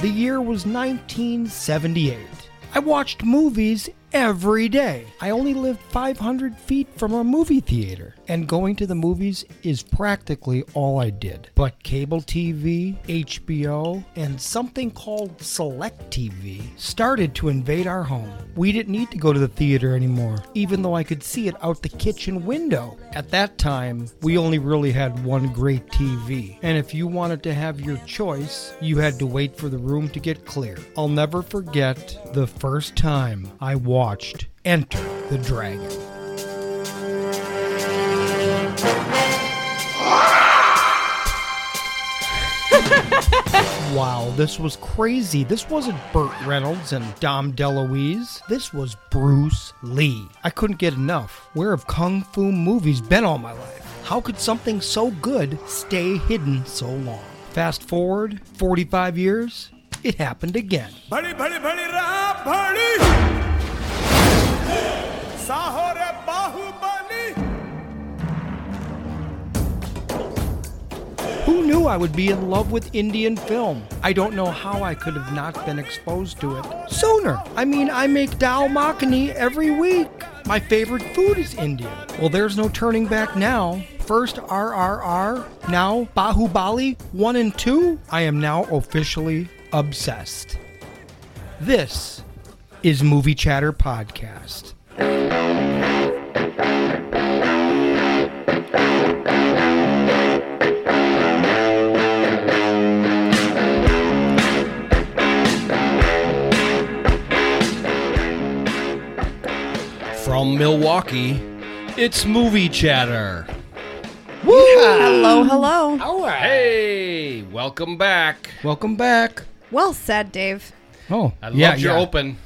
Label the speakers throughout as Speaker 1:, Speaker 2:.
Speaker 1: the year was 1978. I watched movies every day. I only lived 500 feet from a movie theater, and going to the movies is practically all I did. But cable TV, HBO, and something called Select TV started to invade our home. We didn't need to go to the theater anymore, even though I could see it out the kitchen window. At that time, we only really had one great TV, and if you wanted to have your choice, you had to wait for the room to get clear. I'll never forget the first time I watched Enter the Dragon. Wow, this was crazy. This wasn't Burt Reynolds and Dom DeLuise. This was Bruce Lee. I couldn't get enough. Where have kung fu movies been all my life? How could something so good stay hidden so long? Fast forward 45 years, it happened again.
Speaker 2: भली भली भली रहा भली साहो रे Baahubali
Speaker 1: Who knew I would be in love with Indian film? I don't know how I could have not been exposed to it sooner. I mean, I make dal makhani every week. My favorite food is Indian. Well, there's no turning back now. First RRR, now Bahubali 1 and 2. I am now officially obsessed. This is Movie Chatter Podcast.
Speaker 3: From Milwaukee, it's Movie Chatter.
Speaker 4: Hello,
Speaker 1: Um,
Speaker 4: hello.
Speaker 3: All right. Hey, welcome back.
Speaker 1: Welcome back.
Speaker 4: Well said, Dave.
Speaker 1: Oh,
Speaker 3: I loved your open.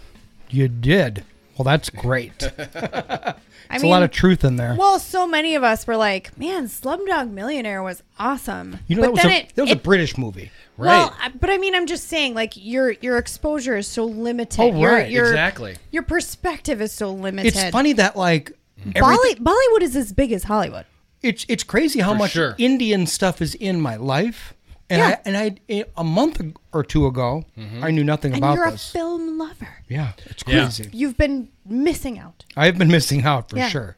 Speaker 1: You did. Well, that's great. It's a
Speaker 4: I
Speaker 1: lot of truth in there.
Speaker 4: Well, so many of us were like, "Man, Slumdog Millionaire was awesome."
Speaker 1: You know,
Speaker 4: but
Speaker 1: that was,
Speaker 4: then
Speaker 1: a,
Speaker 4: it,
Speaker 1: that was a
Speaker 4: it-
Speaker 1: British movie.
Speaker 4: Well,
Speaker 3: Right.
Speaker 4: I- but I mean, I'm just saying, like your your exposure is so limited.
Speaker 1: Oh,
Speaker 4: your,
Speaker 1: right,
Speaker 4: your,
Speaker 3: exactly.
Speaker 4: Your perspective is so limited.
Speaker 1: It's funny that like everything,
Speaker 4: Bolly, Bollywood is as big as Hollywood.
Speaker 1: it's it's crazy how
Speaker 3: For
Speaker 1: much
Speaker 3: sure.
Speaker 1: Indian stuff is in my life. And
Speaker 4: Yeah. Mm-hmm.
Speaker 1: I and I eh, a month or two ago, I knew nothing
Speaker 4: And
Speaker 1: about
Speaker 4: you're a
Speaker 1: this.
Speaker 4: film lover.
Speaker 1: yeah, it's
Speaker 3: Yeah.
Speaker 1: crazy.
Speaker 4: You've been missing out.
Speaker 1: I've been missing out for
Speaker 4: Yeah.
Speaker 1: sure.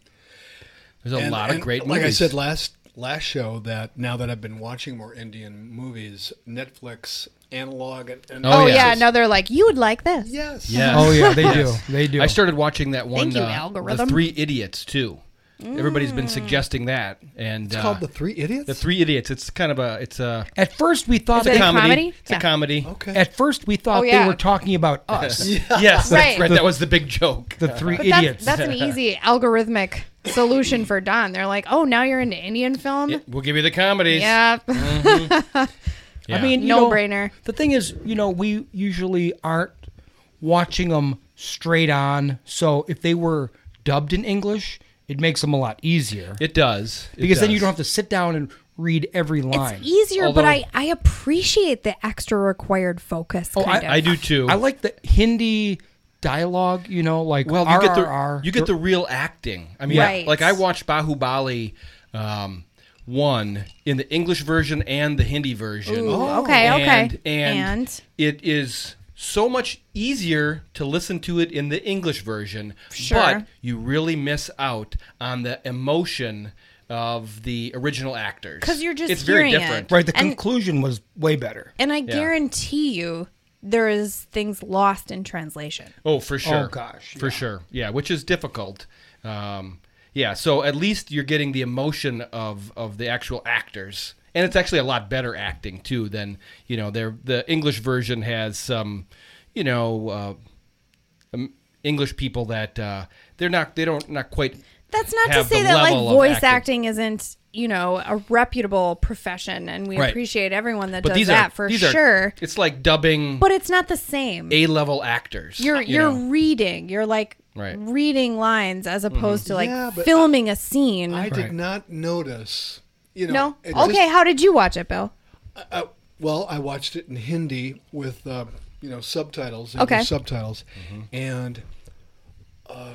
Speaker 3: There's a
Speaker 5: And-
Speaker 3: lot of
Speaker 5: and
Speaker 3: great
Speaker 5: like
Speaker 3: movies.
Speaker 5: I said last last show that now that I've been watching more Indian movies, Netflix analog and, and
Speaker 3: Oh,
Speaker 4: Oh,
Speaker 3: yeah.
Speaker 4: yeah. Now they're like, you would like this.
Speaker 5: yes.
Speaker 3: Yes.
Speaker 1: Oh yeah, they
Speaker 3: Yes.
Speaker 1: do. They do.
Speaker 3: I started watching that one.
Speaker 4: Thank you,
Speaker 3: uh,
Speaker 4: algorithm. Mm.
Speaker 3: The Three Idiots too. Everybody's been suggesting that, and
Speaker 5: It's
Speaker 3: uh,
Speaker 5: called The Three Idiots.
Speaker 3: The Three Idiots. It's kind of a it's a,
Speaker 1: At first we thought
Speaker 4: Is it
Speaker 1: they,
Speaker 4: a comedy?
Speaker 3: It's
Speaker 4: Yeah.
Speaker 3: a comedy.
Speaker 5: okay.
Speaker 1: at first we thought
Speaker 4: Oh, yeah.
Speaker 1: they were talking about us.
Speaker 3: Yes,
Speaker 4: Right.
Speaker 3: that's right. That was the big joke.
Speaker 1: The three
Speaker 4: But
Speaker 1: idiots.
Speaker 4: that's, that's an easy algorithmic solution for Don. They're like, oh, now you're into Indian film?
Speaker 3: We'll give you the comedies.
Speaker 4: Yeah.
Speaker 3: Mm-hmm. Yeah.
Speaker 1: I mean, you
Speaker 4: No
Speaker 1: know,
Speaker 4: brainer.
Speaker 1: The thing is, you know, we usually aren't watching them straight on. So if they were dubbed in English, it makes them a lot easier
Speaker 3: it does It
Speaker 1: because then you
Speaker 3: does.
Speaker 1: don't have to sit down and read every line.
Speaker 4: It's easier,
Speaker 3: Although-
Speaker 4: but I, I appreciate the extra required focus.
Speaker 1: Oh,
Speaker 4: kind of.
Speaker 3: I do too.
Speaker 1: I like the Hindi dialogue. You know, like
Speaker 3: Well, you get the
Speaker 1: RRR.
Speaker 3: you get the real acting. I mean,
Speaker 4: Right.
Speaker 3: like I watched Bahubali um, one in the English version and the Hindi version.
Speaker 4: Oh, okay,
Speaker 3: Oh, And,
Speaker 4: okay.
Speaker 3: and
Speaker 4: And?
Speaker 3: it is so much easier to listen to it in the English version,
Speaker 4: Sure.
Speaker 3: but you really miss out on the emotion of the original actors
Speaker 4: 'Cause you're just
Speaker 3: it's very
Speaker 4: hearing it.
Speaker 3: different.
Speaker 1: right. The
Speaker 4: and-
Speaker 1: conclusion was way better.
Speaker 4: And I guarantee you there is things lost in translation.
Speaker 3: Oh, for sure.
Speaker 1: gosh,
Speaker 3: for sure. Yeah, which is difficult. Um, yeah, so at least you're getting the emotion of of the actual actors, and it's actually a lot better acting too than you know. Their the English version has some, you know, uh, um, English people that uh, they're not they don't not quite.
Speaker 4: That's not to
Speaker 3: have
Speaker 4: say
Speaker 3: the
Speaker 4: that like
Speaker 3: level of
Speaker 4: voice
Speaker 3: acting.
Speaker 4: acting. isn't, you know, a reputable profession and we
Speaker 3: Right.
Speaker 4: appreciate everyone that
Speaker 3: But
Speaker 4: does
Speaker 3: these
Speaker 4: that
Speaker 3: are
Speaker 4: for
Speaker 3: these
Speaker 4: sure.
Speaker 3: Are, it's like dubbing
Speaker 4: but it's not the same.
Speaker 3: A level actors.
Speaker 4: you're
Speaker 3: you
Speaker 4: you are
Speaker 3: know?
Speaker 4: reading. You're like
Speaker 3: Right. Mm-hmm.
Speaker 4: reading lines as opposed to like
Speaker 5: Yeah, but
Speaker 4: filming a scene.
Speaker 5: I
Speaker 1: Right.
Speaker 5: did not notice. You know.
Speaker 4: no.
Speaker 5: it
Speaker 4: Okay,
Speaker 5: just-
Speaker 4: how did you watch it, Bill?
Speaker 5: I- well, I watched it in Hindi with uh, you know
Speaker 3: Mm-hmm.
Speaker 5: subtitles. English
Speaker 4: Okay.
Speaker 5: Subtitles, and uh,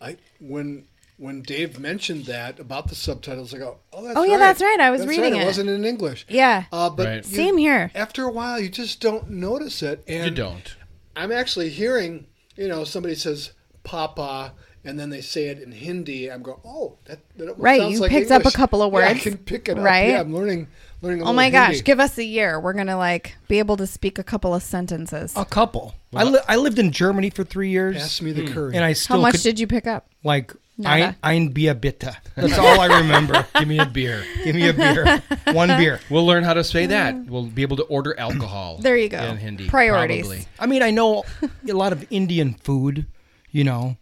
Speaker 5: I when when Dave mentioned that about the subtitles, I go, "Oh, that's
Speaker 4: Oh,
Speaker 5: right.
Speaker 4: yeah, that's right. I was reading
Speaker 5: It
Speaker 4: it.
Speaker 5: wasn't in English.
Speaker 4: Yeah.
Speaker 5: Uh, but
Speaker 3: Right.
Speaker 5: you-
Speaker 4: Same here.
Speaker 5: After a while, you just don't notice it. And
Speaker 3: You don't.
Speaker 5: I'm actually hearing, you know, somebody says "papa," and then they say it in Hindi. I'm going, "Oh, that, that almost
Speaker 4: Right,
Speaker 5: Sounds
Speaker 4: you
Speaker 5: like
Speaker 4: picked up
Speaker 5: English."
Speaker 4: a couple of
Speaker 5: Yeah, I
Speaker 4: words,
Speaker 5: can pick it up.
Speaker 4: right?
Speaker 5: Yeah, I'm learning. Learning. A
Speaker 4: Oh
Speaker 5: little
Speaker 4: my gosh,
Speaker 5: Hindi.
Speaker 4: give us a year. We're gonna like be able to speak a couple of sentences.
Speaker 1: A couple. I, li- I lived in Germany for three years,
Speaker 5: Pass me the
Speaker 3: Hmm.
Speaker 5: curry.
Speaker 1: and I
Speaker 4: How
Speaker 1: still
Speaker 4: much
Speaker 1: could,
Speaker 4: did you pick up?
Speaker 1: like ein,
Speaker 4: Nada.
Speaker 1: ein Bier bitte. That's all I remember.
Speaker 3: Give me a beer.
Speaker 1: Give me a beer, one beer.
Speaker 3: We'll learn how to say that. We'll be able to order alcohol.
Speaker 4: There you go.
Speaker 3: In Hindi.
Speaker 4: Priorities.
Speaker 3: probably.
Speaker 1: I mean, I know a lot of Indian food. You know,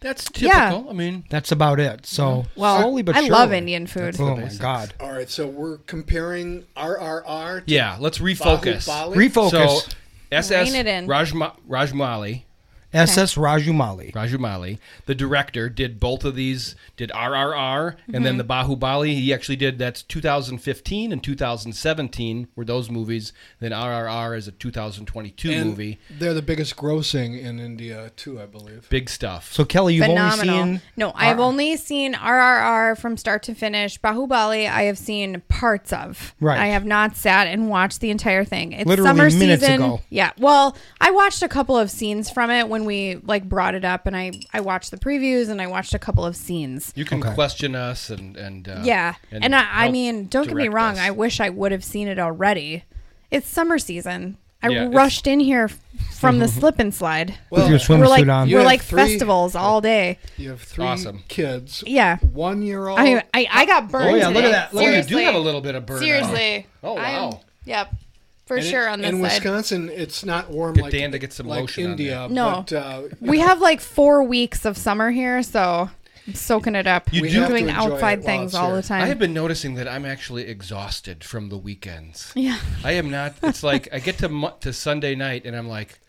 Speaker 3: That's
Speaker 4: Yeah.
Speaker 3: typical. I mean,
Speaker 1: that's about it. So
Speaker 4: Well,
Speaker 1: slowly but
Speaker 4: I
Speaker 1: surely.
Speaker 4: love Indian food.
Speaker 1: Oh my god!
Speaker 5: All right, so we're comparing RRR. To
Speaker 3: yeah, let's refocus.
Speaker 5: Bahubali.
Speaker 1: Refocus.
Speaker 3: So, SS
Speaker 4: Rein it in.
Speaker 3: Rajma, Rajmali,
Speaker 1: SS Rajumali.
Speaker 3: Rajumali, the director, did both of these, did RRR and
Speaker 4: Mm-hmm.
Speaker 3: then the Bahubali. He actually did that's 2015 and 2017 were those movies. Then RRR is a 2022
Speaker 5: And
Speaker 3: movie.
Speaker 5: They're the biggest grossing in India too, I believe.
Speaker 3: Big stuff.
Speaker 1: So Kelly, you've
Speaker 4: Phenomenal.
Speaker 1: only seen
Speaker 4: no, I've only seen RRR from start to finish. Bahubali, I have seen parts of.
Speaker 1: Right.
Speaker 4: I have not sat and watched the entire thing. It's
Speaker 1: Literally
Speaker 4: summer
Speaker 1: minutes
Speaker 4: season.
Speaker 1: ago.
Speaker 4: Yeah. Well, I watched a couple of scenes from it when we like brought it up, and I I watched the previews and I watched a couple of scenes.
Speaker 3: you can
Speaker 1: Okay.
Speaker 3: question us and and uh,
Speaker 4: Yeah. And, I, I
Speaker 3: help
Speaker 4: mean, don't get me
Speaker 3: direct
Speaker 4: wrong.
Speaker 3: us.
Speaker 4: I wish I would have seen it already. It's summer season. I
Speaker 3: Yeah, it's-
Speaker 4: rushed in here f- from the slip and slide.
Speaker 1: with your
Speaker 4: we're like
Speaker 1: swimsuit on.
Speaker 5: You
Speaker 4: we're
Speaker 5: have
Speaker 4: like
Speaker 5: three-
Speaker 4: festivals all day.
Speaker 5: You have three
Speaker 3: Awesome.
Speaker 5: kids.
Speaker 4: Yeah.
Speaker 5: One year old.
Speaker 4: I I, I got burned.
Speaker 3: Oh yeah, look
Speaker 4: today.
Speaker 3: at that. Look, you do
Speaker 4: Seriously.
Speaker 3: have a little bit of burn.
Speaker 4: Seriously.
Speaker 3: Oh, wow.
Speaker 4: I'm- yep. For
Speaker 5: And it-
Speaker 4: sure on this
Speaker 5: In
Speaker 4: side.
Speaker 5: Wisconsin, it's not warm
Speaker 3: Get
Speaker 5: like
Speaker 3: Dan to get some
Speaker 5: like
Speaker 3: lotion on
Speaker 5: India.
Speaker 3: there.
Speaker 4: No.
Speaker 5: but, uh,
Speaker 4: we have like four weeks of summer here, so I'm soaking it up.
Speaker 3: You
Speaker 4: We're
Speaker 3: do have to
Speaker 4: doing
Speaker 5: enjoy it
Speaker 4: outside
Speaker 5: while
Speaker 4: things
Speaker 5: it's
Speaker 4: all
Speaker 5: here.
Speaker 4: the time.
Speaker 3: I have been noticing that I'm actually exhausted from the weekends.
Speaker 4: Yeah.
Speaker 3: I am not. It's like I get to Mo- to Sunday night and I'm like,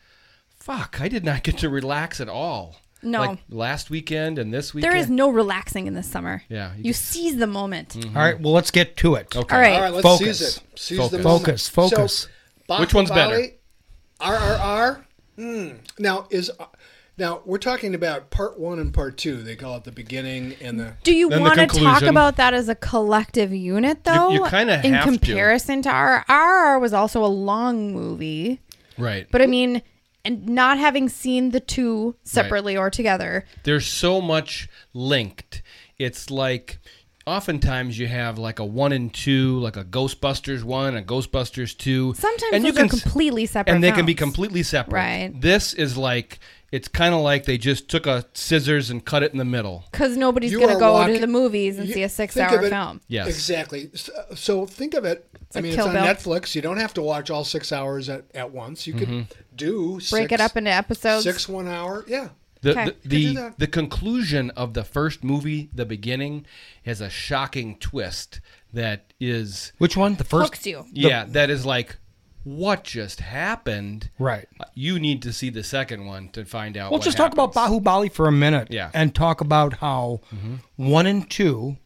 Speaker 3: "Fuck! I did not get to relax at all."
Speaker 4: No.
Speaker 3: Like last weekend and this weekend.
Speaker 4: there is no relaxing in the summer.
Speaker 3: Yeah, you Mm-hmm.
Speaker 4: You,
Speaker 3: just-
Speaker 4: seize the moment.
Speaker 1: All right, well, let's get to it.
Speaker 3: Okay.
Speaker 4: All right.
Speaker 5: All right, let's
Speaker 1: Focus.
Speaker 5: seize it. Seize
Speaker 3: Focus.
Speaker 5: The moment.
Speaker 1: Focus, focus.
Speaker 5: So,
Speaker 3: Which one's
Speaker 5: Bahubali,
Speaker 3: better?
Speaker 5: RRR. Mm. Now is now we're talking about part one and part two. They call it the beginning and the
Speaker 4: Do you
Speaker 3: Then the
Speaker 4: want to talk
Speaker 3: conclusion.
Speaker 4: about that as a collective unit, though?
Speaker 3: you kinda
Speaker 4: in
Speaker 3: have to.
Speaker 4: comparison to RR. RR was also a long movie,
Speaker 3: right.
Speaker 4: but I mean, and not having seen the two separately or together,
Speaker 3: There's so much linked. It's like oftentimes you have like a one and two, like a Ghostbusters one, a Ghostbusters two.
Speaker 4: sometimes
Speaker 3: and
Speaker 4: those
Speaker 3: you can
Speaker 4: are
Speaker 3: s-
Speaker 4: completely separate.
Speaker 3: and they can be
Speaker 4: films.
Speaker 3: completely separate.
Speaker 4: Right.
Speaker 3: This is like it's kind of like they just took a scissors and cut it in the middle.
Speaker 4: because nobody's
Speaker 5: You
Speaker 4: going to
Speaker 5: are
Speaker 4: go to
Speaker 5: walking-
Speaker 4: the movies and
Speaker 5: You-
Speaker 4: see a six
Speaker 5: think of
Speaker 4: hour
Speaker 5: it-
Speaker 4: film.
Speaker 3: Yes.
Speaker 5: Exactly. So, so think of it. I
Speaker 4: like
Speaker 5: mean,
Speaker 4: Kill
Speaker 5: it's on
Speaker 4: Bill.
Speaker 5: Netflix. You don't have to watch all six hours at, at once. You could
Speaker 3: Mm-hmm.
Speaker 5: do
Speaker 4: Break
Speaker 5: six,
Speaker 4: it up into episodes.
Speaker 5: six one hour. Yeah.
Speaker 3: The,
Speaker 4: Okay.
Speaker 3: the,
Speaker 5: do
Speaker 3: the,
Speaker 5: that.
Speaker 3: the conclusion of the first movie, the beginning, has a shocking twist that is,
Speaker 1: Which one? The first.
Speaker 4: Hooks you.
Speaker 3: yeah, that is like, what just happened?
Speaker 1: Right.
Speaker 3: You need to see the second one to find out.
Speaker 1: Well,
Speaker 3: what
Speaker 1: just talk about
Speaker 3: happens.
Speaker 1: Bahubali for a minute.
Speaker 3: Yeah. Mm-hmm.
Speaker 1: And talk about how one and 2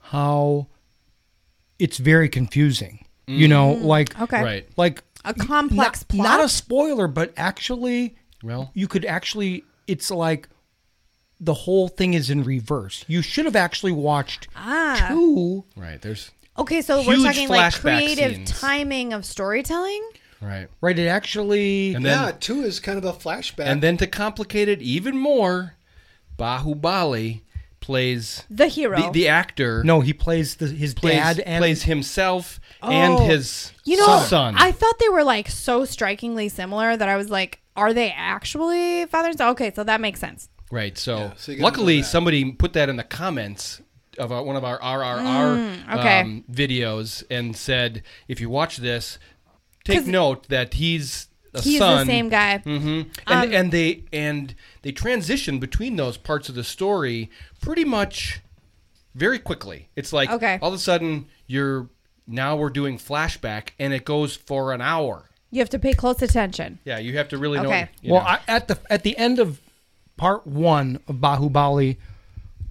Speaker 1: how it's very confusing. You know, like
Speaker 4: Mm. Okay.
Speaker 3: Right.
Speaker 1: like
Speaker 4: A complex
Speaker 1: not,
Speaker 4: plot.
Speaker 1: not a spoiler, but actually,
Speaker 3: Well-
Speaker 1: you could actually. It's like the whole thing is in reverse. You should have actually watched
Speaker 4: Ah.
Speaker 1: two.
Speaker 3: Right. There's
Speaker 4: okay, so we're
Speaker 3: huge
Speaker 4: talking like
Speaker 3: flashback
Speaker 4: creative
Speaker 3: scenes.
Speaker 4: timing of storytelling.
Speaker 3: right.
Speaker 1: Right. It actually.
Speaker 3: And then
Speaker 5: yeah. Two is kind of a flashback.
Speaker 3: and then to complicate it even more, Bahubali plays
Speaker 4: The hero.
Speaker 3: the, the actor
Speaker 1: no, he plays the, his
Speaker 3: plays,
Speaker 1: dad and
Speaker 3: plays himself and
Speaker 4: Oh.
Speaker 3: his
Speaker 4: You know,
Speaker 3: son.
Speaker 4: I thought they were like so strikingly similar that I was like, are they actually fathers? Okay, so that makes sense.
Speaker 3: Right. So,
Speaker 5: so you gotta know
Speaker 3: luckily,
Speaker 5: that.
Speaker 3: somebody put that in the comments of our, one of our RRR
Speaker 4: okay.
Speaker 3: um, videos and said, if you watch this, take
Speaker 4: 'Cause
Speaker 3: note that he's a
Speaker 4: He's
Speaker 3: son.
Speaker 4: the same guy.
Speaker 3: hmm And, and they and they transition between those parts of the story pretty much very quickly. It's like
Speaker 4: Okay.
Speaker 3: all of a sudden you're now we're doing flashback and it goes for an hour.
Speaker 4: You have to pay close attention.
Speaker 3: Yeah, you have to really know.
Speaker 4: Okay.
Speaker 3: you
Speaker 1: well,
Speaker 3: know.
Speaker 1: I, at the at the end of part one of Bahubali,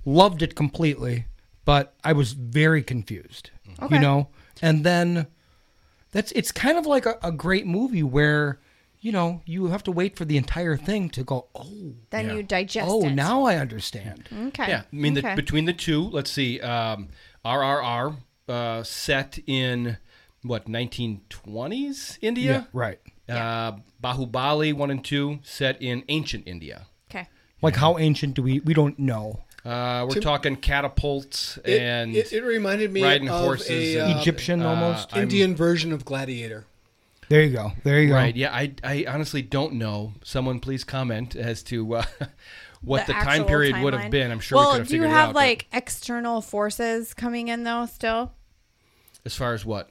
Speaker 1: loved it completely, but I was very confused.
Speaker 4: Okay.
Speaker 1: You know, and then that's it's kind of like a, a great movie where you know, you have to wait for the entire thing to go, oh,
Speaker 4: Then
Speaker 3: Yeah.
Speaker 4: you digest
Speaker 1: oh,
Speaker 4: it. Mm-hmm.
Speaker 1: now I understand.
Speaker 4: Okay.
Speaker 3: Yeah, I mean,
Speaker 4: Okay.
Speaker 3: the, between the two, let's see, um, RRR uh, set in what 1920s India,
Speaker 1: Right.
Speaker 3: Uh, Bahubali one and two set in ancient India.
Speaker 4: Okay.
Speaker 1: Like, how ancient do we, we don't know.
Speaker 3: Uh, we're talking catapults
Speaker 5: It,
Speaker 3: and
Speaker 5: it, it reminded me
Speaker 3: riding
Speaker 5: of
Speaker 3: horses
Speaker 5: a
Speaker 3: and-
Speaker 5: uh,
Speaker 1: Egyptian almost.
Speaker 5: Indian version of Gladiator.
Speaker 1: There you go. There you go.
Speaker 3: right. Yeah, I, I honestly don't know. Someone please comment as to uh, what the, time
Speaker 4: actual
Speaker 3: period would
Speaker 4: timeline.
Speaker 3: have been. I'm sure
Speaker 4: Well,
Speaker 3: we could have
Speaker 4: do you
Speaker 3: figured it
Speaker 4: have
Speaker 3: out, but
Speaker 4: like external forces coming in though? Still,
Speaker 3: as far as what.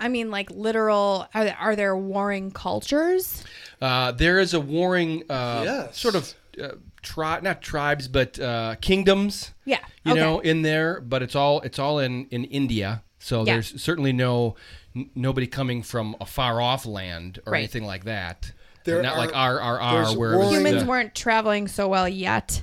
Speaker 4: I mean, like literal. Are there, are there warring cultures?
Speaker 3: Uh, there is a warring uh,
Speaker 5: Yes.
Speaker 3: sort of uh, tri- not tribes, but uh, kingdoms.
Speaker 4: Yeah,
Speaker 3: you
Speaker 4: okay.
Speaker 3: know, in there, but it's all it's all in in India. So
Speaker 4: Yeah.
Speaker 3: there's certainly no n- nobody coming from a far off land or
Speaker 4: Right.
Speaker 3: anything like that.
Speaker 5: There
Speaker 3: not
Speaker 5: are-
Speaker 3: like
Speaker 5: there's
Speaker 3: RRR where it was
Speaker 5: warring-
Speaker 4: Humans
Speaker 3: the-
Speaker 4: weren't traveling so well yet.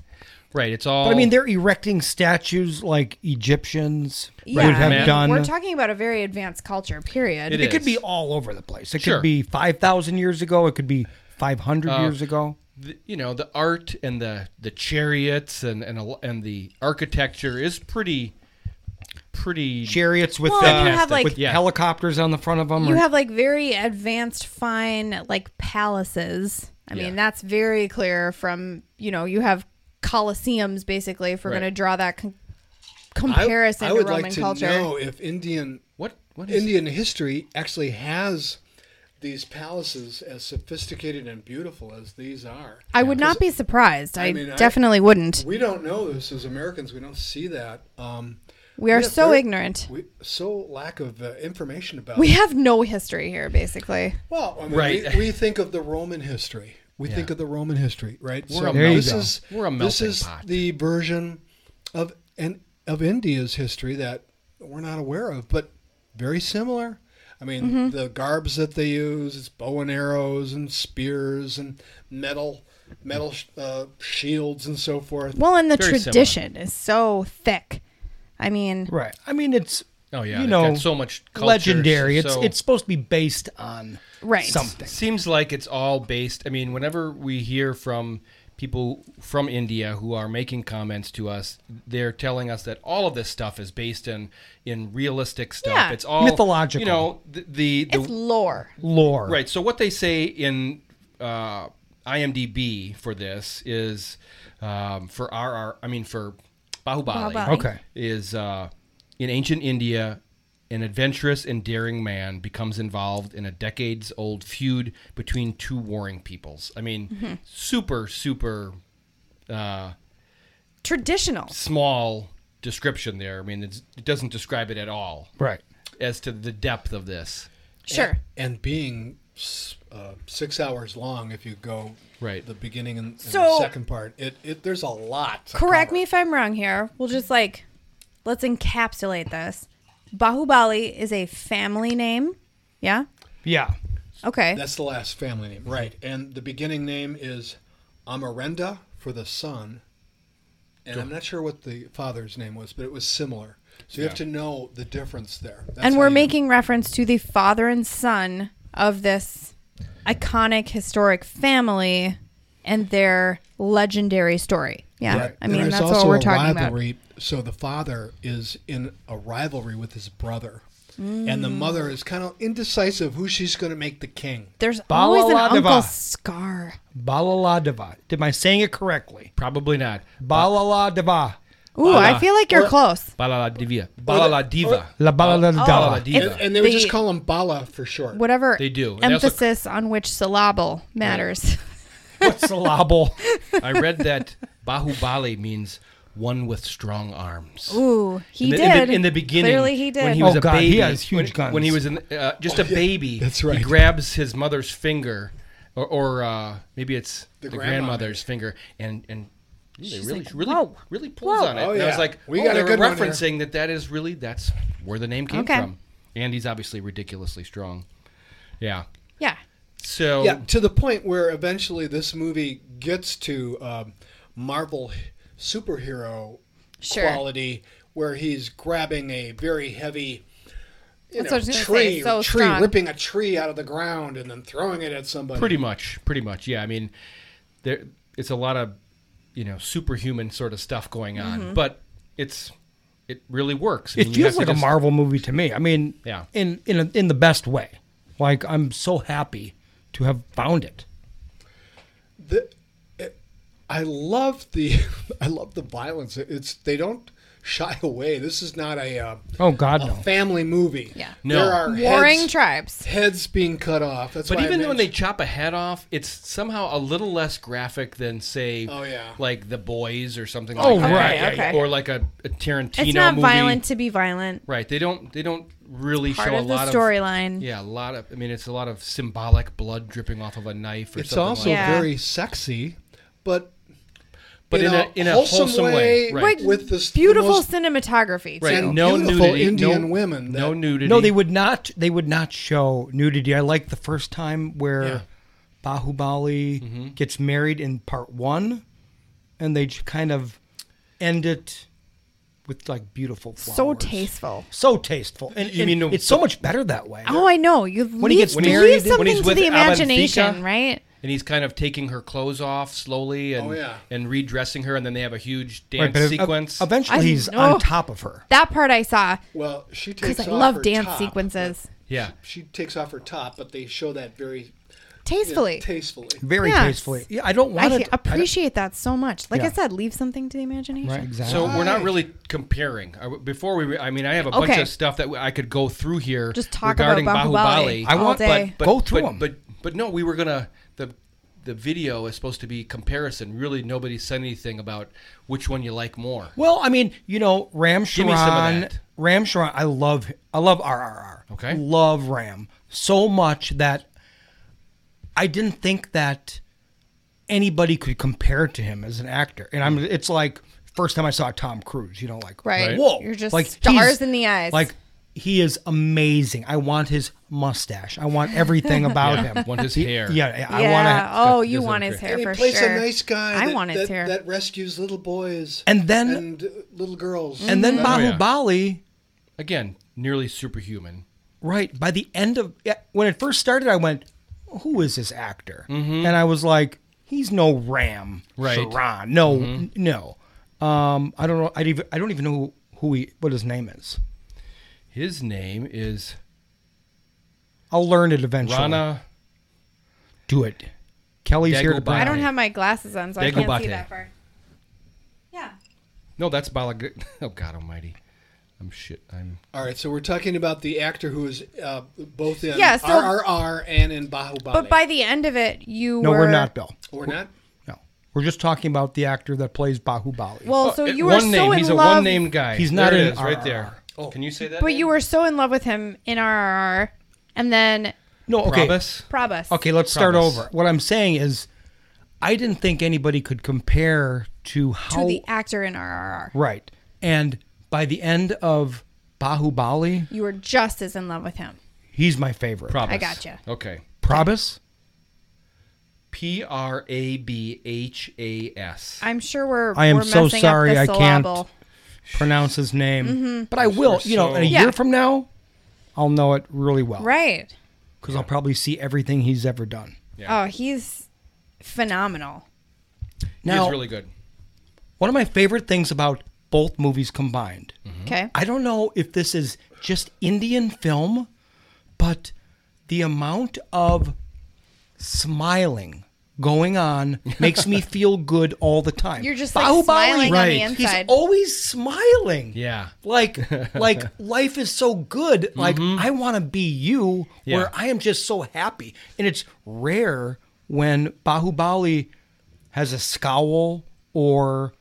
Speaker 3: right. It's all.
Speaker 1: But I mean, they're erecting statues like Egyptians
Speaker 4: Yeah,
Speaker 1: would
Speaker 4: I
Speaker 1: have
Speaker 4: mean,
Speaker 1: done.
Speaker 4: We're talking about a very advanced culture. Period.
Speaker 3: It
Speaker 1: it could
Speaker 3: is.
Speaker 1: be all over the place. It
Speaker 3: Sure. Uh,
Speaker 1: could be 5,000 years ago. It could be 500 years ago.
Speaker 3: the, you know the art and the the chariots and and a- and the architecture is pretty pretty
Speaker 1: Chariots with,
Speaker 4: Well,
Speaker 1: uh,
Speaker 4: and you have, like-
Speaker 1: with
Speaker 3: Yeah.
Speaker 1: helicopters on the front of them.
Speaker 4: You
Speaker 1: or-
Speaker 4: have like very advanced, fine, like palaces. I
Speaker 3: Yeah.
Speaker 4: mean, that's very clear from, you know, you have coliseums basically, if we're
Speaker 3: Right.
Speaker 4: going to draw that con-
Speaker 5: I-
Speaker 4: comparison
Speaker 5: I,
Speaker 4: to
Speaker 5: would
Speaker 4: Roman
Speaker 5: like to
Speaker 4: culture.
Speaker 5: know if Indian
Speaker 3: what what is
Speaker 5: Indian history actually has these palaces as sophisticated and beautiful as these are.
Speaker 4: I would not be surprised. I,
Speaker 5: I mean, I-
Speaker 4: definitely wouldn't.
Speaker 5: We don't know this as Americans. We don't see that. Um,
Speaker 4: We are
Speaker 5: have
Speaker 4: so
Speaker 5: very-
Speaker 4: ignorant.
Speaker 5: We so lack of uh, information about.
Speaker 4: We
Speaker 5: it.
Speaker 4: have no history here, basically.
Speaker 5: well, I mean,
Speaker 3: Right.
Speaker 5: we, we think of the Roman history. We think of the Roman history, right?
Speaker 3: We're a
Speaker 1: There you
Speaker 5: this
Speaker 1: go.
Speaker 5: is
Speaker 3: We're a
Speaker 5: this
Speaker 3: melting
Speaker 5: is
Speaker 3: pot.
Speaker 5: the version of and of India's history that we're not aware of, but very similar. I mean,
Speaker 4: Mm-hmm.
Speaker 5: the garbs that they use, it's bow and arrows and spears and metal metal uh, shields and so forth.
Speaker 4: Well, and the
Speaker 3: Very similar.
Speaker 4: tradition is so thick. I mean,
Speaker 1: Right. I mean, it's.
Speaker 3: Oh, yeah,
Speaker 1: you
Speaker 3: they've
Speaker 1: know,
Speaker 3: got so much culture,
Speaker 1: legendary.
Speaker 3: so-
Speaker 1: It's it's supposed to be based on
Speaker 4: Right.
Speaker 1: something.
Speaker 3: Seems like it's all based. I mean, whenever we hear from people from India who are making comments to us, they're telling us that all of this stuff is based in in realistic stuff.
Speaker 4: Yeah.
Speaker 3: It's all
Speaker 1: Mythological.
Speaker 3: You know, the the, the
Speaker 4: it's lore.
Speaker 1: Lore.
Speaker 3: Right. So what they say in uh, IMDb for this is um, for RR, I mean for Bahubali,
Speaker 4: Bahubali.
Speaker 1: Okay.
Speaker 3: is uh, in ancient India, an adventurous and daring man becomes involved in a decades-old feud between two warring peoples. I mean, super super uh,
Speaker 4: Traditional.
Speaker 3: small description there. I mean, it's, it doesn't describe it at all
Speaker 1: Right.
Speaker 3: as to the depth of this.
Speaker 4: Sure.
Speaker 5: and being s- uh, six hours long if you go
Speaker 3: Right.
Speaker 5: the beginning and, and the
Speaker 4: So-
Speaker 5: second part it, it there's a lot to
Speaker 4: correct
Speaker 5: cover.
Speaker 4: me if I'm wrong here. We'll just like let's encapsulate this. Bahubali is a family name. Yeah.
Speaker 1: Yeah.
Speaker 4: Okay.
Speaker 5: that's the last family name right and the beginning name is amarenda for the son and i'm not sure what the father's name was but it was similar so you have to know the difference there That's
Speaker 4: and
Speaker 5: how
Speaker 4: we're
Speaker 5: you-
Speaker 4: making reference to the father and son of this iconic historic family and their legendary story. Yeah.
Speaker 5: Right.
Speaker 4: I
Speaker 5: And
Speaker 4: mean,
Speaker 5: there's
Speaker 4: that's what
Speaker 5: also
Speaker 4: we're
Speaker 5: a
Speaker 4: talking about.
Speaker 5: rivalry. So the father is in a rivalry with his brother, and the
Speaker 4: Mm.
Speaker 5: mother is kind of indecisive who she's going to make the king.
Speaker 4: There's always an
Speaker 1: Balaladeva.
Speaker 4: Uncle Scar.
Speaker 1: Balaladeva. Am I saying it correctly?
Speaker 3: Probably not.
Speaker 1: Balaladeva.
Speaker 4: Ooh, I feel like you're
Speaker 5: Or-
Speaker 4: close.
Speaker 3: Balaladeva. Balaladeva.
Speaker 1: La
Speaker 4: Oh.
Speaker 1: Balaladeva.
Speaker 3: Balaladeva.
Speaker 5: And, and they would
Speaker 4: The-
Speaker 5: just call him Bala for short.
Speaker 4: Whatever
Speaker 3: They do. And they also-
Speaker 4: emphasis on which syllable matters.
Speaker 1: What's syllable?
Speaker 3: I read that Bahubali means one with strong arms.
Speaker 4: Ooh, he
Speaker 3: in the,
Speaker 4: did.
Speaker 3: In the, in the beginning,
Speaker 4: Clearly, he did.
Speaker 3: When he
Speaker 1: Oh,
Speaker 3: was a
Speaker 1: God, he
Speaker 3: baby,
Speaker 1: has huge
Speaker 3: when,
Speaker 1: guns. Oh,
Speaker 3: When he was in, uh, just a baby,
Speaker 5: that's
Speaker 3: He
Speaker 5: right.
Speaker 3: grabs his mother's finger, or, or uh, maybe it's the,
Speaker 5: grandma,
Speaker 3: grandmother's finger, and and. ooh, They really, really, really pulls on it.
Speaker 5: Oh,
Speaker 3: and I was
Speaker 5: yeah.
Speaker 3: like,
Speaker 5: We
Speaker 3: oh,
Speaker 5: got a
Speaker 3: they were
Speaker 5: good one here.
Speaker 3: referencing that that is really that's where the name came
Speaker 4: Okay.
Speaker 3: from. And he's obviously ridiculously strong. Yeah.
Speaker 4: yeah.
Speaker 3: So
Speaker 5: yeah, to the point where eventually this movie gets to um, Marvel superhero
Speaker 4: Sure.
Speaker 5: quality, where he's grabbing a very heavy you
Speaker 4: That's
Speaker 5: know,
Speaker 4: what I was gonna say,
Speaker 5: tree,
Speaker 4: so
Speaker 5: tree
Speaker 4: strong.
Speaker 5: ripping a tree out of the ground and then throwing it at somebody.
Speaker 3: Pretty much, pretty much. Yeah, I mean, there it's a lot of you know superhuman sort of stuff going on,
Speaker 4: Mm-hmm.
Speaker 3: but it's it really works. I
Speaker 1: It
Speaker 3: mean, you have
Speaker 1: feels
Speaker 3: to
Speaker 1: like a
Speaker 3: just-
Speaker 1: Marvel movie to me. I mean,
Speaker 3: Yeah.
Speaker 1: in in a, in the best way. Like I'm so happy to have found it.
Speaker 5: the, it, I love the I love the violence. It's they don't shy away. This is not a uh,
Speaker 1: Oh God,
Speaker 5: a
Speaker 1: no.
Speaker 5: family movie.
Speaker 4: Yeah.
Speaker 3: No.
Speaker 5: there are
Speaker 4: Warring
Speaker 5: heads,
Speaker 4: tribes.
Speaker 5: heads being cut off. That's
Speaker 3: But
Speaker 5: why I
Speaker 3: even when they
Speaker 5: mentioned-
Speaker 3: chop a head off, it's somehow a little less graphic than say,
Speaker 5: Oh, yeah.
Speaker 3: like the boys or something.
Speaker 1: Oh,
Speaker 3: like
Speaker 1: right,
Speaker 3: that.
Speaker 4: yeah, yeah.
Speaker 3: or like a, a Tarantino
Speaker 4: It's not
Speaker 3: movie.
Speaker 4: violent to be violent.
Speaker 3: Right? They don't they don't really
Speaker 4: Part
Speaker 3: show
Speaker 4: of
Speaker 3: a
Speaker 4: the
Speaker 3: lot
Speaker 4: storyline.
Speaker 3: Yeah, a lot of. I mean, it's a lot of symbolic blood dripping off of a knife or
Speaker 5: it's
Speaker 3: something.
Speaker 5: also
Speaker 3: like
Speaker 4: Yeah.
Speaker 5: very sexy, but
Speaker 3: But in a- in a wholesome way, right.
Speaker 4: Like,
Speaker 5: with this the
Speaker 4: beautiful
Speaker 5: most-
Speaker 4: cinematography. too.
Speaker 3: Right.
Speaker 5: and
Speaker 3: no
Speaker 5: beautiful
Speaker 3: nudity,
Speaker 5: Indian
Speaker 3: no,
Speaker 5: women
Speaker 3: No
Speaker 5: that-
Speaker 3: nudity.
Speaker 1: No, they would not. They would not show nudity. I like the first time where
Speaker 3: Yeah. Mm-hmm.
Speaker 1: Bahubali gets married in part one, and they j- kind of end it with like beautiful flowers.
Speaker 4: So tasteful.
Speaker 1: So tasteful. And,
Speaker 3: You
Speaker 1: and
Speaker 3: mean the-
Speaker 1: it's so much better that way.
Speaker 4: Oh, I know. You leave,
Speaker 1: he gets
Speaker 4: leave
Speaker 1: married-
Speaker 4: something
Speaker 3: when he's
Speaker 4: to
Speaker 3: with
Speaker 4: the imagination,
Speaker 3: Avantika.
Speaker 4: right?
Speaker 3: and he's kind of taking her clothes off slowly and
Speaker 5: Oh, yeah.
Speaker 3: and redressing her, and then they have a huge
Speaker 1: Right,
Speaker 3: dance
Speaker 1: but uh, ev-
Speaker 3: sequence.
Speaker 1: Eventually,
Speaker 4: I-
Speaker 1: he's
Speaker 4: oh.
Speaker 1: on top of her.
Speaker 4: That part I saw
Speaker 5: Well, she takes
Speaker 4: because I
Speaker 5: off
Speaker 4: love
Speaker 5: her
Speaker 4: dance
Speaker 5: top,
Speaker 4: sequences
Speaker 3: yeah,
Speaker 5: but She takes off her top, but they show that very you know,
Speaker 4: tastefully.
Speaker 5: tastefully.
Speaker 1: Very
Speaker 4: Yes.
Speaker 1: tastefully. Yeah, I don't
Speaker 4: I
Speaker 1: want
Speaker 4: he-
Speaker 1: it.
Speaker 4: appreciate that so much. Like I
Speaker 1: Yeah.
Speaker 4: said, leave something to the imagination.
Speaker 1: Right, exactly.
Speaker 3: So we're not really comparing. I- Before we, re- I mean, I have a bunch
Speaker 4: Okay.
Speaker 3: of stuff that I could go through here.
Speaker 4: Just talk about
Speaker 3: regarding
Speaker 4: Bahubali
Speaker 1: I all want-
Speaker 4: day.
Speaker 1: Go through
Speaker 3: but,
Speaker 1: 'em.
Speaker 3: But but no, we were gonna the the video is supposed to be comparison. Really, nobody said anything about which one you like more.
Speaker 1: Well, I mean, you know, Ram
Speaker 3: Give me some of
Speaker 1: Charan.
Speaker 3: that.
Speaker 1: Ram Charan, I love, I love RRR.
Speaker 3: Okay.
Speaker 1: love Ram so much that I didn't think that anybody could compare to him as an actor. And I'm, it's like first time I saw Tom Cruise. You know, like
Speaker 4: Right. Right.
Speaker 1: whoa,
Speaker 4: You're just
Speaker 1: like
Speaker 4: stars
Speaker 1: he's-
Speaker 4: in the eyes.
Speaker 1: Like he is amazing. I want his mustache. I want everything about him.
Speaker 3: Want his hair?
Speaker 1: Yeah, I
Speaker 4: yeah.
Speaker 1: want to.
Speaker 4: oh, you
Speaker 3: doesn't
Speaker 4: want his
Speaker 3: appear-
Speaker 4: hair
Speaker 5: and
Speaker 4: for
Speaker 5: he plays
Speaker 4: sure.
Speaker 5: a nice guy.
Speaker 4: I
Speaker 5: that,
Speaker 4: want his
Speaker 5: that,
Speaker 4: hair.
Speaker 5: that rescues little boys
Speaker 1: And then-
Speaker 5: and uh, little girls.
Speaker 1: And then
Speaker 3: Oh, yeah.
Speaker 1: Bahubali.
Speaker 3: Again, nearly superhuman.
Speaker 1: Right. By the end of yeah, when it first started, I went, "Who is this actor?" And I was like, "He's no Ram,
Speaker 3: Mm-hmm. Right. Mm-hmm.
Speaker 1: Charan. No, n- no. Um, I don't know. I even I don't even know who, who he what his name is.
Speaker 3: His name is
Speaker 1: I'll learn it eventually.
Speaker 3: Rana.
Speaker 1: Do it. Kelly's here to
Speaker 3: Dagobah.
Speaker 1: bring.
Speaker 4: I don't have my glasses on, so I can't
Speaker 3: Dagobate.
Speaker 4: see that far. Yeah.
Speaker 3: No, that's Balag. Oh God Almighty! I'm shit. I'm
Speaker 5: All right, so we're talking about the actor who is uh, both in
Speaker 4: Yeah, so-
Speaker 5: RRR and in Bahubali.
Speaker 4: But by the end of it, you
Speaker 1: No,
Speaker 4: were
Speaker 1: we're not Bill.
Speaker 5: Or not?
Speaker 1: No, we're just talking about the actor that plays Bahubali.
Speaker 4: Well, Oh, so
Speaker 3: It-
Speaker 4: you were
Speaker 3: Uh, one
Speaker 4: so
Speaker 3: name.
Speaker 4: in
Speaker 3: He's a
Speaker 4: love.
Speaker 3: one name guy.
Speaker 1: He's not
Speaker 3: there
Speaker 1: in
Speaker 3: it is, right
Speaker 1: RRR.
Speaker 3: there.
Speaker 5: Oh.
Speaker 3: Can you say that?
Speaker 4: But
Speaker 3: name?
Speaker 4: you were so in love with him in RRR, and then
Speaker 1: no, okay.
Speaker 3: Probus?
Speaker 4: Probus.
Speaker 1: Okay, let's start
Speaker 3: Promise.
Speaker 1: over. What I'm saying is, I didn't think anybody could compare to
Speaker 4: To
Speaker 1: how
Speaker 4: the actor in RRR,
Speaker 1: Right. And by the end of Bahubali,
Speaker 4: you were just as in love with him.
Speaker 1: he's my favorite.
Speaker 3: Probus.
Speaker 4: I gotcha.
Speaker 3: Okay.
Speaker 1: Probus?
Speaker 3: P R A B H A S.
Speaker 4: I'm sure we're.
Speaker 1: I am
Speaker 4: we're
Speaker 1: so
Speaker 4: messing up
Speaker 1: sorry
Speaker 4: the
Speaker 1: I can't
Speaker 4: syllable.
Speaker 1: pronounce his name. But I will, you know, in a
Speaker 3: so-
Speaker 4: Mm-hmm. Yeah.
Speaker 1: year from now, I'll know it really well.
Speaker 4: Right.
Speaker 1: Because I'll probably see everything he's ever done.
Speaker 3: Yeah.
Speaker 4: Oh, he's phenomenal.
Speaker 1: Now,
Speaker 3: He's really good.
Speaker 1: one of my favorite things about both movies combined,
Speaker 4: Okay.
Speaker 1: I don't know if this is just Indian film, but the amount of smiling going on makes me feel good all the time.
Speaker 4: You're just, like,
Speaker 1: Bahubali,
Speaker 4: smiling on the inside.
Speaker 1: He's always smiling.
Speaker 3: Yeah.
Speaker 1: Like like life is so good. Like I want to be you
Speaker 3: Mm-hmm. Yeah.
Speaker 1: where I am just so happy. And it's rare when Bahubali has a scowl or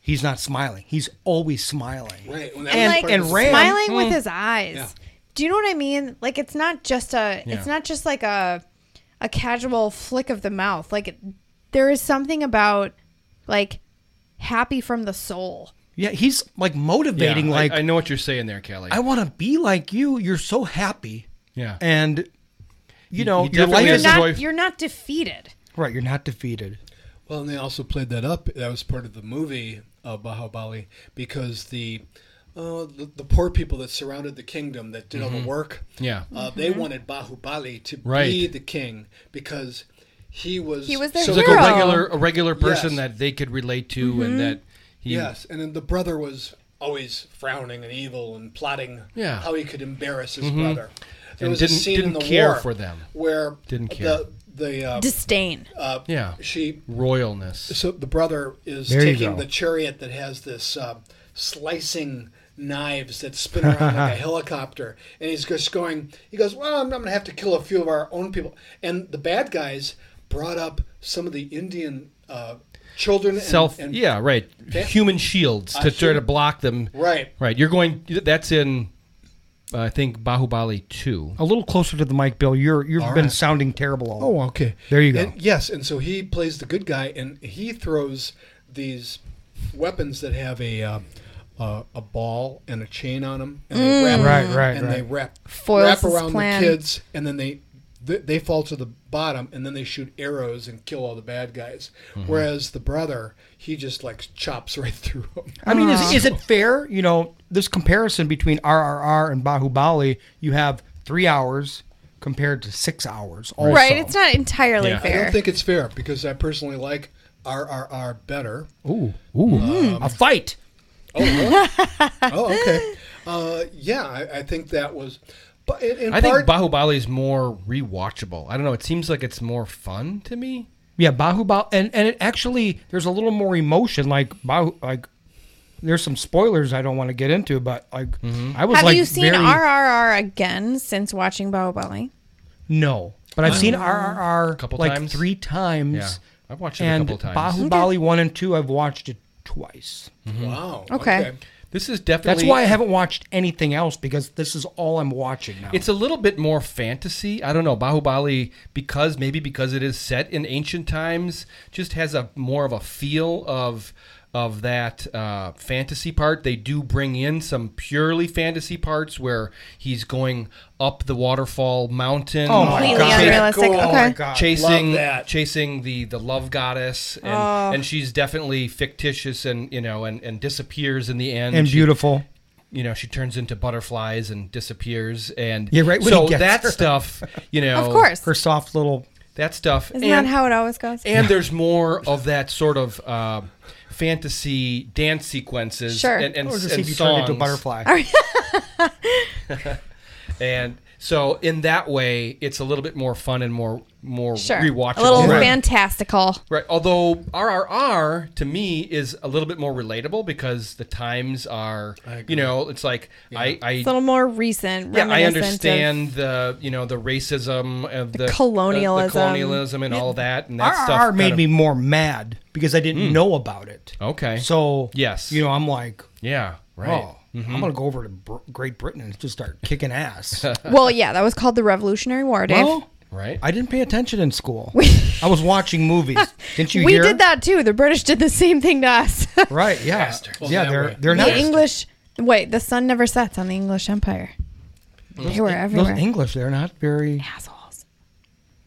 Speaker 1: he's not smiling. He's always smiling.
Speaker 5: Right. when that
Speaker 1: And-
Speaker 5: was
Speaker 4: like
Speaker 5: part of
Speaker 1: and
Speaker 5: the-
Speaker 1: Ram-
Speaker 4: smiling with his eyes.
Speaker 5: Yeah.
Speaker 4: Do you know what I mean? Like it's not just a
Speaker 3: Yeah.
Speaker 4: it's not just like a a casual flick of the mouth. Like it- there is something about like happy from the soul.
Speaker 1: Yeah, he's like
Speaker 3: Yeah,
Speaker 1: motivating.
Speaker 3: I-
Speaker 1: like
Speaker 3: I, know what you're saying there, Kelly.
Speaker 1: I want to be like you. You're so happy.
Speaker 3: Yeah.
Speaker 1: And you know,
Speaker 3: he
Speaker 1: your life
Speaker 3: definitely
Speaker 4: You're
Speaker 1: is
Speaker 3: has
Speaker 4: not
Speaker 3: wife-
Speaker 4: you're not defeated.
Speaker 1: right, you're not defeated.
Speaker 5: Well, and they also played that up. That was part of the movie of Bahubali because the uh, the, the poor people that surrounded the kingdom that did all the work.
Speaker 3: Mm-hmm. Yeah.
Speaker 5: Uh, They
Speaker 4: Mm-hmm.
Speaker 5: wanted Bahubali to be
Speaker 3: Right.
Speaker 5: the king because he was
Speaker 4: He was their
Speaker 3: So
Speaker 5: so
Speaker 3: like a
Speaker 4: Hero.
Speaker 3: regular a regular person
Speaker 5: Yes.
Speaker 3: that they could relate to
Speaker 4: Mm-hmm.
Speaker 3: and that he
Speaker 5: Yes, and then the brother was always frowning and evil and plotting
Speaker 3: Yeah. Mm-hmm.
Speaker 5: how he could embarrass his brother. There
Speaker 3: And
Speaker 5: was
Speaker 3: didn't-
Speaker 5: a scene
Speaker 3: didn't
Speaker 5: in the
Speaker 3: care
Speaker 5: war
Speaker 3: for them.
Speaker 5: where
Speaker 3: Didn't care.
Speaker 5: the the uh,
Speaker 4: Disdain.
Speaker 5: uh,
Speaker 3: Yeah.
Speaker 5: she
Speaker 3: royalness.
Speaker 5: so the brother is
Speaker 1: There you
Speaker 5: taking
Speaker 1: go.
Speaker 5: the chariot that has this uh, slicing knives that spin around like a helicopter and he's just going he goes well i'm, I'm gonna have to kill a few of our own people and the bad guys brought up some of the indian uh, children and,
Speaker 3: Self
Speaker 5: and
Speaker 3: yeah, right.
Speaker 5: That-
Speaker 3: Human shields to try to
Speaker 5: human-
Speaker 3: block them.
Speaker 5: right
Speaker 3: Right. You're going that's in uh, I think Bahubali 2.
Speaker 1: A little closer to the mic, Bill. You're you've
Speaker 5: All
Speaker 1: been
Speaker 5: right.
Speaker 1: sounding terrible. All
Speaker 5: Oh, okay.
Speaker 1: There you go.
Speaker 5: And- yes, and so he plays the good guy, and he throws these weapons that have a uh, uh, a ball and a chain on them, and they wrap,
Speaker 1: Right, right,
Speaker 5: and they
Speaker 1: right.
Speaker 5: wrap
Speaker 4: Mm. Foils
Speaker 5: wrap
Speaker 4: his
Speaker 5: around
Speaker 4: plan.
Speaker 5: the kids, and then they th- they fall to the bottom, and then they shoot arrows and kill all the bad guys.
Speaker 1: Mm-hmm.
Speaker 5: Whereas the brother, he just like chops right through them.
Speaker 1: I mean, is, is it fair? You know, this comparison between RRR and Bahubali, you have three hours compared to six hours. Also.
Speaker 4: Right, it's not entirely
Speaker 3: Yeah. I
Speaker 5: I
Speaker 4: fair.
Speaker 5: don't think it's fair because I personally like RRR better.
Speaker 1: Ooh, ooh, Mm-hmm. a fight.
Speaker 5: Oh, really? oh okay. Uh, yeah, I, I think that was. But in, in
Speaker 3: I think
Speaker 5: part,
Speaker 3: Bahubali is more rewatchable. I don't know, it seems like it's more fun to me.
Speaker 1: Yeah, Bahubali, and and it actually there's a little more emotion. Like Bahu, like there's some spoilers I don't want to get into, but like
Speaker 3: Mm-hmm.
Speaker 1: I was
Speaker 4: Have
Speaker 1: like
Speaker 4: you seen
Speaker 1: very-
Speaker 4: RRR again since watching Bahubali?
Speaker 1: No, but I've seen RRR
Speaker 3: Uh, Couple
Speaker 1: like
Speaker 3: times?
Speaker 1: three times.
Speaker 3: Yeah. I've watched it a
Speaker 1: and
Speaker 3: couple times.
Speaker 1: Bahubali one and two, I've watched it twice.
Speaker 5: wow.
Speaker 4: Okay.
Speaker 3: This is definitely
Speaker 1: That's why I haven't watched anything else because this is all I'm watching now.
Speaker 3: It's a little bit more fantasy. I don't know. Bahubali, because maybe because it is set in ancient times, just has a more of a feel of of that uh, fantasy part. They do bring in some purely fantasy parts where he's going up the waterfall mountain.
Speaker 1: Oh my
Speaker 4: Completely
Speaker 1: God.
Speaker 4: unrealistic.
Speaker 5: Cool.
Speaker 1: oh my
Speaker 4: Okay.
Speaker 1: god.
Speaker 3: Chasing,
Speaker 5: Love that.
Speaker 3: chasing the the love goddess, and,
Speaker 4: Oh.
Speaker 3: and she's definitely fictitious, and you know, and, and disappears in the end.
Speaker 1: and
Speaker 3: She-
Speaker 1: beautiful.
Speaker 3: you know, she turns into butterflies and disappears. And
Speaker 1: Yeah, right when
Speaker 3: So
Speaker 1: he gets
Speaker 3: that
Speaker 1: her.
Speaker 3: stuff, you know,
Speaker 4: Of course.
Speaker 1: Her soft little
Speaker 3: that stuff.
Speaker 4: Isn't
Speaker 3: and,
Speaker 4: that how it always goes?
Speaker 3: and there's more of that sort of uh, fantasy dance sequences
Speaker 4: Sure.
Speaker 3: and, and,
Speaker 1: or just
Speaker 3: and
Speaker 1: if you turned
Speaker 3: songs.
Speaker 1: into a butterfly.
Speaker 3: And so in that way, it's a little bit more fun and more more
Speaker 4: Sure.
Speaker 3: rewatchable.
Speaker 4: A little
Speaker 3: Right.
Speaker 4: fantastical.
Speaker 3: Right. Although RRR to me is a little bit more relatable because the times are, you know, it's like I, I
Speaker 4: It's a little more recent.
Speaker 3: yeah, I
Speaker 4: reminiscent of-
Speaker 3: understand the you know the racism of the,
Speaker 4: colonialism.
Speaker 3: the colonialism and all that, and that
Speaker 1: RRR
Speaker 3: stuff kind
Speaker 1: made
Speaker 3: of-
Speaker 1: me more mad because I didn't know about it.
Speaker 3: okay.
Speaker 1: So
Speaker 3: Yes.
Speaker 1: you know I'm like,
Speaker 3: yeah, right. Mm-hmm.
Speaker 1: oh, I'm gonna go over to Br- Great Britain and just start kicking ass.
Speaker 4: Well, yeah, that was called the Revolutionary War, Dave.
Speaker 1: well,
Speaker 3: Right.
Speaker 1: I didn't pay attention in school. I was watching movies. Didn't you
Speaker 4: we
Speaker 1: hear?
Speaker 4: did that too. The British did the same thing to us.
Speaker 1: Right? Yeah.
Speaker 3: Bastards.
Speaker 5: Well,
Speaker 1: yeah.
Speaker 5: that
Speaker 1: They're
Speaker 5: way.
Speaker 1: they're
Speaker 4: the
Speaker 1: not
Speaker 4: English. Wait, the sun never sets on the English Empire. They were
Speaker 1: those
Speaker 4: everywhere.
Speaker 1: English. They're not very.
Speaker 4: Assholes.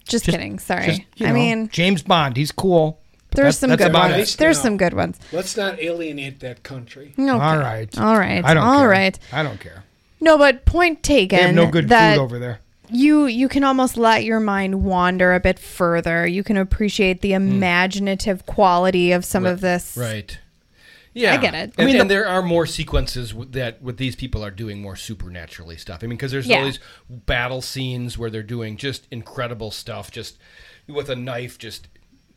Speaker 4: Just, kidding. Sorry.
Speaker 1: just, you
Speaker 4: I
Speaker 1: know,
Speaker 4: mean,
Speaker 1: James Bond. He's cool. but
Speaker 4: there's
Speaker 1: that-
Speaker 4: some
Speaker 1: that's
Speaker 4: good
Speaker 1: about
Speaker 4: ones.
Speaker 1: it.
Speaker 5: Nice to
Speaker 4: There's
Speaker 5: know.
Speaker 4: some good ones.
Speaker 5: Let's not alienate that country.
Speaker 4: Okay.
Speaker 1: All right.
Speaker 4: All right.
Speaker 1: I don't
Speaker 4: All
Speaker 1: care.
Speaker 4: right.
Speaker 1: I don't care.
Speaker 4: No, but point taken.
Speaker 1: They have no good
Speaker 4: that
Speaker 1: food over there.
Speaker 4: you you can almost let your mind wander a bit further. You can appreciate the imaginative quality of some of this.
Speaker 3: Right. Yeah,
Speaker 4: I get it.
Speaker 3: And,
Speaker 4: I
Speaker 3: I
Speaker 4: mean,
Speaker 3: mean, and there are more sequences w- that with these people are doing more supernaturally stuff. I mean, because there's
Speaker 4: Yeah.
Speaker 3: all these battle scenes where they're doing just incredible stuff, just with a knife, just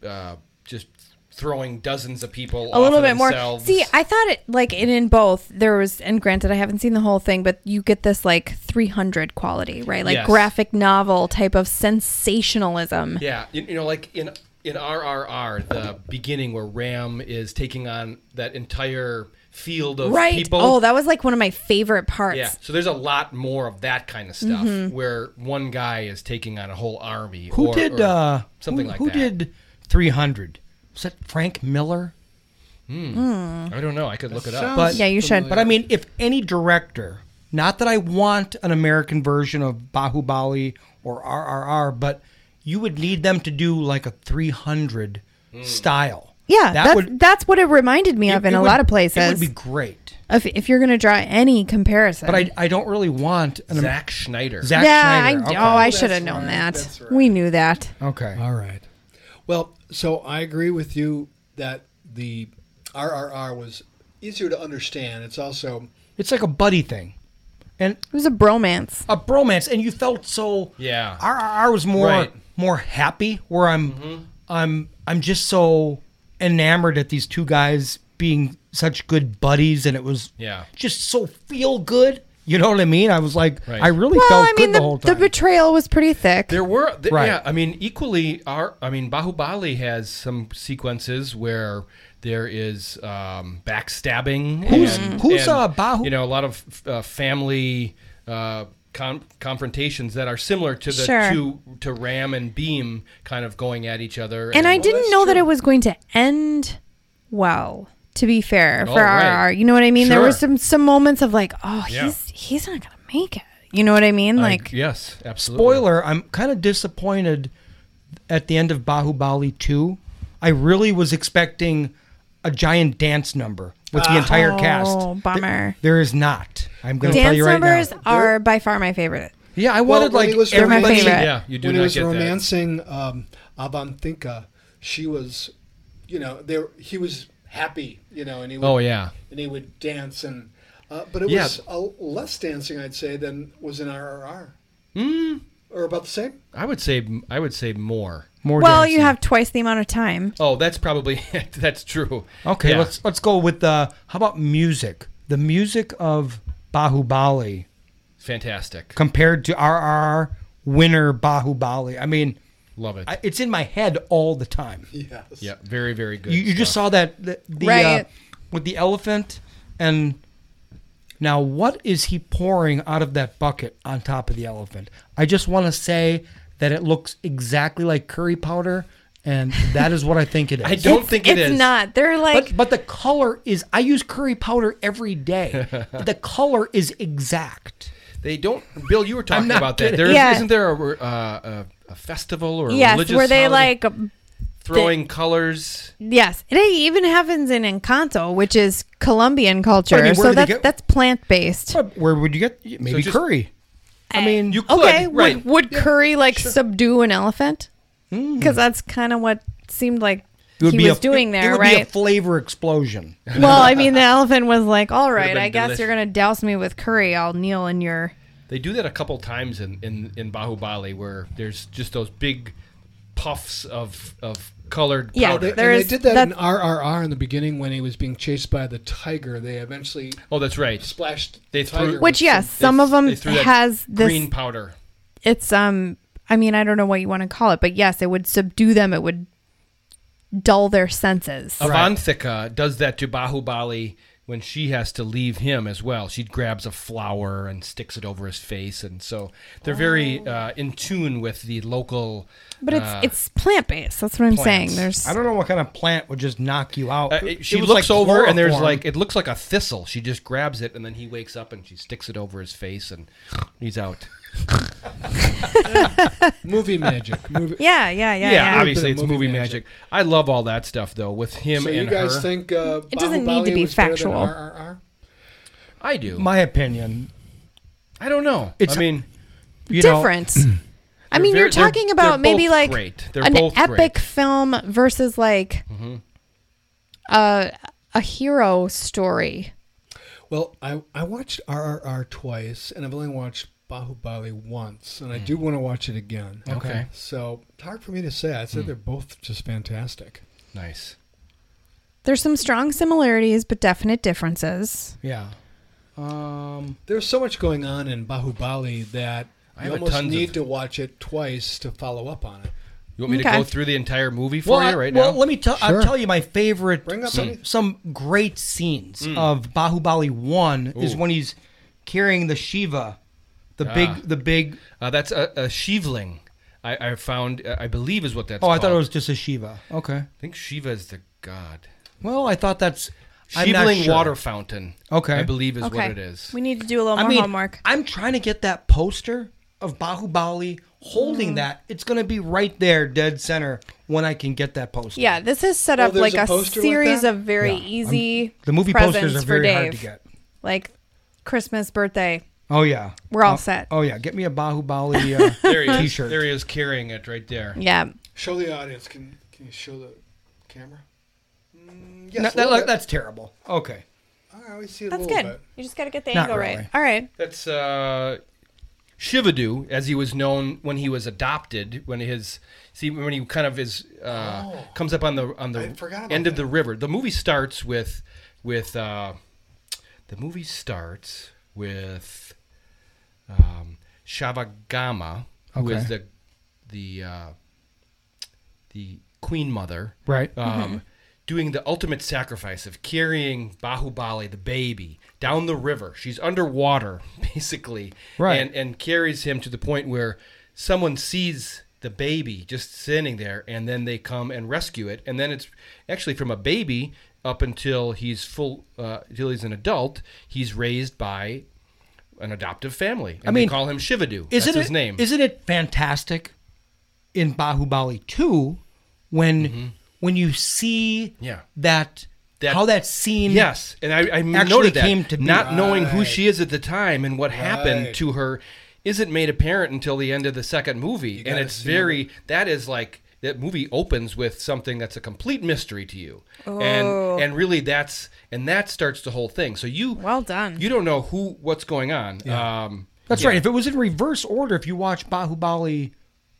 Speaker 3: uh, just throwing dozens of people
Speaker 4: A little bit more.
Speaker 3: themselves.
Speaker 4: See, I thought it like in, in both there was, and granted, I haven't seen the whole thing, but you get this like 300 quality, right? Like
Speaker 3: Yes.
Speaker 4: graphic novel type of sensationalism.
Speaker 3: Yeah, you, you know, like in in RRR, the beginning where Ram is taking on that entire field of
Speaker 4: Right.
Speaker 3: people.
Speaker 4: Oh, that was like one of my favorite parts.
Speaker 3: yeah. So there's a lot more of that kind of stuff where one guy is taking on a whole army.
Speaker 1: Mm-hmm. Who
Speaker 3: or-
Speaker 1: did
Speaker 3: or
Speaker 1: uh,
Speaker 3: something
Speaker 1: who,
Speaker 3: like
Speaker 1: who
Speaker 3: that?
Speaker 1: did 300? Was that Frank Miller?
Speaker 3: I don't know. I could look it up.
Speaker 5: Sounds
Speaker 1: But-
Speaker 4: Yeah, you should.
Speaker 5: familiar.
Speaker 1: But I mean, if any director, not that I want an American version of Bahubali or RRR, but you would need them to do like a 300 style. That
Speaker 4: Yeah, that's,
Speaker 1: would-
Speaker 4: that's what it reminded me of in
Speaker 1: it
Speaker 4: a
Speaker 1: would-
Speaker 4: lot of
Speaker 1: It
Speaker 4: places.
Speaker 1: would be great.
Speaker 4: If, if you're going to draw any comparison.
Speaker 1: But I, I don't really want an.
Speaker 3: Zach Schneider.
Speaker 1: Zack
Speaker 4: yeah,
Speaker 1: Schneider.
Speaker 4: I,
Speaker 1: okay.
Speaker 4: oh, I
Speaker 5: That's
Speaker 4: should have known
Speaker 5: right,
Speaker 4: that.
Speaker 5: that's right.
Speaker 4: We knew that.
Speaker 1: okay.
Speaker 5: All right. Well, so I agree with you that the RRR was easier to understand. It's also
Speaker 1: It's like a buddy thing, and
Speaker 4: It was a bromance.
Speaker 1: a bromance, and you felt so.
Speaker 3: Yeah.
Speaker 1: RRR was more
Speaker 3: Right. Mm-hmm.
Speaker 1: more happy. Where I'm, I'm, I'm just so enamored at these two guys being such good buddies, and it was
Speaker 3: Yeah.
Speaker 1: just so feel good. You know what I mean? I was like,
Speaker 3: Right.
Speaker 1: I really
Speaker 4: Well,
Speaker 1: felt
Speaker 4: I mean,
Speaker 1: good the,
Speaker 4: the,
Speaker 1: whole
Speaker 4: the
Speaker 1: time.
Speaker 4: betrayal was pretty thick.
Speaker 3: There were, th-
Speaker 1: Right.
Speaker 3: yeah. I mean, equally, our, I mean, Bahubali has some sequences where there is um, backstabbing.
Speaker 1: Who's-
Speaker 3: and,
Speaker 1: who's,
Speaker 3: and,
Speaker 1: uh, Bahu-
Speaker 3: You know, a lot of f- uh, family uh, con- confrontations that are similar to the
Speaker 4: Sure.
Speaker 3: two to Ram and Beam kind of going at each other.
Speaker 4: and I didn't
Speaker 5: that's
Speaker 4: know that
Speaker 5: true.
Speaker 4: it was going to end well. To be fair,
Speaker 3: Oh,
Speaker 4: for
Speaker 3: right.
Speaker 4: RR, you know what I mean. There were
Speaker 3: Sure.
Speaker 4: some some moments of like, oh,
Speaker 3: Yeah.
Speaker 4: he's he's not gonna make it. You know what I mean? Like,
Speaker 3: yes, absolutely.
Speaker 1: Spoiler: I'm kind of disappointed at the end of Bahubali Two. I really was expecting a giant dance number with the entire cast.
Speaker 4: Oh, bummer.
Speaker 1: There is not. I'm going to tell
Speaker 4: dance
Speaker 1: you right
Speaker 4: numbers
Speaker 1: now.
Speaker 4: are by far my favorite.
Speaker 1: Yeah, I
Speaker 5: Well,
Speaker 1: wanted
Speaker 5: when
Speaker 1: like
Speaker 5: he was
Speaker 4: They're my
Speaker 5: romancing-
Speaker 4: favorite.
Speaker 3: Yeah, you do
Speaker 5: when he
Speaker 3: not
Speaker 5: was
Speaker 3: get that.
Speaker 5: romancing um, Avantika, she was, you know, there he was happy, you know, and he would,
Speaker 3: Oh, yeah.
Speaker 5: and he would dance and, uh, but it
Speaker 3: Yeah.
Speaker 5: was uh, less dancing I'd say than was in RRR, mm.
Speaker 3: Hmm.
Speaker 5: or about the same.
Speaker 3: I would say, I would say more.
Speaker 1: more
Speaker 4: Well,
Speaker 1: dancing.
Speaker 4: you have twice the amount of time.
Speaker 3: Oh, that's probably that's true.
Speaker 1: Okay,
Speaker 3: Yeah.
Speaker 1: let's let's go with the how about music? The music of Bahubali
Speaker 3: fantastic.
Speaker 1: compared to RR winner Bahubali. I mean,
Speaker 3: Love it.
Speaker 1: I, it's in my head all the time.
Speaker 5: Yes.
Speaker 3: yeah, very very good.
Speaker 1: You, you just
Speaker 3: stuff.
Speaker 1: saw that the, the uh,
Speaker 4: Right.
Speaker 1: with the elephant and now what is he pouring out of that bucket on top of the elephant? I just want to say that it looks exactly like curry powder and that is what I think it is.
Speaker 3: I don't think it
Speaker 4: it's
Speaker 3: is.
Speaker 4: not. They're like
Speaker 1: But, but the color is I use curry powder every day. the color is exact.
Speaker 3: They don't. Bill, you were talking
Speaker 1: not
Speaker 3: about that.
Speaker 1: kidding.
Speaker 3: There is,
Speaker 4: Yeah.
Speaker 3: not there a, uh, a, a festival or a
Speaker 4: yes,
Speaker 3: religious
Speaker 4: were they
Speaker 3: holiday
Speaker 4: like
Speaker 3: throwing colors?
Speaker 4: yes? It even happens in Encanto, which is Colombian culture.
Speaker 1: mean, where do
Speaker 4: so
Speaker 1: they
Speaker 4: that's
Speaker 1: get-
Speaker 4: that's plant based.
Speaker 1: Where would you get maybe
Speaker 3: just-
Speaker 1: curry? I mean,
Speaker 3: You could,
Speaker 4: Okay,
Speaker 3: right?
Speaker 4: would, would curry like subdue an elephant? Because that's kind of what seemed like
Speaker 1: Hmm. it would
Speaker 4: he
Speaker 1: be
Speaker 4: was
Speaker 1: a-
Speaker 4: doing there,
Speaker 1: it would Be a
Speaker 4: right?
Speaker 1: flavor explosion.
Speaker 4: well, I mean, the elephant was like, "All right,
Speaker 3: been
Speaker 4: I guess you're
Speaker 3: delicious.
Speaker 4: gonna douse me with curry. I'll kneel in your."
Speaker 3: they do that a couple times in in in Bahubali, where there's just those big puffs of of colored
Speaker 4: Yeah,
Speaker 3: powder.
Speaker 5: They, and
Speaker 4: There
Speaker 5: they
Speaker 4: is-
Speaker 5: did that in
Speaker 4: that's-
Speaker 5: RRR in the beginning when he was being chased by the tiger. They eventually
Speaker 3: oh, that's right.
Speaker 5: splashed
Speaker 3: They
Speaker 5: the
Speaker 3: threw-
Speaker 5: tiger.
Speaker 4: Which,
Speaker 5: with
Speaker 4: yes,
Speaker 3: They-
Speaker 4: some of them
Speaker 3: they threw that
Speaker 4: has this.
Speaker 3: green powder.
Speaker 4: It's um, I mean, I don't know what you want to call it, but yes, it would subdue them. It would dull their senses.
Speaker 1: Oh,
Speaker 3: Avantika does that to Bahubali when she has to leave him as well. She grabs a flower and sticks it over his face, and so they're very
Speaker 1: Oh.
Speaker 3: uh, in tune with the local.
Speaker 4: But it's
Speaker 3: uh,
Speaker 4: it's plant based. That's what I'm
Speaker 3: plants.
Speaker 4: saying. There's
Speaker 1: I don't know what kind of plant would just knock you out.
Speaker 3: Uh,
Speaker 1: It-
Speaker 3: it- she
Speaker 1: it was
Speaker 3: looks
Speaker 1: like
Speaker 3: over and there's
Speaker 1: chloroform.
Speaker 3: like it looks like a thistle. She just grabs it and then he wakes up and she sticks it over his face and he's out.
Speaker 5: movie magic. Movie.
Speaker 4: yeah, yeah, yeah,
Speaker 3: Yeah,
Speaker 4: yeah.
Speaker 3: obviously
Speaker 5: Bit of
Speaker 3: it's
Speaker 5: movie
Speaker 3: movie magic.
Speaker 5: magic.
Speaker 3: I love all that stuff though with him
Speaker 5: So you
Speaker 3: and
Speaker 5: guys
Speaker 3: her.
Speaker 5: think uh,
Speaker 4: It doesn't need to
Speaker 5: Bahubali
Speaker 4: be
Speaker 5: was better than
Speaker 4: factual.
Speaker 5: RRR?
Speaker 3: I do.
Speaker 1: my opinion.
Speaker 3: I don't know.
Speaker 1: It's-
Speaker 3: I mean,
Speaker 1: You know,
Speaker 4: different. I mean,
Speaker 3: very-
Speaker 4: you're
Speaker 3: they're-
Speaker 4: talking
Speaker 3: they're
Speaker 4: about maybe
Speaker 3: both
Speaker 4: like
Speaker 3: great. They're
Speaker 4: an
Speaker 3: both
Speaker 4: epic
Speaker 3: great.
Speaker 4: film versus like a a hero story.
Speaker 5: Well, I, I watched RRR twice, and I've only watched Bahubali once, and I do want to watch it again.
Speaker 3: Okay.
Speaker 5: So it's hard for me to say. I said they're both just fantastic.
Speaker 3: nice.
Speaker 4: There's some strong similarities, but definite differences.
Speaker 1: Yeah. Um,
Speaker 5: There's so much going on in Bahubali that
Speaker 3: I
Speaker 5: you
Speaker 3: have a
Speaker 5: almost
Speaker 3: tons of-
Speaker 5: need to watch it twice to follow up on it.
Speaker 3: You want me to
Speaker 4: Okay.
Speaker 3: go through the entire movie for
Speaker 1: I-
Speaker 3: you right
Speaker 1: well,
Speaker 3: now?
Speaker 1: let me tell. I'll
Speaker 5: Sure.
Speaker 1: tell you my favorite.
Speaker 5: Bring up
Speaker 1: some,
Speaker 5: any-
Speaker 1: some great scenes of Bahubali One is
Speaker 3: Mm. Ooh.
Speaker 1: when he's carrying the Shiva, the big, the big.
Speaker 3: uh, that's a, a sheavling. I, I found. Uh, I believe is what that's.
Speaker 1: Oh, I thought
Speaker 3: called.
Speaker 1: it was just a Shiva. Okay.
Speaker 3: I think Shiva is the god.
Speaker 1: Well, I thought that's. I'm not
Speaker 3: Sheavling
Speaker 1: sure.
Speaker 3: water fountain.
Speaker 1: Okay.
Speaker 3: I believe is what it is.
Speaker 4: we need to do a little
Speaker 1: I
Speaker 4: more
Speaker 1: mean,
Speaker 4: homework.
Speaker 1: I'm trying to get that poster of Bahubali
Speaker 4: Mm.
Speaker 1: holding that. It's going to be right there, dead center, when I can get that poster.
Speaker 4: Yeah, this is set
Speaker 5: Oh,
Speaker 4: up
Speaker 5: there's
Speaker 4: like
Speaker 5: a
Speaker 4: a,
Speaker 5: poster like
Speaker 4: series
Speaker 5: that?
Speaker 4: of very
Speaker 1: Yeah, I'm-
Speaker 4: easy.
Speaker 1: The movie posters
Speaker 4: presents
Speaker 1: are
Speaker 4: for
Speaker 1: very hard
Speaker 4: Dave.
Speaker 1: to get.
Speaker 4: like Christmas, birthday.
Speaker 1: Oh yeah,
Speaker 4: We're all
Speaker 1: Oh,
Speaker 4: set.
Speaker 1: Oh yeah, get me a Bahubali uh,
Speaker 3: There he is.
Speaker 1: T-shirt.
Speaker 3: There he is carrying it right there.
Speaker 4: Yeah.
Speaker 5: Show the audience. Can Can you show the camera? Mm,
Speaker 1: No,
Speaker 5: yes.
Speaker 1: that-
Speaker 5: a little bit.
Speaker 1: that's terrible. Okay.
Speaker 5: All right, we see it a
Speaker 4: That's
Speaker 5: little
Speaker 4: good.
Speaker 5: bit.
Speaker 4: You just got to get the
Speaker 1: Not
Speaker 4: angle
Speaker 1: really.
Speaker 4: right. All right.
Speaker 3: That's uh, Shivadu, as he was known when he was adopted. When his see when he kind of is uh, comes up on the on the
Speaker 5: Oh. I forgot about
Speaker 3: end of
Speaker 5: that.
Speaker 3: the river. The movie starts with with uh, the movie starts with um, Shavagama, who is the the uh, the queen mother,
Speaker 1: Right.
Speaker 3: Um, Doing the ultimate sacrifice of carrying Bahubali, the baby, down the river. She's underwater, basically,
Speaker 1: Right.
Speaker 3: And and carries him to the point where someone sees the baby just standing there, and then they come and rescue it. And then it's actually from a baby up until he's full, uh, until he's an adult. He's raised by an adoptive family. And I
Speaker 1: mean,
Speaker 3: they call him Shivadu.
Speaker 1: Isn't
Speaker 3: That's
Speaker 1: it,
Speaker 3: his name.
Speaker 1: Isn't it fantastic in Bahubali 2 when when you see
Speaker 3: Mm-hmm. Yeah.
Speaker 1: that,
Speaker 3: That-
Speaker 1: how that scene
Speaker 3: Yes, and I, I
Speaker 1: Actually
Speaker 3: noted that
Speaker 1: came to be.
Speaker 3: not knowing who
Speaker 5: Right.
Speaker 3: she is at the time and what happened
Speaker 5: Right.
Speaker 3: to her isn't made apparent until the end of the second movie, and
Speaker 5: gotta
Speaker 3: it's
Speaker 5: see
Speaker 3: very that is like that movie opens with something that's a complete mystery to you,
Speaker 4: Oh.
Speaker 3: and and really that's and that starts the whole thing. So you
Speaker 4: Well done.
Speaker 3: You don't know who what's going on. Um,
Speaker 1: That's
Speaker 3: yeah.
Speaker 1: right. If it was in reverse order, if you watched Bahubali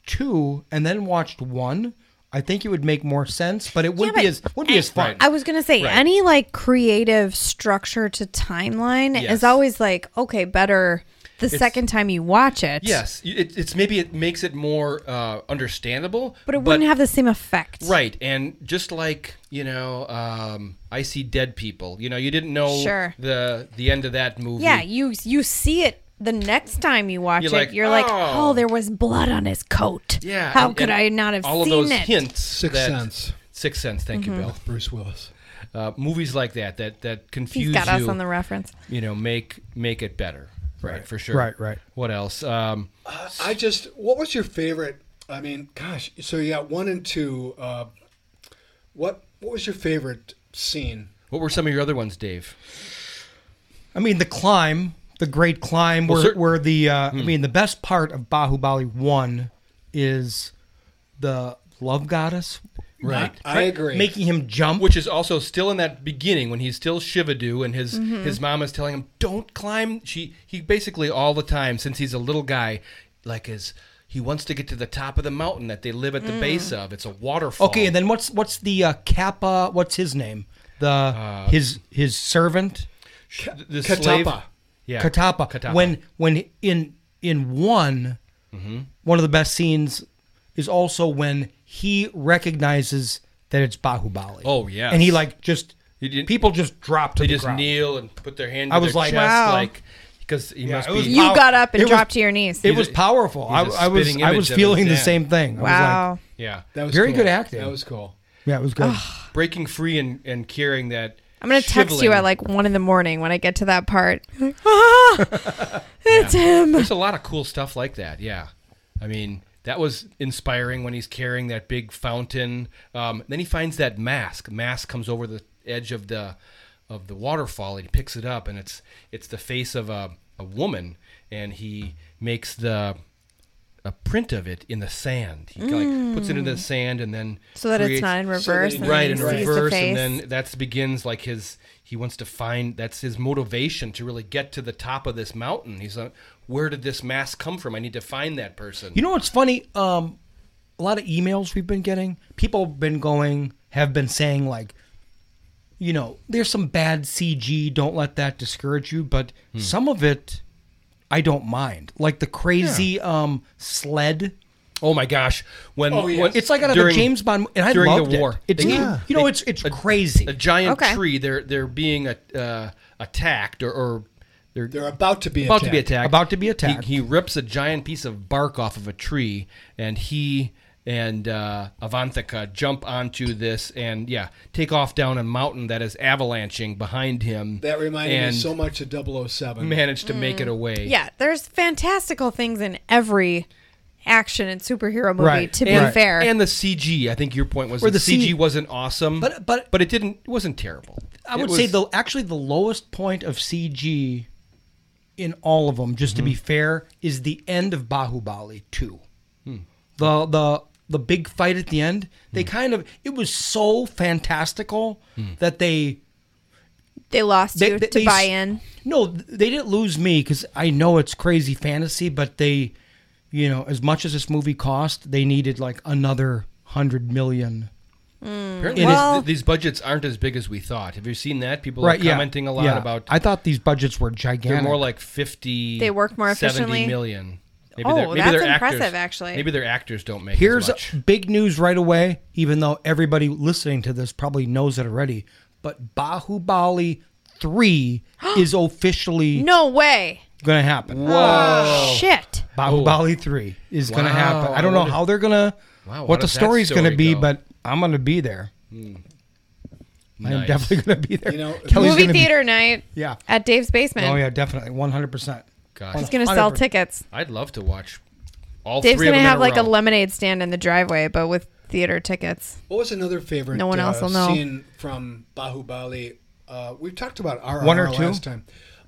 Speaker 1: 2 and then watched 1, I think it would make more sense, but it wouldn't
Speaker 4: but-
Speaker 1: be as wouldn't be as fun.
Speaker 4: I was gonna say
Speaker 3: Right.
Speaker 4: any like creative structure to timeline
Speaker 3: Yes.
Speaker 4: is always like okay better the second time you watch it.
Speaker 3: Yes, You- it, it's maybe it makes it more uh, understandable,
Speaker 4: but it wouldn't have the same effect.
Speaker 3: Right, and just like you know, um, I see dead people. You know, you didn't know
Speaker 4: Sure.
Speaker 3: the the end of that movie.
Speaker 4: Yeah, you you see it the next time you watch
Speaker 3: You're
Speaker 4: it.
Speaker 3: like,
Speaker 4: you're like,
Speaker 3: "Oh."
Speaker 4: oh, there was blood on his coat.
Speaker 3: yeah.
Speaker 4: how
Speaker 3: and-
Speaker 4: could
Speaker 3: and
Speaker 4: I not have
Speaker 3: all
Speaker 4: seen
Speaker 3: of those
Speaker 4: it? Mm-hmm.
Speaker 3: hints?
Speaker 5: Sixth
Speaker 3: that-
Speaker 5: Sense.
Speaker 3: Sixth Sense. Thank you, Bill.
Speaker 5: Bruce Willis.
Speaker 3: Uh, movies like that that that confuse
Speaker 4: He's got us
Speaker 3: you.
Speaker 4: on the reference.
Speaker 3: you know, make make it better. Right, for sure.
Speaker 1: Right, right.
Speaker 3: What else? Um,
Speaker 5: I just, what was your favorite? I mean, gosh, so you got one and two. Uh, what What was your favorite scene?
Speaker 3: what were some of your other ones, Dave?
Speaker 1: I mean, the climb, the great climb, where,
Speaker 3: cer- Hmm.
Speaker 1: where the uh, I mean, the best part of Bahubali one is the love goddess
Speaker 3: Right.
Speaker 5: I agree.
Speaker 1: making him jump.
Speaker 3: which is also still in that beginning when he's still Shivadu and his
Speaker 4: Mm-hmm.
Speaker 3: his mom is telling him don't climb. She he basically all the time since he's a little guy, like his he wants to get to the top of the mountain that they live at the base
Speaker 4: Mm.
Speaker 3: of. It's a waterfall.
Speaker 1: okay, and then what's what's the uh, Kappa? What's his name? The
Speaker 3: Uh,
Speaker 1: his his servant
Speaker 3: the, the slave-
Speaker 5: Katapa.
Speaker 3: yeah,
Speaker 1: Katapa.
Speaker 3: Katapa.
Speaker 1: When when in in one
Speaker 3: Mm-hmm.
Speaker 1: one of the best scenes is also when he recognizes that it's Bahubali.
Speaker 3: Oh, yes.
Speaker 1: and he like just.
Speaker 3: He didn't-
Speaker 1: People just drop to
Speaker 3: they
Speaker 1: the
Speaker 3: just
Speaker 1: ground.
Speaker 3: kneel and put their hand.
Speaker 1: I
Speaker 3: to
Speaker 1: was
Speaker 3: their
Speaker 1: like-
Speaker 3: chest,
Speaker 4: Wow.
Speaker 3: like because he must
Speaker 1: it
Speaker 3: be.
Speaker 1: was
Speaker 4: You
Speaker 1: Pow-
Speaker 4: got up and
Speaker 1: it was-
Speaker 4: dropped to your knees.
Speaker 1: It was powerful. I,
Speaker 3: he's a
Speaker 1: I was
Speaker 3: spitting
Speaker 1: I
Speaker 3: image
Speaker 1: was
Speaker 3: of
Speaker 1: feeling
Speaker 3: his
Speaker 1: the
Speaker 3: dad.
Speaker 1: same thing. I was
Speaker 4: wow. Oh.
Speaker 1: like-
Speaker 3: yeah,
Speaker 5: That was
Speaker 1: Very
Speaker 5: cool.
Speaker 1: good acting.
Speaker 5: That was cool.
Speaker 1: yeah, it was good.
Speaker 3: breaking free and and carrying that.
Speaker 4: I'm gonna text you
Speaker 3: I
Speaker 4: at like one in the morning when I get to that part. Like, ah, it's him.
Speaker 3: There's a lot of cool stuff like that. Yeah, I mean that was inspiring when he's carrying that big fountain. Um, then he finds that mask. Mask comes over the edge of the of the waterfall and he picks it up and it's it's the face of a, a woman and he makes the a print of it in the sand. He like puts it in the sand and then
Speaker 4: Mm. So that it's
Speaker 3: creates-
Speaker 4: not in
Speaker 5: so that
Speaker 4: reverse.
Speaker 5: he-
Speaker 4: and then
Speaker 3: right
Speaker 4: he
Speaker 3: in
Speaker 4: sees the
Speaker 3: reverse
Speaker 4: face.
Speaker 3: and then that begins like his he wants to find that's his motivation to really get to the top of this mountain he's like where did this mask come from i need to find that person
Speaker 1: You know what's funny? Um, a lot of emails we've been getting. People have been going, have been saying like, you know, there's some bad CG. Don't let that discourage you. But
Speaker 3: Hmm.
Speaker 1: some of it, I don't mind. Like the crazy um sled.
Speaker 3: oh my gosh when,
Speaker 5: Oh, yes.
Speaker 3: when-
Speaker 1: It's like out of
Speaker 3: during-
Speaker 1: a James Bond, and I
Speaker 3: during
Speaker 1: loved
Speaker 3: the
Speaker 1: it.
Speaker 3: war
Speaker 1: It's
Speaker 3: They-
Speaker 1: you know, it's it's crazy.
Speaker 3: a giant
Speaker 4: Okay.
Speaker 3: tree they're they're being a, uh, attacked or, or they're,
Speaker 5: They're about to be
Speaker 3: about to
Speaker 5: attacked.
Speaker 3: be attacked.
Speaker 1: About to be
Speaker 3: He-
Speaker 1: attacked.
Speaker 3: He, rips a giant piece of bark off of a tree, and he and uh, Avantika jump onto this and yeah, take off down a mountain that is avalanching behind him.
Speaker 5: That reminded
Speaker 3: and
Speaker 5: me so much of 007.
Speaker 3: Managed to make it away.
Speaker 4: Yeah, there's fantastical things in every action and superhero movie.
Speaker 1: Right.
Speaker 4: To be
Speaker 3: and,
Speaker 4: fair,
Speaker 3: and the CG. I think your point was
Speaker 1: Or
Speaker 3: that
Speaker 1: the
Speaker 3: the CG
Speaker 1: C-
Speaker 3: wasn't awesome,
Speaker 1: But- but-
Speaker 3: but it didn't. It wasn't terrible.
Speaker 1: I
Speaker 3: It
Speaker 1: would
Speaker 3: was-
Speaker 1: say the actually the lowest point of CG in all of them, just to be
Speaker 3: Mm-hmm.
Speaker 1: fair, is the end of Bahubali two.
Speaker 3: Hmm.
Speaker 1: The the the big fight at the end. They kind of it was so fantastical
Speaker 3: Hmm.
Speaker 1: that they
Speaker 4: they lost
Speaker 1: they,
Speaker 4: you
Speaker 1: they-
Speaker 4: to
Speaker 1: they
Speaker 4: buy
Speaker 1: s-
Speaker 4: in.
Speaker 1: No, they didn't lose me because I know it's crazy fantasy, but they, you know, as much as this movie cost, they needed like another hundred million.
Speaker 3: apparently
Speaker 1: it
Speaker 3: these-
Speaker 4: is-
Speaker 3: th- these budgets aren't as big as we thought. Have you seen that? People
Speaker 1: Right,
Speaker 3: are
Speaker 1: yeah,
Speaker 3: commenting a lot
Speaker 1: yeah.
Speaker 3: about.
Speaker 1: I thought these budgets were
Speaker 3: they're
Speaker 1: gigantic.
Speaker 3: more like fifty.
Speaker 4: They work more
Speaker 3: 70
Speaker 4: efficiently?
Speaker 3: million. Maybe
Speaker 4: Oh,
Speaker 3: they're- maybe
Speaker 4: that's
Speaker 3: they're
Speaker 4: impressive, actually.
Speaker 3: maybe their actors don't make.
Speaker 1: Here's
Speaker 3: as much.
Speaker 1: big news right away, even though everybody listening to this probably knows it already. But Bahubali 3 is officially
Speaker 4: No way.
Speaker 1: going to happen.
Speaker 3: Oh.
Speaker 4: Shit.
Speaker 1: Bahubali 3 is going to
Speaker 3: Wow,
Speaker 1: happen. I
Speaker 3: I
Speaker 1: don't know
Speaker 3: wonder-
Speaker 1: how they're going to,
Speaker 3: Wow, how
Speaker 1: what the
Speaker 3: does that
Speaker 1: story's going to
Speaker 3: story
Speaker 1: be,
Speaker 3: go?
Speaker 1: but I'm going to be there. I'm
Speaker 3: Nice.
Speaker 1: definitely going to be there.
Speaker 5: You know,
Speaker 3: Oh,
Speaker 1: Kelly's
Speaker 4: movie
Speaker 1: gonna be-
Speaker 4: theater night.
Speaker 1: Yeah.
Speaker 4: At Dave's basement.
Speaker 1: oh, yeah, definitely. 100%.
Speaker 3: Gosh.
Speaker 4: He's gonna sell
Speaker 1: 100%.
Speaker 4: tickets.
Speaker 3: I'd love to watch all
Speaker 4: Dave's
Speaker 3: three of
Speaker 4: gonna
Speaker 3: them
Speaker 4: have
Speaker 3: in
Speaker 4: like
Speaker 3: a,
Speaker 4: a
Speaker 3: row.
Speaker 4: lemonade stand in the driveway, but with theater tickets.
Speaker 5: What was another favorite?
Speaker 4: No one else
Speaker 5: uh,
Speaker 4: will know.
Speaker 5: Scene from Bahubali. Uh, we've talked about RRR
Speaker 1: One or two?
Speaker 5: last time.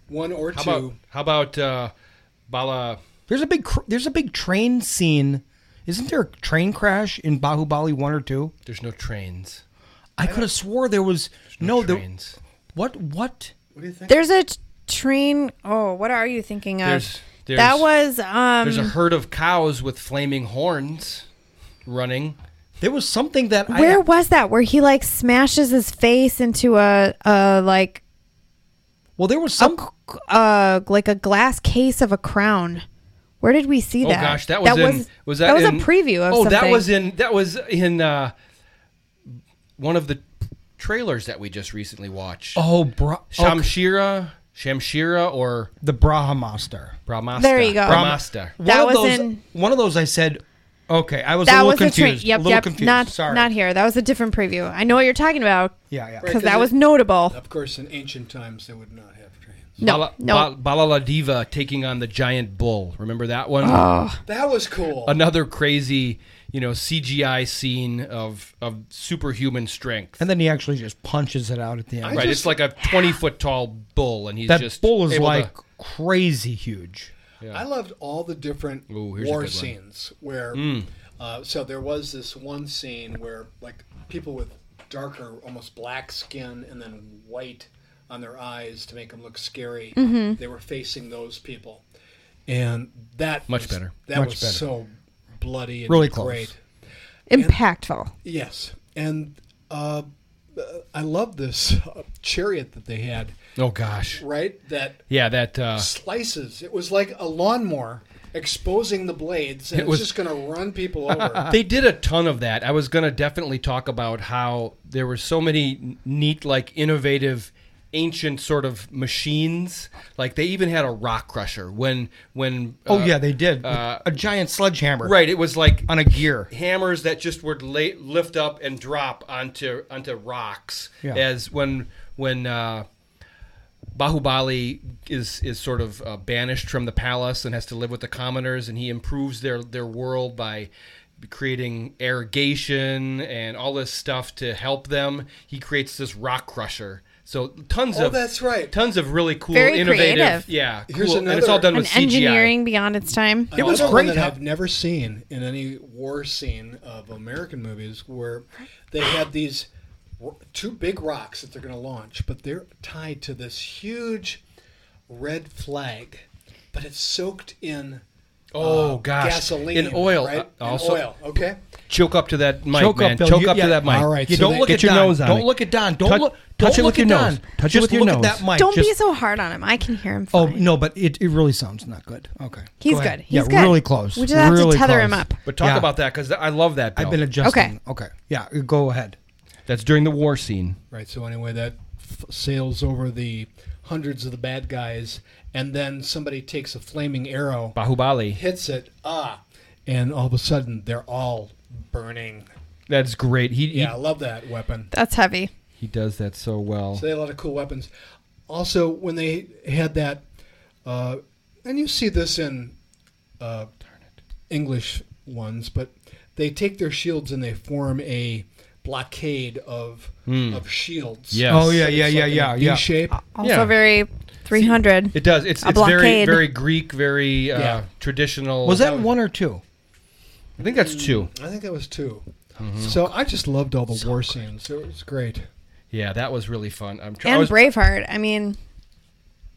Speaker 5: One or
Speaker 3: How
Speaker 5: two.
Speaker 3: about how about uh, Bala?
Speaker 1: There's a big cr- there's a big train scene. Isn't there a train crash in Bahubali 1 or 2?
Speaker 3: There's no trains.
Speaker 1: I could have swore there was
Speaker 3: No,
Speaker 1: no, there,
Speaker 3: trains.
Speaker 1: What? What?
Speaker 5: What do you think?
Speaker 4: There's a t- train. Oh, what are you thinking of?
Speaker 3: There's- there's-
Speaker 4: that was um.
Speaker 3: There's a herd of cows with flaming horns running.
Speaker 1: There was something that
Speaker 4: Where
Speaker 1: I,
Speaker 4: was that? Where he like smashes his face into a a like
Speaker 1: well, there was some.
Speaker 4: c- uh like a glass case of a crown. Where did we see
Speaker 3: Oh
Speaker 4: that?
Speaker 3: gosh, that was in,
Speaker 4: was,
Speaker 3: was that,
Speaker 4: was
Speaker 3: in-
Speaker 4: a preview of
Speaker 3: Oh,
Speaker 4: something.
Speaker 3: that was in that was in uh, one of the trailers that we just recently watched.
Speaker 1: oh, bra, oh,
Speaker 3: Shamshira, Shamshira, or
Speaker 1: the Brahma monster.
Speaker 3: Brahmasta.
Speaker 4: There you go.
Speaker 3: Brahmasta.
Speaker 4: That
Speaker 1: one of
Speaker 4: was
Speaker 1: those,
Speaker 4: in-
Speaker 1: one of those. I said, okay, I was a
Speaker 4: that
Speaker 1: little
Speaker 4: was a train.
Speaker 1: confused.
Speaker 4: Yep,
Speaker 1: a little
Speaker 4: yep.
Speaker 1: confused.
Speaker 4: Not
Speaker 1: Sorry.
Speaker 4: not here. That was a different preview. I know what you're talking about
Speaker 1: Yeah, yeah.
Speaker 4: because
Speaker 5: Right,
Speaker 4: that
Speaker 5: 'cause
Speaker 4: was
Speaker 5: it-
Speaker 4: notable.
Speaker 5: Of course, in ancient times they would not have trains.
Speaker 4: No,
Speaker 3: Bala,
Speaker 4: no.
Speaker 3: Ba- Balaladeva taking on the giant bull. Remember that one?
Speaker 5: That was cool.
Speaker 3: Another crazy, you know, CGI scene of of superhuman strength.
Speaker 1: And then he actually just punches it out at the end.
Speaker 5: I
Speaker 3: right,
Speaker 5: just-
Speaker 3: it's like a twenty foot tall bull, and he's
Speaker 1: That
Speaker 3: just
Speaker 1: bull is
Speaker 3: able to-
Speaker 1: like crazy huge.
Speaker 5: I loved all the different
Speaker 3: Ooh, here's a
Speaker 5: war
Speaker 3: good one. Hmm.
Speaker 5: scenes where. Uh, so there was this one scene where like people with darker, almost black skin, and then white on their eyes to make them look scary.
Speaker 1: Mm-hmm.
Speaker 5: They were facing those people, and that
Speaker 3: Much
Speaker 5: was-
Speaker 3: better.
Speaker 5: That
Speaker 1: Much
Speaker 5: was
Speaker 1: better.
Speaker 5: so bloody and
Speaker 1: Really close.
Speaker 5: great.
Speaker 4: impactful.
Speaker 5: Yes, and uh, I love this uh, chariot that they had.
Speaker 3: oh gosh,
Speaker 5: Right, that
Speaker 3: yeah, that uh,
Speaker 5: slices. It was like a lawnmower exposing the blades, and
Speaker 3: It
Speaker 5: it's
Speaker 3: was-
Speaker 5: just going to run people over.
Speaker 3: they did a ton of that. I was going to definitely talk about how there were so many n- neat, like innovative, ancient sort of machines. Like they even had a rock crusher when when
Speaker 1: Oh
Speaker 3: uh,
Speaker 1: yeah, they did with
Speaker 3: uh,
Speaker 1: a giant sledgehammer.
Speaker 3: right. It was like
Speaker 1: on a gear.
Speaker 3: hammers that just would lay, lift up and drop onto onto rocks
Speaker 1: Yeah.
Speaker 3: as when when uh, Bahubali is is sort of uh, banished from the palace and has to live with the commoners and he improves their their world by creating irrigation and all this stuff to help them he creates this rock crusher so tons
Speaker 5: Oh,
Speaker 3: of
Speaker 5: that's right.
Speaker 3: tons of really cool
Speaker 4: Very
Speaker 3: innovative
Speaker 4: creative.
Speaker 3: yeah cool,
Speaker 5: Here's
Speaker 3: and it's all
Speaker 5: another-
Speaker 3: done
Speaker 4: An
Speaker 3: with CGI
Speaker 4: engineering beyond its time.
Speaker 5: It
Speaker 1: was
Speaker 5: Another
Speaker 1: great
Speaker 5: One that
Speaker 1: how-
Speaker 5: I've never seen in any war scene of American movies where they had these r- two big rocks that they're going to launch, but they're tied to this huge red flag, but it's soaked in. uh,
Speaker 3: oh gosh
Speaker 5: gasoline
Speaker 3: in oil
Speaker 5: right?
Speaker 3: uh,
Speaker 5: In
Speaker 3: also
Speaker 5: oil. Okay,
Speaker 3: Choke up to that mic,
Speaker 1: Choke up,
Speaker 3: man.
Speaker 1: Bill.
Speaker 3: Choke
Speaker 1: You-
Speaker 3: up
Speaker 1: yeah.
Speaker 3: to that mic.
Speaker 5: All right,
Speaker 1: You
Speaker 5: so
Speaker 1: don't
Speaker 5: they-
Speaker 1: look
Speaker 5: get
Speaker 1: at
Speaker 6: your
Speaker 1: Don.
Speaker 6: nose on
Speaker 1: don't
Speaker 6: it.
Speaker 1: look at Don. Don't
Speaker 6: Touch-
Speaker 1: look.
Speaker 6: touch
Speaker 1: don't
Speaker 6: it with
Speaker 1: look
Speaker 6: your
Speaker 1: at
Speaker 6: nose.
Speaker 1: Don.
Speaker 6: Touch it
Speaker 1: Just
Speaker 6: with your
Speaker 1: look
Speaker 6: nose.
Speaker 1: At that mic.
Speaker 4: Don't be
Speaker 1: Just-
Speaker 4: so hard on him. I can hear him.
Speaker 1: Oh
Speaker 4: Fine.
Speaker 1: no, but it, it really sounds not good. Okay,
Speaker 4: He's
Speaker 1: Go ahead.
Speaker 4: good. He's
Speaker 1: yeah,
Speaker 4: good.
Speaker 1: really close.
Speaker 4: We just have to
Speaker 1: Really
Speaker 4: tether
Speaker 1: close.
Speaker 4: him up.
Speaker 3: But talk
Speaker 1: Yeah.
Speaker 3: about that because I love that.
Speaker 1: I've
Speaker 3: Bill.
Speaker 1: been adjusting.
Speaker 4: Okay.
Speaker 1: Okay. Yeah. Go ahead.
Speaker 3: That's during the war scene.
Speaker 5: Right. So anyway, that f- sails over the hundreds of the bad guys, and then somebody takes a flaming arrow,
Speaker 3: Bahubali.
Speaker 5: hits it, ah, and all of a sudden they're all burning.
Speaker 3: That's great. He
Speaker 5: Yeah, I love that weapon.
Speaker 4: That's heavy.
Speaker 3: he, he does that so well.
Speaker 5: So they had a lot of cool weapons. Also, when they had that, uh, and you see this in uh, English ones, but they take their shields and they form a blockade of of shields.
Speaker 3: Yes.
Speaker 1: Oh yeah, yeah,
Speaker 5: It's
Speaker 1: yeah,
Speaker 5: like in
Speaker 1: yeah,
Speaker 5: a
Speaker 1: yeah.
Speaker 5: shape.
Speaker 4: Also
Speaker 3: Yeah.
Speaker 4: very 300.
Speaker 3: It does. It's
Speaker 4: A
Speaker 3: it's very
Speaker 4: blockade.
Speaker 3: very Greek, very uh,
Speaker 5: Yeah.
Speaker 3: traditional.
Speaker 1: Was that one or two?
Speaker 3: I think that's two.
Speaker 5: I think that was 2
Speaker 3: Mm-hmm.
Speaker 5: So I just loved all the war scenes. It was great.
Speaker 3: Yeah, that was really fun. I'm trying.
Speaker 4: And
Speaker 3: I was,
Speaker 4: Braveheart. I mean,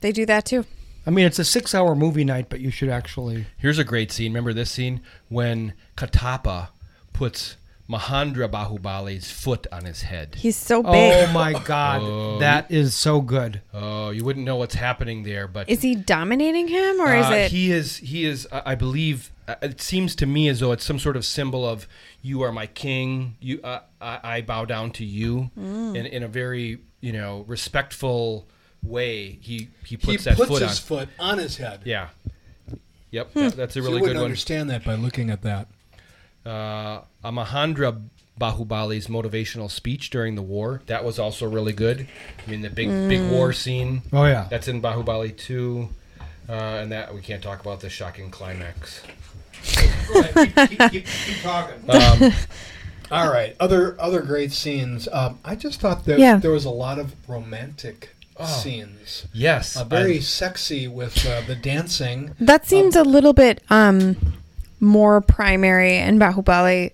Speaker 4: they do that too.
Speaker 1: I mean, it's a six-hour movie night, but you should actually.
Speaker 3: Here's a great scene. Remember this scene when Katapa puts Mahendra Bahubali's foot on his head.
Speaker 4: He's so big.
Speaker 1: Oh my God, that is so good.
Speaker 3: Oh, you wouldn't know what's happening there, but
Speaker 4: Is he dominating him or is
Speaker 3: Uh,
Speaker 4: it?
Speaker 3: he is he is I I believe uh, it seems to me as though it's some sort of symbol of you are my king you uh, I, I bow down to you
Speaker 4: Mm.
Speaker 3: in, in a very you know respectful way he he
Speaker 5: He
Speaker 3: puts
Speaker 5: puts,
Speaker 3: that foot
Speaker 5: his
Speaker 3: on
Speaker 5: foot on his head.
Speaker 3: yeah yep
Speaker 4: Hmm.
Speaker 3: that- that's a
Speaker 5: So
Speaker 3: really
Speaker 5: you
Speaker 3: good
Speaker 5: wouldn't
Speaker 3: one
Speaker 5: understand that by looking at that.
Speaker 3: uh, Amahandra Bahubali's motivational speech during the war that was also really good I mean the big
Speaker 4: Mm.
Speaker 3: big war scene
Speaker 1: Oh, yeah.
Speaker 3: that's in Bahubali 2 uh, and that we can't talk about the shocking climax Um,
Speaker 5: All right, other other great scenes. Um, I just thought that
Speaker 4: Yeah.
Speaker 5: there was a lot of romantic
Speaker 3: Oh.
Speaker 5: scenes.
Speaker 3: Yes,
Speaker 5: Uh, very sexy with uh, the dancing.
Speaker 4: That seems a little bit um more primary in Bahubali.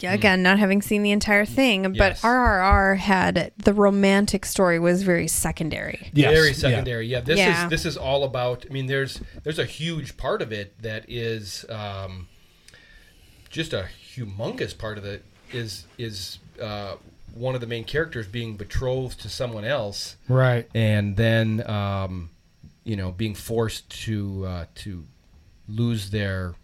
Speaker 4: Yeah, Again, not having seen the entire thing, but
Speaker 3: Mm-hmm. Yes.
Speaker 4: RRR had the romantic story was very
Speaker 3: I-
Speaker 4: secondary.
Speaker 3: very
Speaker 5: Yes, yeah.
Speaker 3: secondary. Yeah, this
Speaker 4: Yeah.
Speaker 3: is this is all about. I mean, there's there's a huge part of it that is um, just a humongous part of it is is uh, one of the main characters being betrothed to someone else,
Speaker 1: Right.
Speaker 3: and then um, you know being forced to uh, to lose their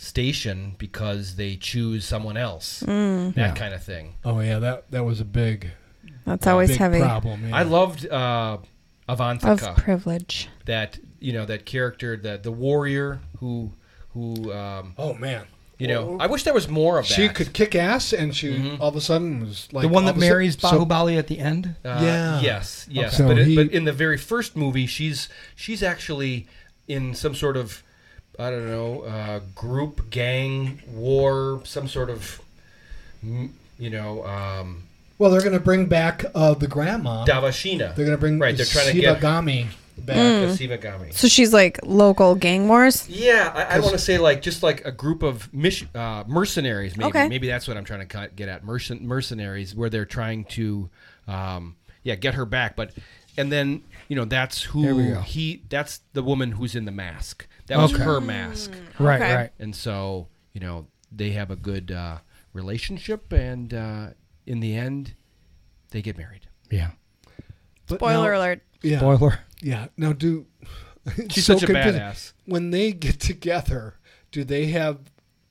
Speaker 3: station because they choose someone else.
Speaker 4: Mm.
Speaker 3: That kind of thing.
Speaker 5: Oh yeah, that that was a big,
Speaker 4: That's always
Speaker 5: big
Speaker 4: heavy
Speaker 5: problem. yeah.
Speaker 3: I loved uh,
Speaker 4: of
Speaker 3: Avantika.
Speaker 4: privilege.
Speaker 3: that you know that character the the warrior who who um,
Speaker 5: oh man,
Speaker 3: you know I wish there was more of that. Mm-hmm.
Speaker 5: she could kick ass, and she all of a sudden was like
Speaker 1: The one
Speaker 5: all
Speaker 1: that
Speaker 5: of a sudden-
Speaker 1: marries
Speaker 5: so-
Speaker 1: Bahubali at the end.
Speaker 3: Uh,
Speaker 5: yeah.
Speaker 3: Yes. Yes.
Speaker 5: Okay.
Speaker 3: But,
Speaker 5: So
Speaker 3: it- but
Speaker 5: he-
Speaker 3: in the very first movie, she's she's actually in some sort of I don't know uh, group gang war some sort of mm, you know um,
Speaker 5: well, they're gonna bring back uh, the grandma.
Speaker 3: Davashina.
Speaker 5: They're gonna bring
Speaker 3: right. They're trying to get
Speaker 5: Shibagami back.
Speaker 4: Mm.
Speaker 3: back to Sivagami.
Speaker 4: So she's like local gang wars.
Speaker 3: Yeah, I, I want to say like just like a group of mission, uh, mercenaries. Maybe
Speaker 4: Okay.
Speaker 3: maybe that's what I'm trying to cut- get at. Mercen- mercenaries, where they're trying to, um, yeah, get her back. But and then you know that's
Speaker 1: we
Speaker 3: who
Speaker 1: go.
Speaker 3: he. That's the woman who's in the mask. That was
Speaker 1: Okay.
Speaker 3: her mask.
Speaker 1: Right.
Speaker 4: okay.
Speaker 1: Right.
Speaker 3: And so you know they have a good uh, relationship, and uh, in the end, they get married.
Speaker 1: Yeah.
Speaker 5: But
Speaker 4: Spoiler
Speaker 5: now-
Speaker 4: alert.
Speaker 5: Yeah.
Speaker 1: Spoiler.
Speaker 5: Yeah. Now, do it's
Speaker 3: She's such a badass.
Speaker 5: When they get together, do they have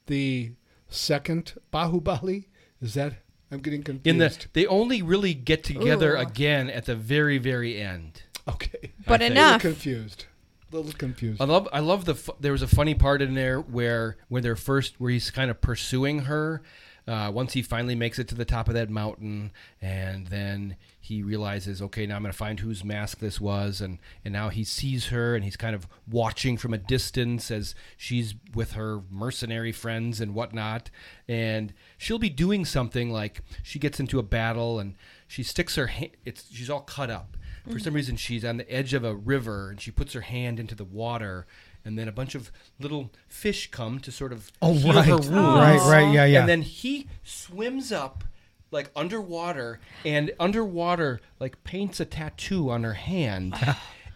Speaker 5: the second Bahubali? Is that I'm getting confused?
Speaker 3: In the they only really get together
Speaker 4: Ooh.
Speaker 3: again at the very very end.
Speaker 5: okay,
Speaker 4: But
Speaker 3: think-
Speaker 5: I'm
Speaker 4: enough.
Speaker 5: confused. A little confused.
Speaker 3: I love I love the fu- there was a funny part in there where where they're first where he's kind of pursuing her. Uh, once he finally makes it to the top of that mountain, and then he realizes, okay, now I'm going to find whose mask this was, and and now he sees her, and he's kind of watching from a distance as she's with her mercenary friends and whatnot, and she'll be doing something like she gets into a battle and she sticks her hand, it's she's all cut up, for
Speaker 5: Mm-hmm.
Speaker 3: some reason, she's on the edge of a river and she puts her hand into the water, and then a bunch of little fish come to sort of
Speaker 1: Oh
Speaker 3: heal
Speaker 1: right.
Speaker 3: her wounds.
Speaker 1: Right. Right. Yeah. Yeah.
Speaker 3: And then he swims up like underwater and underwater like paints a tattoo on her hand.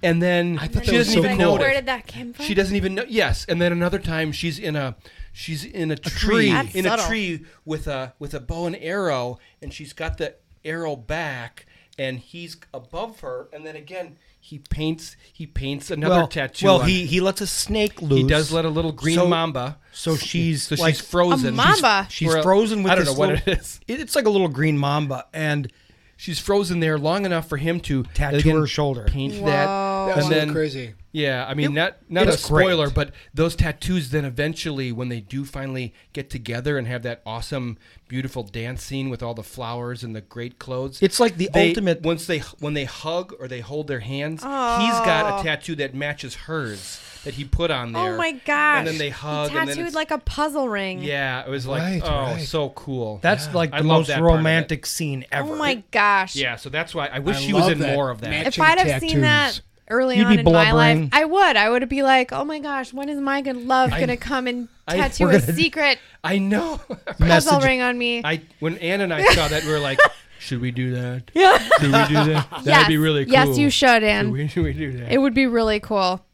Speaker 3: And then
Speaker 5: thought
Speaker 3: she
Speaker 5: that was
Speaker 3: doesn't
Speaker 5: so
Speaker 3: even
Speaker 5: cool.
Speaker 3: know
Speaker 4: Where did that come from?
Speaker 3: She doesn't even know. Yes, and then another time she's in a she's in a, tree
Speaker 4: That's
Speaker 3: in a
Speaker 4: subtle.
Speaker 3: tree with a with a bow and arrow, and she's got the arrow back, and he's above her, and then again he paints he paints another
Speaker 1: well,
Speaker 3: tattoo.
Speaker 1: well
Speaker 3: on-
Speaker 1: he he lets a snake loose.
Speaker 3: he does let a little green
Speaker 1: So-
Speaker 3: mamba.
Speaker 1: So she's
Speaker 3: So
Speaker 1: like
Speaker 3: she's frozen.
Speaker 4: A mamba.
Speaker 1: She's
Speaker 3: Or a-
Speaker 1: frozen with
Speaker 3: I don't
Speaker 1: this
Speaker 3: know what
Speaker 1: little-
Speaker 3: it is.
Speaker 1: it- It's like a little green mamba, and
Speaker 3: She's frozen there long enough for him to
Speaker 1: Tattoo
Speaker 3: again,
Speaker 1: her shoulder.
Speaker 3: paint
Speaker 4: Whoa.
Speaker 3: that,
Speaker 5: That's
Speaker 3: and then
Speaker 5: crazy.
Speaker 3: Yeah, I mean, not not a
Speaker 1: it's great.
Speaker 3: spoiler, but those tattoos then eventually, when they do finally get together and have that awesome, beautiful dance scene with all the flowers and the great clothes,
Speaker 1: It's like the
Speaker 3: they-
Speaker 1: ultimate-
Speaker 3: Once they when they hug or they hold their hands, he's got a tattoo that matches hers that he put on there.
Speaker 4: Oh my gosh!
Speaker 3: And then they hug.
Speaker 4: He tattooed
Speaker 3: and then it's-
Speaker 4: like a puzzle ring.
Speaker 3: yeah, it was like
Speaker 5: Right,
Speaker 3: oh,
Speaker 5: right.
Speaker 3: so cool.
Speaker 1: That's
Speaker 3: Yeah.
Speaker 1: like
Speaker 3: I
Speaker 1: the
Speaker 3: love
Speaker 1: most
Speaker 3: that part of it.
Speaker 1: romantic scene ever.
Speaker 4: Oh my gosh!
Speaker 3: Yeah, so that's why I wish
Speaker 5: I
Speaker 3: she was
Speaker 5: love
Speaker 3: in
Speaker 5: that.
Speaker 3: more of that.
Speaker 5: Man,
Speaker 4: If
Speaker 5: Matching
Speaker 4: I'd have seen that
Speaker 5: tattoos.
Speaker 4: early
Speaker 1: You'd
Speaker 4: on
Speaker 1: be
Speaker 4: in my life,
Speaker 1: blubbering.
Speaker 4: I would. I would be like, "Oh my gosh, when is my good love gonna come and
Speaker 3: I-
Speaker 4: tattoo
Speaker 1: We're
Speaker 4: a
Speaker 1: gonna-
Speaker 4: secret
Speaker 3: I know.
Speaker 4: puzzle
Speaker 1: Message-
Speaker 4: ring on me?"
Speaker 3: I when Ann and I saw that, we were like, "Should we do that?
Speaker 4: yeah.
Speaker 3: Should we do that? That'd
Speaker 4: yes.
Speaker 3: be really cool.
Speaker 4: Yes, you should,
Speaker 3: Should
Speaker 4: Anne.
Speaker 3: we, should we do that?
Speaker 4: It would be really cool.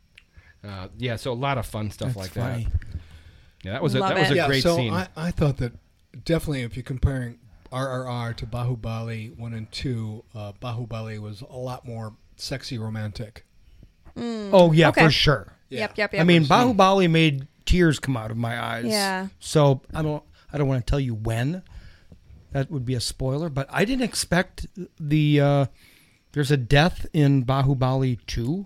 Speaker 3: uh, yeah, so a lot of fun stuff like
Speaker 1: funny.
Speaker 3: that. Yeah, that was a,
Speaker 4: Love
Speaker 3: that was
Speaker 4: it.
Speaker 3: a
Speaker 5: yeah,
Speaker 3: great
Speaker 5: so
Speaker 3: scene.
Speaker 5: I, I thought that definitely if you're comparing RRR to Bahubali 1 and 2, uh, Bahubali was a lot more sexy romantic.
Speaker 1: Oh yeah,
Speaker 4: Mm. Okay.
Speaker 1: for sure.
Speaker 5: Yeah.
Speaker 4: Yep, yep, yep.
Speaker 1: I mean, Bahubali made tears come out of my eyes.
Speaker 4: Yeah.
Speaker 1: So I don't. I don't want to tell you when. That would be a spoiler, but I didn't expect the. Uh, there's a death in Bahubali two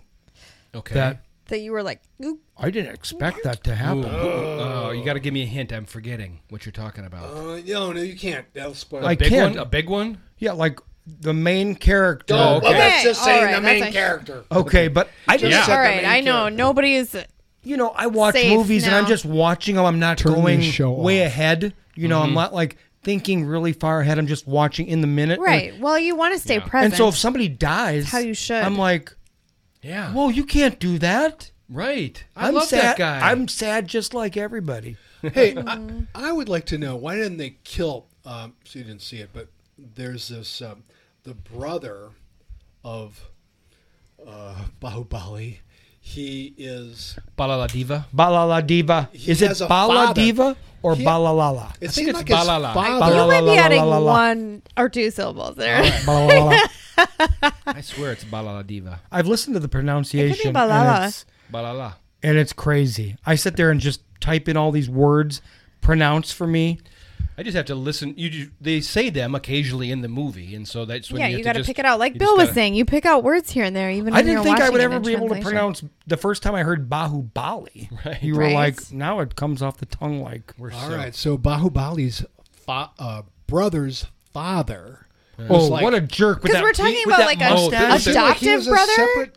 Speaker 5: Eh?
Speaker 3: okay.
Speaker 1: that
Speaker 4: that you were like, "Oop."
Speaker 1: I didn't expect that to happen.
Speaker 3: oh, you got to give me a hint. I'm forgetting what you're talking about.
Speaker 5: Uh, no, no, you can't. That'll spoil
Speaker 1: Like-
Speaker 3: big
Speaker 1: can't-
Speaker 3: one, a big one.
Speaker 1: Yeah, like the main character.
Speaker 3: Oh, okay. Oh,
Speaker 4: that's just saying the main
Speaker 5: character.
Speaker 1: Okay, but I just,
Speaker 3: Yeah.
Speaker 4: All
Speaker 5: the
Speaker 4: right,
Speaker 5: main
Speaker 4: I know
Speaker 5: character.
Speaker 4: nobody's.
Speaker 1: you know, I watch
Speaker 4: Safe
Speaker 1: movies and I'm
Speaker 4: now.
Speaker 1: just watching them. I'm not
Speaker 5: Turn this
Speaker 1: going
Speaker 5: show
Speaker 1: way
Speaker 5: off. Mm-hmm.
Speaker 1: ahead. You know, I'm not like thinking really far ahead. I'm just watching in the minute. and-
Speaker 4: Right. Well, you want to stay
Speaker 3: Yeah. And
Speaker 1: And,
Speaker 4: present.
Speaker 1: so if somebody dies,
Speaker 4: how you should.
Speaker 1: I'm like,
Speaker 3: Yeah.
Speaker 1: whoa, you can't do that.
Speaker 3: right. I
Speaker 1: am
Speaker 3: love
Speaker 1: sad.
Speaker 3: that guy.
Speaker 1: I'm sad just like everybody.
Speaker 5: Hey,
Speaker 4: Mm-hmm.
Speaker 5: I, I would like to know why didn't they kill? Um, so you didn't see it, but there's this um, the brother of uh, Bahubali. He is.
Speaker 3: Balala Diva.
Speaker 1: Balala Diva.
Speaker 5: He
Speaker 1: Is it
Speaker 5: has a
Speaker 1: Bala
Speaker 5: father.
Speaker 1: Diva or
Speaker 5: He-
Speaker 1: Balalala?
Speaker 5: It
Speaker 3: think
Speaker 5: seems
Speaker 3: it's
Speaker 5: like his
Speaker 3: Balala.
Speaker 5: father.
Speaker 4: you might be
Speaker 1: la, la,
Speaker 4: adding
Speaker 1: la, la, la.
Speaker 4: one or two syllables there.
Speaker 1: Balalala.
Speaker 3: I swear it's Balala Diva.
Speaker 1: I've listened to the pronunciation. and
Speaker 4: Balala.
Speaker 1: it's-
Speaker 3: Balala.
Speaker 1: and it's crazy. I sit there and just type in all these words pronounced for me.
Speaker 3: I just have to listen. You ju- they say them occasionally in the movie, and so that's when
Speaker 4: yeah,
Speaker 3: you,
Speaker 4: you
Speaker 3: got to
Speaker 4: pick it out. Like
Speaker 3: you
Speaker 4: Bill
Speaker 3: just
Speaker 4: was
Speaker 3: gotta-
Speaker 4: saying, you pick out words here and there, even.
Speaker 1: I
Speaker 4: when
Speaker 1: didn't
Speaker 4: you're
Speaker 1: think I
Speaker 4: watching
Speaker 1: would
Speaker 4: it
Speaker 1: ever
Speaker 4: in
Speaker 1: be able to
Speaker 4: translation.
Speaker 1: pronounce the first time I heard Bahubali.
Speaker 3: Right.
Speaker 1: You were
Speaker 4: Right.
Speaker 1: like, now it comes off the tongue like "Oh,
Speaker 3: We're
Speaker 5: All
Speaker 3: so-
Speaker 5: right, so Bahubali's fa- uh, brother's father.
Speaker 1: Oh,
Speaker 5: was like-
Speaker 1: what a jerk! with
Speaker 4: 'Cause
Speaker 1: that-
Speaker 4: we're talking
Speaker 1: with
Speaker 4: about
Speaker 1: that
Speaker 4: like Oh, a-
Speaker 1: mustache.
Speaker 5: Seemed like he
Speaker 4: adoptive
Speaker 5: was a
Speaker 4: brother?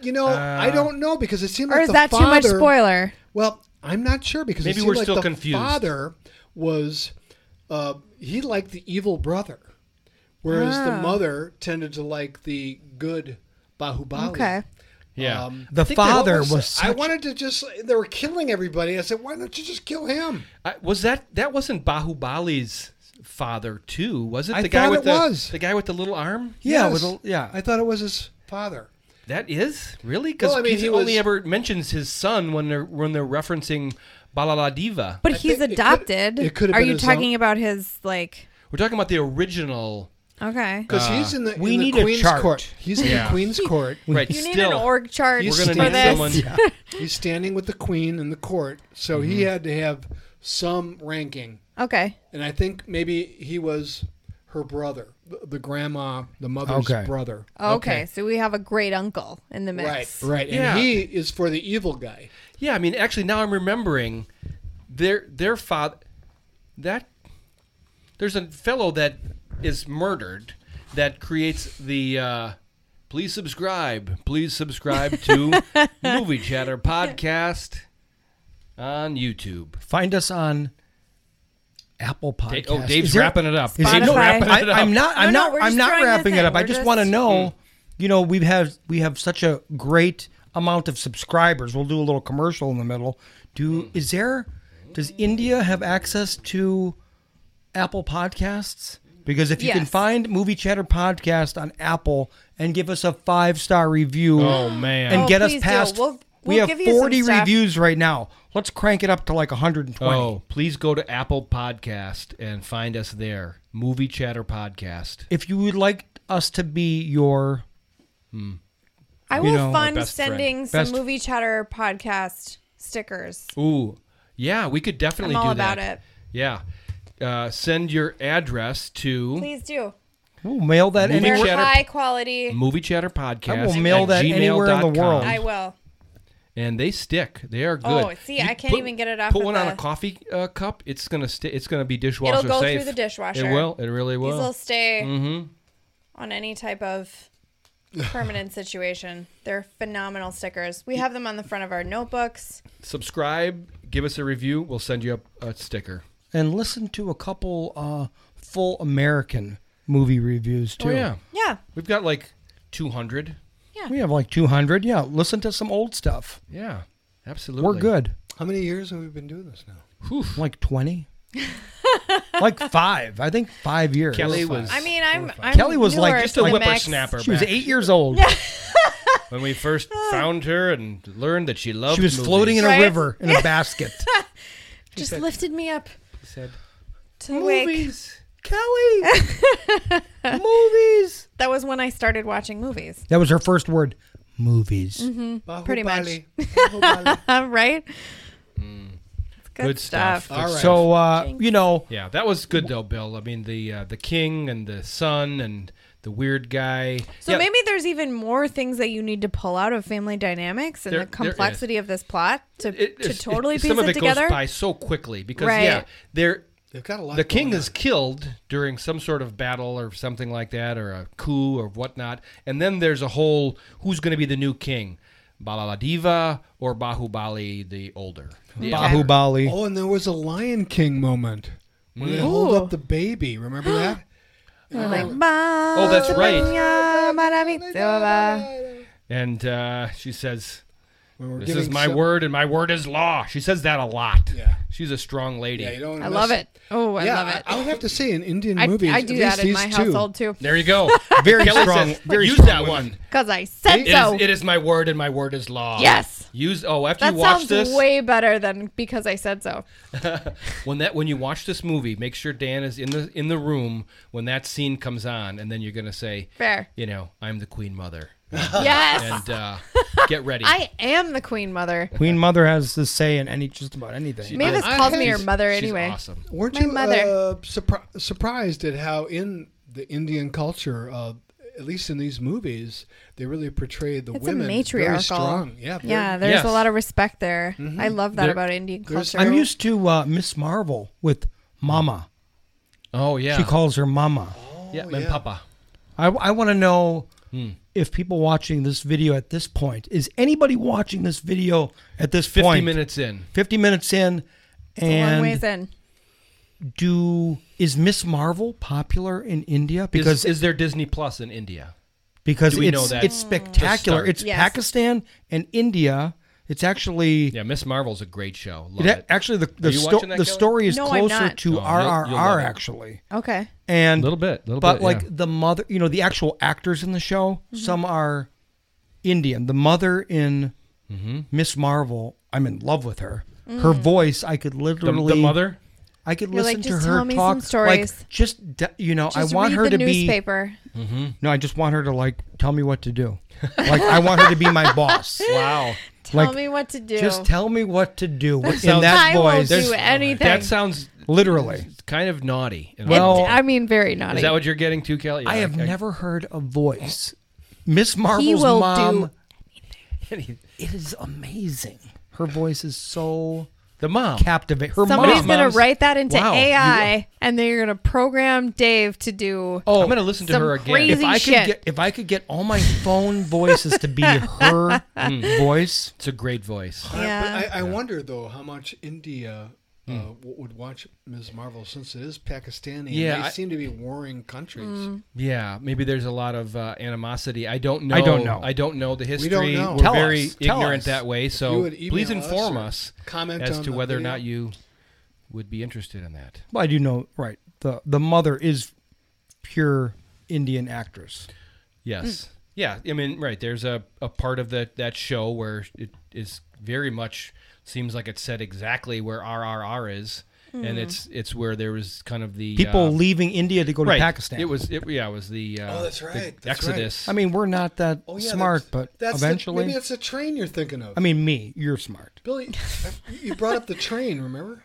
Speaker 5: you know,
Speaker 3: Uh,
Speaker 5: I don't know because it seemed
Speaker 4: Or
Speaker 5: like
Speaker 4: is
Speaker 5: the
Speaker 4: that too much
Speaker 5: father-
Speaker 4: spoiler?
Speaker 5: Well, I'm not sure because it
Speaker 3: Maybe
Speaker 5: seemed
Speaker 3: we're
Speaker 5: like
Speaker 3: still
Speaker 5: the
Speaker 3: confused.
Speaker 5: Father was uh, he liked the evil brother, whereas
Speaker 1: Ah.
Speaker 5: the mother tended to like the good Bahubali.
Speaker 4: Okay.
Speaker 3: Yeah.
Speaker 1: The
Speaker 5: I think they
Speaker 1: father
Speaker 5: almost-
Speaker 1: was
Speaker 5: I
Speaker 1: such-
Speaker 5: wanted to just. They were killing everybody. I said, why don't you just kill him?
Speaker 3: I, was that that wasn't Bahubali's father too? Was it the
Speaker 5: I
Speaker 3: guy
Speaker 5: thought
Speaker 3: with
Speaker 5: it
Speaker 3: the
Speaker 5: was.
Speaker 3: the guy with the little arm?
Speaker 1: yeah,
Speaker 5: Yes.
Speaker 1: with a, yeah.
Speaker 5: I thought it was his father.
Speaker 3: That is really because
Speaker 5: Well, I mean,
Speaker 3: he
Speaker 5: he
Speaker 3: only
Speaker 5: was-
Speaker 3: ever mentions his son when they're when they're referencing Balala Diva.
Speaker 4: But
Speaker 5: I
Speaker 4: he's
Speaker 5: think it could-
Speaker 4: adopted.
Speaker 5: it could have
Speaker 4: Are
Speaker 5: been
Speaker 4: you
Speaker 5: his
Speaker 4: talking
Speaker 5: own-
Speaker 4: about his like?
Speaker 3: We're talking about the original,
Speaker 4: Okay.
Speaker 5: Because he's in the,
Speaker 1: we
Speaker 5: in the
Speaker 1: need a
Speaker 5: Queen's
Speaker 1: chart.
Speaker 5: Court. He's in
Speaker 3: Uh, Yeah.
Speaker 5: the Queen's Court.
Speaker 3: right?
Speaker 4: You need
Speaker 3: still,
Speaker 4: an org chart
Speaker 5: He's
Speaker 3: we're
Speaker 4: for
Speaker 3: gonna
Speaker 5: still-
Speaker 3: need
Speaker 4: this.
Speaker 3: someone.
Speaker 5: He's standing with the Queen in the court, so he
Speaker 3: Mm-hmm.
Speaker 5: had to have some ranking.
Speaker 4: Okay.
Speaker 5: and I think maybe he was her brother, th- the grandma, the mother's
Speaker 1: Okay.
Speaker 5: brother.
Speaker 4: okay. So we have a great uncle in the Oh, mix.
Speaker 5: Right, right. And
Speaker 3: Yeah.
Speaker 5: he is for the evil guy.
Speaker 3: Yeah, I mean, actually, now I'm remembering their their father. That there's a fellow that is murdered that creates the. Uh, Please subscribe. Please subscribe to Movie Chatter podcast on YouTube.
Speaker 1: Find us on Apple
Speaker 3: Da-
Speaker 1: Podcast.
Speaker 3: oh, Dave's
Speaker 1: Is there-
Speaker 3: wrapping it up.
Speaker 1: Is
Speaker 4: it- no, Spotify. wrapping
Speaker 1: I,
Speaker 3: it up.
Speaker 1: I'm not. I'm
Speaker 4: No, no,
Speaker 1: not.
Speaker 4: we're
Speaker 1: I'm
Speaker 4: just
Speaker 1: not
Speaker 4: throwing this
Speaker 1: wrapping it
Speaker 4: in.
Speaker 1: up. I
Speaker 4: We're
Speaker 1: just
Speaker 4: just-
Speaker 1: want to know. You know, we have we have such a great amount of subscribers. We'll do a little commercial in the middle. Do is there? Does India have access to Apple Podcasts? Because if you can
Speaker 4: Yes.
Speaker 1: find Movie Chatter podcast on Apple and give us a five star review,
Speaker 3: Oh, man.
Speaker 1: and
Speaker 4: Oh,
Speaker 1: get us
Speaker 4: please do.
Speaker 1: past.
Speaker 4: We'll-
Speaker 1: we
Speaker 4: we'll
Speaker 1: have
Speaker 4: give you some
Speaker 1: 40
Speaker 4: stuff.
Speaker 1: reviews right now. Let's crank it up to like 120.
Speaker 3: Oh, please go to Apple Podcast and find us there. Movie Chatter Podcast.
Speaker 1: If you would like us to be your
Speaker 4: I
Speaker 1: You
Speaker 4: will
Speaker 1: know,
Speaker 4: fund
Speaker 3: best friend.
Speaker 4: sending
Speaker 1: Best-
Speaker 4: some movie chatter podcast stickers.
Speaker 3: Ooh, yeah, we could definitely
Speaker 4: I'm all
Speaker 3: do
Speaker 4: about
Speaker 3: that.
Speaker 4: it.
Speaker 3: Yeah, uh, send your address to
Speaker 4: Please do.
Speaker 1: Ooh, mail that
Speaker 3: Movie
Speaker 1: anywhere.
Speaker 4: They're
Speaker 3: chatter-
Speaker 4: high quality.
Speaker 3: Movie Chatter Podcast.
Speaker 1: I will mail that anywhere in the world.
Speaker 4: I will.
Speaker 3: and they stick. They are good.
Speaker 4: Oh, see, I can't even get it off
Speaker 3: Put
Speaker 4: of
Speaker 3: one on
Speaker 4: the-
Speaker 3: a coffee uh, cup. It's gonna sti It's gonna be dishwasher
Speaker 4: go through
Speaker 3: safe.
Speaker 4: the dishwasher.
Speaker 3: It will. It really will.
Speaker 4: These will stay
Speaker 3: mm-hmm.
Speaker 4: on any type of permanent situation. They're phenomenal stickers. We have them on the front of our notebooks.
Speaker 3: Subscribe. Give us a review. We'll send you a, a sticker.
Speaker 1: and listen to a couple uh, full American movie reviews too.
Speaker 3: Oh yeah,
Speaker 4: Yeah.
Speaker 3: we've got like two hundred.
Speaker 1: We have like 200. Yeah, listen to some old stuff.
Speaker 3: Yeah, absolutely.
Speaker 1: We're good.
Speaker 5: How many years have we been doing this now?
Speaker 3: Whew.
Speaker 1: Like 20. like 5. I think 5 years.
Speaker 3: Kelly was.
Speaker 4: I mean, I'm, I'm
Speaker 1: Kelly was like
Speaker 4: newer
Speaker 1: just
Speaker 4: to
Speaker 1: a
Speaker 4: the Max-
Speaker 3: whippersnapper.
Speaker 1: She was
Speaker 3: back
Speaker 1: 8 years old.
Speaker 3: when we first
Speaker 4: oh.
Speaker 3: found her and learned that she loved.
Speaker 1: She was floating in a
Speaker 4: Right?
Speaker 1: river in a basket.
Speaker 4: Just lifted me up
Speaker 3: She said,
Speaker 4: to the wake.
Speaker 1: Kelly! movies!
Speaker 4: That was when I started watching movies.
Speaker 1: That was her first word. Movies.
Speaker 4: Pretty much.
Speaker 5: Bahubali.
Speaker 4: Uh, right? It's good,
Speaker 3: Good stuff.
Speaker 4: stuff.
Speaker 5: All right.
Speaker 1: So, uh, you know,
Speaker 3: Yeah, that was good though, Bill. I mean, the uh, the king and the son and the weird guy.
Speaker 4: So
Speaker 3: Yeah,
Speaker 4: maybe there's even more things that you need to pull out of family dynamics and
Speaker 3: There-
Speaker 4: the
Speaker 3: there is.
Speaker 4: complexity of this plot to,
Speaker 3: it-
Speaker 4: to
Speaker 3: it's-
Speaker 4: totally
Speaker 3: it-
Speaker 4: piece
Speaker 3: some
Speaker 4: it,
Speaker 3: of it
Speaker 4: together.
Speaker 3: goes by so quickly because
Speaker 4: Right.
Speaker 3: yeah, they're
Speaker 5: They've got a lot.
Speaker 3: the king
Speaker 5: going
Speaker 3: is killed during some sort of battle or something like that or a coup or whatnot and then there's a whole who's going to be the new king baladiva or bahubali the older the elder.
Speaker 5: on.
Speaker 1: Bahubali.
Speaker 5: Oh, and there was a Lion King moment where they hold
Speaker 4: Ooh.
Speaker 5: up the baby. Remember that?
Speaker 4: We're like,
Speaker 3: oh that's right
Speaker 4: right.
Speaker 3: and uh, she says
Speaker 5: When we're
Speaker 3: this is
Speaker 5: giving
Speaker 3: my
Speaker 5: some-
Speaker 3: word and my word is law she says that a lot
Speaker 5: Yeah.
Speaker 3: she's a strong lady
Speaker 5: Yeah, you don't
Speaker 4: I
Speaker 5: miss-
Speaker 4: love it. Oh, I
Speaker 5: yeah,
Speaker 4: love it.
Speaker 5: I, I would have to say in Indian
Speaker 4: I,
Speaker 5: movies,
Speaker 4: I
Speaker 5: at
Speaker 4: do
Speaker 5: least
Speaker 4: that in
Speaker 5: these
Speaker 4: my
Speaker 5: two,
Speaker 4: household too.
Speaker 3: there you go
Speaker 1: Very
Speaker 3: Kelly
Speaker 1: strong-
Speaker 3: says,
Speaker 1: very
Speaker 3: use
Speaker 1: strong
Speaker 3: that
Speaker 1: women.
Speaker 3: one
Speaker 4: Because I said
Speaker 3: It is.
Speaker 4: so.
Speaker 3: it is my word and my word is law
Speaker 4: Yes.
Speaker 3: use oh after
Speaker 4: that
Speaker 3: you watch
Speaker 4: sounds
Speaker 3: this
Speaker 4: way better than because I said so.
Speaker 3: when that when you watch this movie, make sure Dan is in the in the room when that scene comes on, and then you're gonna say,
Speaker 4: Fair.
Speaker 3: you know, I'm the Queen Mother,
Speaker 4: Yes.
Speaker 3: and uh, get ready.
Speaker 4: I am the queen mother.
Speaker 1: Queen Mother has this say in any just about anything.
Speaker 4: Mavis
Speaker 5: I-
Speaker 4: calls me her
Speaker 5: she's-
Speaker 4: mother
Speaker 3: She's
Speaker 4: anyway.
Speaker 3: awesome.
Speaker 5: Weren't
Speaker 4: My
Speaker 5: you
Speaker 4: mother.
Speaker 5: Uh, surpri- surprised at how in the Indian culture, uh, at least in these movies, they really portrayed the
Speaker 4: It's a
Speaker 5: women
Speaker 4: matriarchal.
Speaker 5: very strong. Yeah, very- Mm-hmm.
Speaker 4: Yeah, there's
Speaker 3: Yes.
Speaker 4: a lot of respect there. I love that
Speaker 3: There-
Speaker 4: about Indian
Speaker 5: there's
Speaker 4: culture.
Speaker 1: I'm used to uh, Miss Marvel with Mama.
Speaker 3: Oh yeah,
Speaker 1: She calls her Mama.
Speaker 3: yeah,
Speaker 5: Oh,
Speaker 3: and
Speaker 5: yeah.
Speaker 3: Papa.
Speaker 1: I, want to know
Speaker 3: Hmm.
Speaker 1: if people watching this video at this point is anybody watching this video at this
Speaker 3: Fifty
Speaker 1: point?
Speaker 3: minutes in,
Speaker 1: 50 minutes in,
Speaker 4: Long ways
Speaker 1: and
Speaker 4: in.
Speaker 1: do is Miss Marvel popular in India because
Speaker 3: is, is there Disney Plus in India?
Speaker 1: because
Speaker 3: do we
Speaker 1: it's
Speaker 3: know that
Speaker 1: it's
Speaker 3: to
Speaker 1: spectacular.
Speaker 3: start?
Speaker 1: It's
Speaker 4: Yes.
Speaker 1: Pakistan and India. It's actually
Speaker 3: Yeah, Miss Marvel's a great show.
Speaker 1: it,
Speaker 3: Love it.
Speaker 1: a- actually the the,
Speaker 3: you
Speaker 1: sto-
Speaker 3: watching that,
Speaker 1: the
Speaker 3: Kelly?
Speaker 1: story is
Speaker 4: No, I'm
Speaker 1: closer
Speaker 4: not.
Speaker 1: to
Speaker 3: Oh, you'll-
Speaker 1: RRR
Speaker 3: you'll love it.
Speaker 1: actually
Speaker 4: Okay.
Speaker 1: and
Speaker 3: Little bit, little
Speaker 1: but
Speaker 3: bit,
Speaker 1: like
Speaker 3: yeah.
Speaker 1: the mother, you know, the actual actors in the show,
Speaker 4: Mm-hmm.
Speaker 1: some are Indian. The mother in
Speaker 3: Mm-hmm.
Speaker 1: Miss Marvel, I'm in love with her. Her voice, I could
Speaker 3: The,
Speaker 1: literally
Speaker 3: the mother.
Speaker 1: I could
Speaker 4: Mm. You're like,
Speaker 1: listen
Speaker 4: "Just
Speaker 1: to her
Speaker 4: tell me
Speaker 1: talk.
Speaker 4: some stories."
Speaker 1: Like, just d- you know,
Speaker 4: Just
Speaker 1: I want
Speaker 4: read
Speaker 1: her
Speaker 4: the
Speaker 1: to
Speaker 4: newspaper.
Speaker 1: be. No, I just want her to like tell me what to do. Like I want her to be my boss.
Speaker 3: Wow,
Speaker 4: Tell
Speaker 1: Like,
Speaker 4: me what to do.
Speaker 1: Just tell me what to do in
Speaker 3: sounds-
Speaker 1: that
Speaker 4: I will
Speaker 1: voice.
Speaker 4: do anything.
Speaker 3: that sounds
Speaker 1: Literally,
Speaker 3: kind of naughty. And
Speaker 1: Well-
Speaker 4: It- I mean, very naughty.
Speaker 3: is that what you're getting to, Kelly? Yeah,
Speaker 1: I have never heard a voice. Miss
Speaker 4: he
Speaker 1: Marvel's
Speaker 4: will
Speaker 1: mom.
Speaker 4: do.
Speaker 1: It is amazing. Her voice is so
Speaker 3: the mom.
Speaker 1: captivating. Her
Speaker 4: Somebody's
Speaker 1: mom.
Speaker 4: going to
Speaker 3: Mom's-
Speaker 4: write that into
Speaker 3: Wow, you-
Speaker 4: AI, and they're going to program Dave to do.
Speaker 3: Oh, I'm gonna listen to
Speaker 4: some
Speaker 3: her again.
Speaker 4: crazy
Speaker 1: if I
Speaker 4: shit.
Speaker 1: could get if I could get all my phone voices to be her voice,
Speaker 3: It's a great voice.
Speaker 5: I-
Speaker 4: Yeah.
Speaker 5: but I, I wonder though how much India. Uh, w- would watch Ms. Marvel since it is Pakistani.
Speaker 3: Yeah,
Speaker 5: and they
Speaker 3: I-
Speaker 5: seem to be warring countries.
Speaker 4: Hmm.
Speaker 3: Yeah, maybe there's a lot of uh, animosity. I don't know.
Speaker 1: I don't know.
Speaker 3: I don't know the history.
Speaker 5: don't know.
Speaker 3: We're
Speaker 1: Tell
Speaker 3: very
Speaker 1: us. Tell
Speaker 3: ignorant
Speaker 1: us.
Speaker 3: that way.
Speaker 5: you
Speaker 3: So
Speaker 5: would email
Speaker 3: please
Speaker 5: us
Speaker 3: inform
Speaker 5: or
Speaker 3: us
Speaker 5: comment
Speaker 3: as
Speaker 5: on
Speaker 3: to
Speaker 5: the
Speaker 3: whether or
Speaker 5: video.
Speaker 3: not you would be interested in that.
Speaker 1: Well, I do know, right? The the mother is pure Indian actress.
Speaker 4: Mm.
Speaker 3: Yes. Yeah. I mean, right. There's a, a part of that that show where it is very much seems like it's set exactly where RRR is,
Speaker 4: Mm.
Speaker 3: and it's it's where there was kind of the
Speaker 1: People
Speaker 3: uh,
Speaker 1: leaving India to go to
Speaker 3: right.
Speaker 1: Pakistan.
Speaker 3: It was it, yeah. It was the uh,
Speaker 5: Oh, that's
Speaker 3: the
Speaker 5: right. That's right.
Speaker 3: Exodus.
Speaker 1: I mean, we're not that
Speaker 5: Oh, yeah,
Speaker 1: smart,
Speaker 5: that's-
Speaker 1: but
Speaker 5: that's the-
Speaker 1: eventually,
Speaker 5: maybe that's the train you're thinking of.
Speaker 1: I mean, me, you're smart.
Speaker 5: Billy, I- you brought up the train. Remember?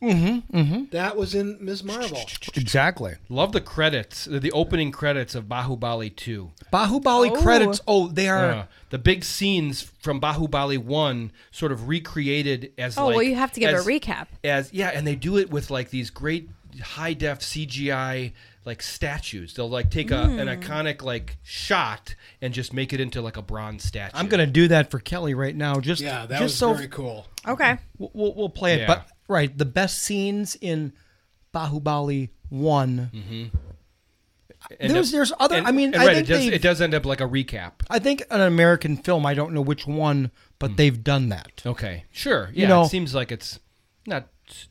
Speaker 5: Mm-hmm, That was in Ms. Marvel.
Speaker 1: Exactly.
Speaker 3: Love the credits, the, the opening credits of Bahubali 2.
Speaker 1: Bahubali
Speaker 4: Oh.
Speaker 1: credits. Oh, they are.
Speaker 3: Uh, the big scenes from Bahubali 1 sort of recreated as
Speaker 4: Oh,
Speaker 3: like,
Speaker 4: well, you have to give
Speaker 3: as-
Speaker 4: a recap.
Speaker 3: as yeah and they do it with like these great high def cgi like statues they'll like take a, an iconic like shot and just make it into like a bronze statue
Speaker 1: I'm gonna do that for Kelly right now. Just
Speaker 5: Yeah, that
Speaker 1: just
Speaker 5: was
Speaker 1: so
Speaker 5: very cool.
Speaker 4: Okay.
Speaker 1: we'll- we'll, we'll play it.
Speaker 3: Yeah.
Speaker 1: But right, the best scenes in Bahubali one.
Speaker 3: Mm-hmm. End
Speaker 1: there's- there's other- I mean,
Speaker 3: and
Speaker 1: I
Speaker 3: right,
Speaker 1: think
Speaker 3: it does
Speaker 1: they've-
Speaker 3: it does end up like a recap
Speaker 1: I think an American film. I don't know which one,
Speaker 3: Mm-hmm.
Speaker 1: but they've done that.
Speaker 3: okay sure yeah
Speaker 1: You know-
Speaker 3: it seems like it's not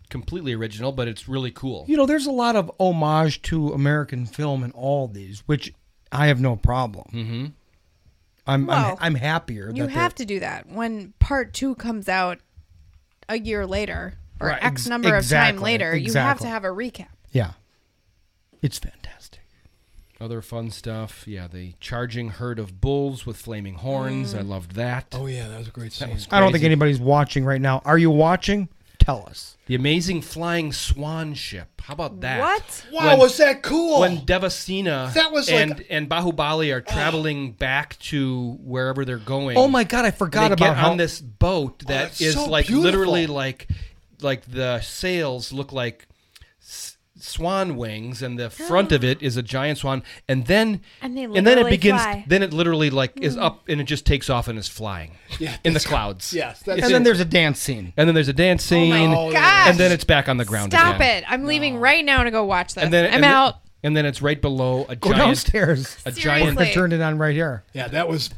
Speaker 3: completely original but it's really cool
Speaker 1: You know, there's a lot of homage to American film in all these, which I have no problem. Mm-hmm. I'm
Speaker 4: Well,
Speaker 1: I'm, I'm happier.
Speaker 4: You
Speaker 1: that
Speaker 4: have to do that when part two comes out a year later or
Speaker 1: Right,
Speaker 4: X
Speaker 1: ex-
Speaker 4: number of time
Speaker 1: exactly,
Speaker 4: later. You have to
Speaker 1: exactly.
Speaker 4: have a recap.
Speaker 1: they're- Yeah, it's fantastic.
Speaker 3: other fun stuff yeah the charging herd of bulls with flaming horns i loved that
Speaker 5: Oh yeah, that was a great scene.
Speaker 1: I don't think
Speaker 3: Crazy.
Speaker 1: anybody's watching right now. Are you watching? Tell us.
Speaker 3: the amazing flying swan ship how about that
Speaker 4: What?
Speaker 5: wow,
Speaker 3: When-
Speaker 5: was that cool?
Speaker 3: when Devasena
Speaker 5: Oh. That was like-
Speaker 3: and and Bahubali are traveling back to wherever they're going.
Speaker 1: Oh my god, I
Speaker 3: They
Speaker 1: forgot about
Speaker 3: get
Speaker 1: how
Speaker 3: on this boat that
Speaker 5: that's
Speaker 3: is
Speaker 5: Oh, so
Speaker 3: like
Speaker 5: beautiful.
Speaker 3: literally like like the sails look like s- swan wings and the front of it is a giant swan and then
Speaker 4: And they
Speaker 3: then it
Speaker 4: literally
Speaker 3: begins
Speaker 4: fly. Mm.
Speaker 3: then it literally like is up and it just takes off and is flying
Speaker 5: Yeah,
Speaker 3: in the
Speaker 5: that's-
Speaker 3: clouds
Speaker 5: yes, that's
Speaker 1: And then there's a dance scene.
Speaker 3: and then there's a dance scene
Speaker 5: Oh,
Speaker 4: gosh.
Speaker 3: and then it's back on the ground
Speaker 4: Stop
Speaker 3: again.
Speaker 4: it. I'm leaving right now to go watch this.
Speaker 3: and then
Speaker 4: I'm
Speaker 3: and then-
Speaker 4: out.
Speaker 3: and then it's right below a
Speaker 1: Go
Speaker 3: giant
Speaker 1: downstairs.
Speaker 3: a
Speaker 1: We're
Speaker 3: giant
Speaker 1: gonna
Speaker 4: Seriously.
Speaker 1: turn it on right here.
Speaker 5: yeah, that was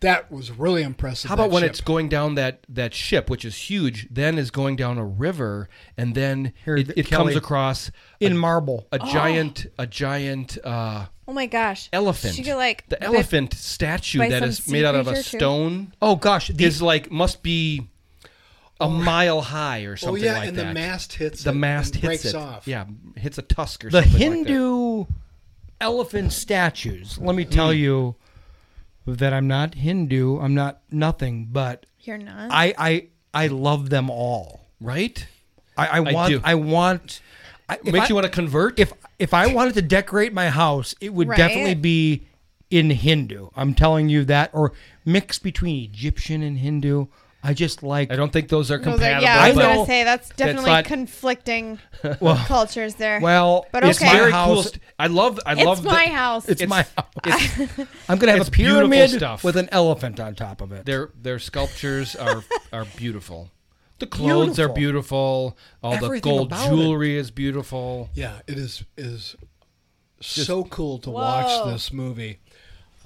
Speaker 5: that was really impressive.
Speaker 3: How about
Speaker 5: that
Speaker 3: when
Speaker 5: ship.
Speaker 3: it's going down that that ship, which is huge, then is going down a river, and then
Speaker 1: Here,
Speaker 3: it, it
Speaker 1: Kelly.
Speaker 3: comes across
Speaker 1: In
Speaker 3: a,
Speaker 1: marble.
Speaker 3: a giant a giant uh,
Speaker 4: oh my gosh.
Speaker 3: elephant.
Speaker 4: She could like
Speaker 3: the
Speaker 4: bit-
Speaker 3: elephant statue
Speaker 4: by
Speaker 3: that
Speaker 4: some
Speaker 3: is
Speaker 4: sea
Speaker 3: made out of a
Speaker 4: creature, too?
Speaker 3: stone
Speaker 1: Oh gosh,
Speaker 3: is like must be a mile high or
Speaker 5: oh
Speaker 3: something
Speaker 5: yeah,
Speaker 3: like
Speaker 5: and
Speaker 3: that.
Speaker 5: the mast hits
Speaker 3: the
Speaker 5: it
Speaker 3: mast
Speaker 5: and
Speaker 3: hits it.
Speaker 5: breaks off.
Speaker 3: Yeah, hits a tusk or
Speaker 1: the
Speaker 3: something. like
Speaker 1: Hindu elephant statues. Let me
Speaker 3: Mm.
Speaker 1: tell you that I'm not Hindu. I'm not nothing, but
Speaker 4: You're not.
Speaker 1: I I I love them all.
Speaker 3: that. right?
Speaker 1: I, I want
Speaker 3: do.
Speaker 1: I, want I, if
Speaker 3: Makes
Speaker 1: I-
Speaker 3: you want to convert.
Speaker 1: if if I wanted to decorate my house, it would
Speaker 4: Right.
Speaker 1: definitely be in Hindu. I'm telling you that, or mix between Egyptian and Hindu. I just like
Speaker 3: I don't think those are
Speaker 4: Those are-
Speaker 3: compatible.
Speaker 4: yeah, I was
Speaker 3: but-
Speaker 4: gonna
Speaker 1: know-
Speaker 4: say that's definitely
Speaker 3: not-
Speaker 4: conflicting cultures there.
Speaker 1: Well,
Speaker 4: but
Speaker 1: it's
Speaker 4: okay,
Speaker 3: It's
Speaker 1: my
Speaker 3: very
Speaker 1: house.
Speaker 3: cool. st- I love. I
Speaker 4: It's
Speaker 3: love. the-
Speaker 4: my house.
Speaker 1: It's,
Speaker 3: it's-
Speaker 1: my house. I'm gonna have
Speaker 3: it's
Speaker 1: a
Speaker 3: beautiful
Speaker 1: pyramid
Speaker 3: stuff.
Speaker 1: with an elephant on top of it.
Speaker 3: Their their sculptures are are beautiful. The clothes are beautiful. All the
Speaker 1: Everything
Speaker 3: gold
Speaker 1: about
Speaker 3: jewelry is beautiful.
Speaker 5: Yeah, it is is so cool to watch
Speaker 4: Whoa.
Speaker 5: this movie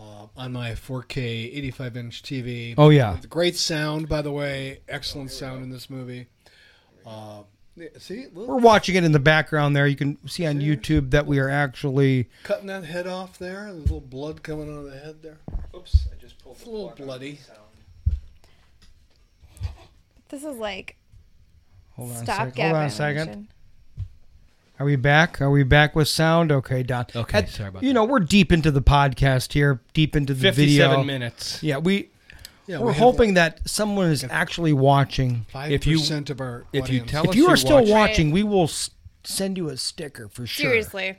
Speaker 5: uh, on my 4K 85 inch TV.
Speaker 1: Oh, yeah.
Speaker 5: With great sound by the way, excellent sound in this movie. Uh, see, look,
Speaker 1: We're watching it in the background there. You can see on YouTube that we are actually
Speaker 5: cutting that head off there. There's a little blood coming out of the head there.
Speaker 3: Oops, I just pulled
Speaker 5: It's a little bloody.
Speaker 4: this is like
Speaker 1: hold on, a
Speaker 4: stop.
Speaker 1: sec- hold on a second.
Speaker 4: animation.
Speaker 1: Are we back? Are we back with sound? Okay, Don.
Speaker 3: Okay, sorry about
Speaker 1: You know we're deep into the podcast here, deep into the video.
Speaker 3: fifty-seven minutes.
Speaker 1: Yeah, we
Speaker 5: Yeah,
Speaker 1: we're hoping that someone is actually watching.
Speaker 5: five
Speaker 3: if you-
Speaker 5: percent of our
Speaker 3: if you
Speaker 5: audience-
Speaker 3: tell-
Speaker 1: If you
Speaker 3: you're
Speaker 1: are still
Speaker 3: watching.
Speaker 1: watching, we will s- send you a sticker for sure.
Speaker 4: Seriously,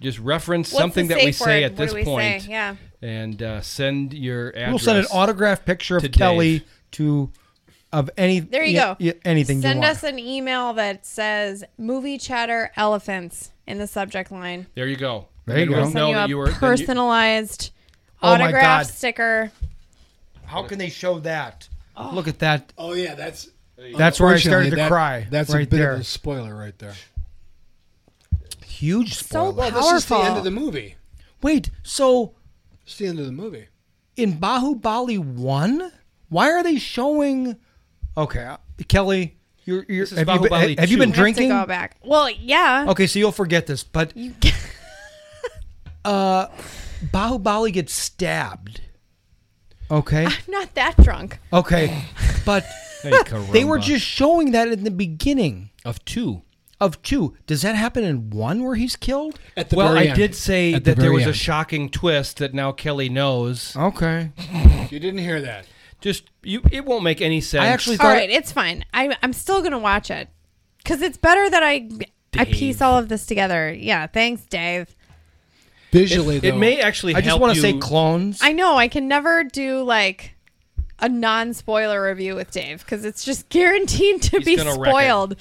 Speaker 3: Just reference
Speaker 4: What's
Speaker 3: something
Speaker 4: the
Speaker 3: that we
Speaker 4: safe
Speaker 3: say
Speaker 4: word?
Speaker 3: at
Speaker 4: What
Speaker 3: this
Speaker 4: do we
Speaker 3: point,
Speaker 4: say? Yeah.
Speaker 3: and uh, send your address.
Speaker 1: we'll send an autographed picture of
Speaker 3: to
Speaker 1: Kelly
Speaker 3: Dave.
Speaker 1: to of any
Speaker 4: There you
Speaker 1: yeah,
Speaker 4: go.
Speaker 1: yeah, anything
Speaker 4: Send
Speaker 1: you want.
Speaker 4: us an email that says "movie chatter elephants" in the subject line.
Speaker 3: There you go.
Speaker 1: There you
Speaker 3: And we'll
Speaker 1: go.
Speaker 4: Send
Speaker 3: Know
Speaker 4: you
Speaker 3: that
Speaker 4: a
Speaker 3: you were then you-
Speaker 4: personalized
Speaker 1: Oh my
Speaker 4: autograph
Speaker 1: God.
Speaker 4: sticker.
Speaker 1: How can they show that? Look at that.
Speaker 5: Oh yeah, that's
Speaker 1: That's where I started
Speaker 5: Unfortunately,
Speaker 1: to
Speaker 5: that-
Speaker 1: cry.
Speaker 5: That's
Speaker 1: right
Speaker 5: a bit
Speaker 1: there.
Speaker 5: of a spoiler right there.
Speaker 1: Huge
Speaker 4: So
Speaker 1: spoiler.
Speaker 5: Well, this is the end
Speaker 4: Powerful.
Speaker 5: of the movie.
Speaker 1: Wait, so
Speaker 5: It's the end of the movie.
Speaker 1: in Bahubali one, why are they showing? Okay, uh, Kelly, you're, you're
Speaker 3: This is
Speaker 1: have, you been,
Speaker 3: Bahubali
Speaker 1: have you
Speaker 3: 2.
Speaker 1: been
Speaker 3: We have
Speaker 1: drinking?
Speaker 4: Have to go back. Well,
Speaker 3: Oh.
Speaker 4: yeah.
Speaker 1: Okay, so you'll forget this, but uh, Bahubali gets stabbed. Okay,
Speaker 4: I'm not that drunk.
Speaker 1: okay, but
Speaker 3: Hey,
Speaker 1: they were
Speaker 3: caramba.
Speaker 1: just showing that in the beginning
Speaker 3: of two.
Speaker 1: of two. Does that happen in one where he's killed?
Speaker 5: At the
Speaker 3: well,
Speaker 5: very
Speaker 3: I
Speaker 5: end.
Speaker 3: did say
Speaker 5: At the
Speaker 3: that there
Speaker 5: very
Speaker 3: was a
Speaker 5: end.
Speaker 3: shocking twist that now Kelly
Speaker 1: Uh,
Speaker 3: knows.
Speaker 1: Okay,
Speaker 5: You didn't hear that.
Speaker 3: Just you, it won't make any sense.
Speaker 1: I actually
Speaker 4: All
Speaker 1: thought
Speaker 4: right, it's fine. I, I'm still gonna watch it. because it's better that I I piece all of this together. Yeah, thanks, Dave.
Speaker 5: Visually,
Speaker 3: It
Speaker 5: though,
Speaker 3: may actually.
Speaker 1: I just
Speaker 3: help
Speaker 1: want to
Speaker 3: you-
Speaker 1: say clones.
Speaker 4: I know I can never do like a non spoiler review with Dave because it's just guaranteed to
Speaker 3: He's
Speaker 4: be
Speaker 3: gonna wreck it.
Speaker 4: spoiled.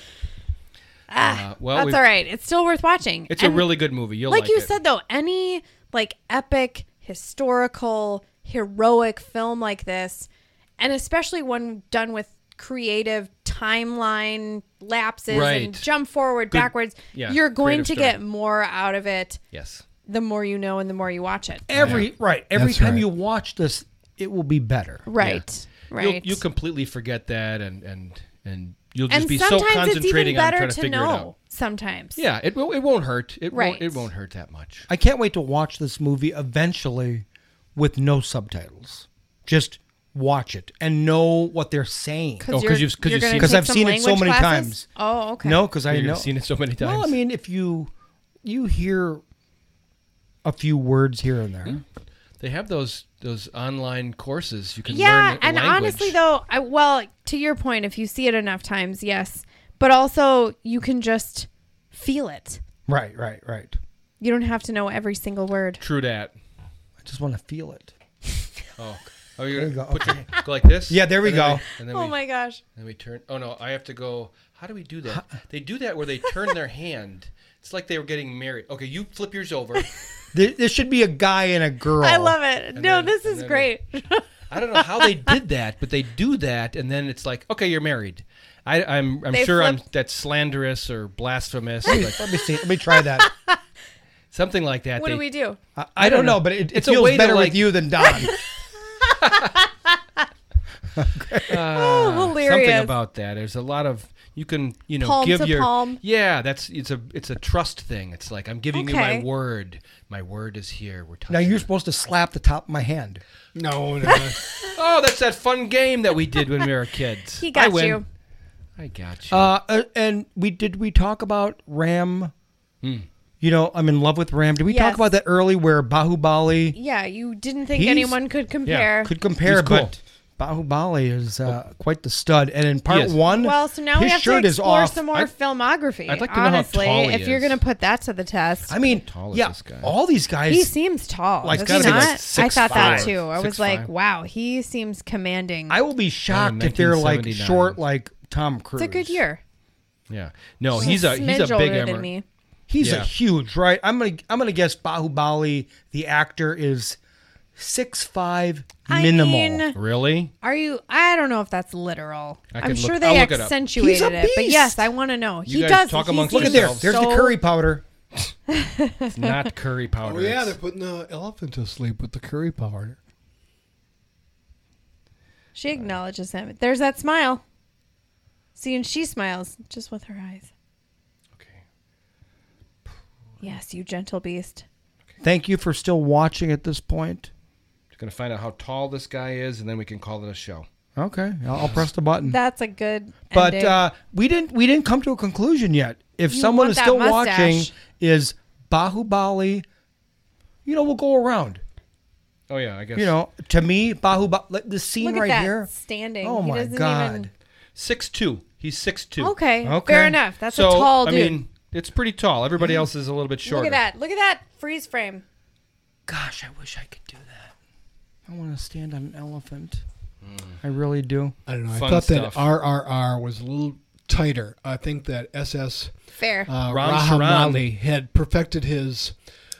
Speaker 4: Ah,
Speaker 3: Uh, well,
Speaker 4: that's
Speaker 3: we've-
Speaker 4: all right. It's still worth watching.
Speaker 3: It's
Speaker 4: And
Speaker 3: a really good movie. You'll
Speaker 4: like,
Speaker 3: like,
Speaker 4: you
Speaker 3: it.
Speaker 4: said though, any like epic, historical, heroic film like this, and especially one done with creative timeline lapses
Speaker 3: Right.
Speaker 4: and jump forward,
Speaker 3: Good-
Speaker 4: backwards,
Speaker 3: yeah,
Speaker 4: you're going to
Speaker 3: creative
Speaker 4: get
Speaker 3: story.
Speaker 4: more out of it.
Speaker 3: Yes.
Speaker 4: The more you know, and the more you watch it.
Speaker 1: every right, every
Speaker 5: That's
Speaker 1: time
Speaker 5: right.
Speaker 1: you watch this, it will be better.
Speaker 4: Right.
Speaker 3: You'll-
Speaker 4: Right.
Speaker 3: You completely forget that, and and and you'll just
Speaker 4: and
Speaker 3: be so
Speaker 4: sometimes it's even
Speaker 3: concentrating on
Speaker 4: better
Speaker 3: trying to,
Speaker 4: to,
Speaker 3: figure it out.
Speaker 4: know. Sometimes.
Speaker 3: Yeah, it will. It won't hurt. It
Speaker 4: Right.
Speaker 3: won't. It won't hurt that much.
Speaker 1: I can't wait to watch this movie eventually with no subtitles. Just watch it and know what they're saying.
Speaker 3: Oh, 'cause
Speaker 4: you're-
Speaker 3: you've- 'cause
Speaker 4: you're
Speaker 3: you've
Speaker 4: gonna
Speaker 3: seen-
Speaker 1: 'Cause
Speaker 4: take
Speaker 1: I've
Speaker 4: some
Speaker 1: seen it so
Speaker 4: language
Speaker 1: many
Speaker 4: classes?
Speaker 1: times.
Speaker 4: Oh, okay.
Speaker 1: No, because I
Speaker 3: You've
Speaker 1: know.
Speaker 3: seen it so many times.
Speaker 1: Well, I mean, if you you hear a few words here and
Speaker 3: Hmm.
Speaker 1: there,
Speaker 3: they have those those online courses you can
Speaker 4: Yeah,
Speaker 3: learn. a
Speaker 4: and
Speaker 3: language.
Speaker 4: honestly though, I well, to your point, if you see it enough times, yes, but also you can just feel it.
Speaker 1: right, right, right.
Speaker 4: You don't have to know every single word.
Speaker 3: true that.
Speaker 1: I just want to feel it.
Speaker 3: Oh, oh, you're
Speaker 1: you go.
Speaker 3: gonna put your, go like this.
Speaker 1: Yeah, there we
Speaker 3: And then
Speaker 1: go.
Speaker 3: and then
Speaker 4: Oh
Speaker 3: we,
Speaker 4: my gosh.
Speaker 3: Then we turn. Oh no, I have to go. How do we do that? They do that where they turn their hand. It's like they were getting married. Okay, you flip yours over.
Speaker 1: There, there should be a guy and a girl.
Speaker 4: I love it. No,
Speaker 3: then-
Speaker 4: this
Speaker 3: and
Speaker 4: is
Speaker 3: then-
Speaker 4: great.
Speaker 3: I don't know how they did that, but they do that, and then it's like, okay, you're married. I, I'm I'm
Speaker 4: They
Speaker 3: sure I'm
Speaker 4: flip-
Speaker 3: that's slanderous or blasphemous, but
Speaker 1: Let me see. Let me try that.
Speaker 3: something like that.
Speaker 4: what
Speaker 3: they,
Speaker 4: do we do?
Speaker 3: uh,
Speaker 1: I, I don't know, but it, it
Speaker 3: It's a
Speaker 1: feels
Speaker 3: way to,
Speaker 1: better
Speaker 3: like-
Speaker 1: with you than Don.
Speaker 4: oh, hilarious.
Speaker 3: Something about that. There's a lot of you can you know
Speaker 4: Palm
Speaker 3: give
Speaker 4: to
Speaker 3: your
Speaker 4: palm.
Speaker 3: yeah. That's it's a it's a trust thing. It's like I'm giving you
Speaker 4: Okay.
Speaker 3: my word. My word is here. We're touching.
Speaker 1: now you're
Speaker 3: it.
Speaker 1: supposed to slap the top of my hand.
Speaker 5: no, no.
Speaker 3: oh, that's that fun game that we did when we were kids.
Speaker 4: he
Speaker 3: I
Speaker 4: got
Speaker 3: win.
Speaker 4: you.
Speaker 3: I got you.
Speaker 1: Uh, uh, and we did we talk about Ram?
Speaker 3: Hmm.
Speaker 1: You know, I'm in love with Ram. Did we
Speaker 4: Yes.
Speaker 1: talk about that early where Bahubali
Speaker 4: Yeah, you didn't think
Speaker 1: He's-
Speaker 4: anyone could compare.
Speaker 1: could compare,
Speaker 3: He's cool.
Speaker 1: but Bahubali is uh, quite the stud. And in part
Speaker 3: Yes.
Speaker 1: one,
Speaker 4: Well, so now
Speaker 1: his
Speaker 4: we have
Speaker 1: shirt
Speaker 4: to
Speaker 1: is
Speaker 4: explore
Speaker 1: off.
Speaker 4: some more
Speaker 3: I-
Speaker 4: filmography.
Speaker 3: I'd like to know how
Speaker 4: honestly,
Speaker 3: tall he
Speaker 4: if you're
Speaker 3: is.
Speaker 4: going to put that to the test,
Speaker 1: I mean,
Speaker 3: tall is
Speaker 1: yeah,
Speaker 3: this guy?
Speaker 1: all these guys.
Speaker 4: he seems tall.
Speaker 1: Like,
Speaker 4: Does
Speaker 1: gotta
Speaker 4: he
Speaker 1: be like
Speaker 4: not? I thought
Speaker 3: 6'5".
Speaker 4: that too. I was
Speaker 3: 6'5".
Speaker 4: like, wow, he seems commanding.
Speaker 1: I will be shocked
Speaker 3: Oh,
Speaker 1: if they're like
Speaker 3: 1979.
Speaker 1: short like Tom Cruise.
Speaker 4: it's a good year.
Speaker 3: yeah. No, he's a he's a
Speaker 4: smidge
Speaker 3: big
Speaker 4: older
Speaker 3: emer-
Speaker 4: than me.
Speaker 1: He's
Speaker 3: Yeah.
Speaker 1: a huge, right? I'm gonna I'm gonna guess Bahubali, the actor, is six five
Speaker 4: I
Speaker 1: minimal.
Speaker 4: mean,
Speaker 3: Really?
Speaker 4: are you? I don't know if that's literal.
Speaker 3: I
Speaker 4: I'm
Speaker 3: could
Speaker 4: sure
Speaker 3: look-
Speaker 4: they
Speaker 3: I'll look it up.
Speaker 4: accentuated
Speaker 1: He's a
Speaker 4: it, but yes,
Speaker 1: beast.
Speaker 4: I want to know.
Speaker 3: You
Speaker 4: he
Speaker 3: guys
Speaker 4: does.
Speaker 3: talk
Speaker 4: he's-
Speaker 3: amongst
Speaker 4: he's
Speaker 1: Look at there.
Speaker 3: yourselves.
Speaker 1: There's
Speaker 4: so-
Speaker 1: the curry powder.
Speaker 3: It's not curry powder.
Speaker 5: oh yeah, they're
Speaker 3: It's-
Speaker 5: putting the elephant to sleep with the curry powder.
Speaker 4: She acknowledges him. There's that smile. See, and she smiles just with her eyes.
Speaker 3: okay.
Speaker 4: Yes, you gentle beast.
Speaker 1: Thank you for still watching at this point.
Speaker 3: Just gonna find out how tall this guy is, and then we can call it a show.
Speaker 1: Okay, I'll, I'll press the button.
Speaker 4: That's a good.
Speaker 1: but
Speaker 4: ending.
Speaker 1: uh, we didn't we didn't come to a conclusion yet. If
Speaker 4: You
Speaker 1: someone
Speaker 4: want
Speaker 1: is
Speaker 4: that
Speaker 1: still
Speaker 4: mustache.
Speaker 1: watching, is Bahubali? You know, we'll go around.
Speaker 3: Oh yeah, I guess.
Speaker 1: You know, to me, Bahubali, like, the scene
Speaker 4: Look at
Speaker 1: right
Speaker 4: that
Speaker 1: here.
Speaker 4: standing.
Speaker 1: Oh
Speaker 4: He
Speaker 1: my
Speaker 4: doesn't
Speaker 1: god!
Speaker 4: even-
Speaker 3: six two. He's six two.
Speaker 4: Okay,
Speaker 1: Okay.
Speaker 4: fair enough. That's
Speaker 3: so
Speaker 4: a tall dude.
Speaker 3: I mean, it's pretty tall. Everybody else is a little bit shorter.
Speaker 4: Look at that. Look at that freeze frame.
Speaker 1: Gosh, I wish I could do that. I want to stand on an elephant. I really do.
Speaker 5: I don't know. I
Speaker 3: Fun
Speaker 5: thought
Speaker 3: stuff.
Speaker 5: that RRR was a little tighter. I think that SS
Speaker 4: Fair.
Speaker 5: uh,
Speaker 3: Ram
Speaker 5: Rahamali had perfected his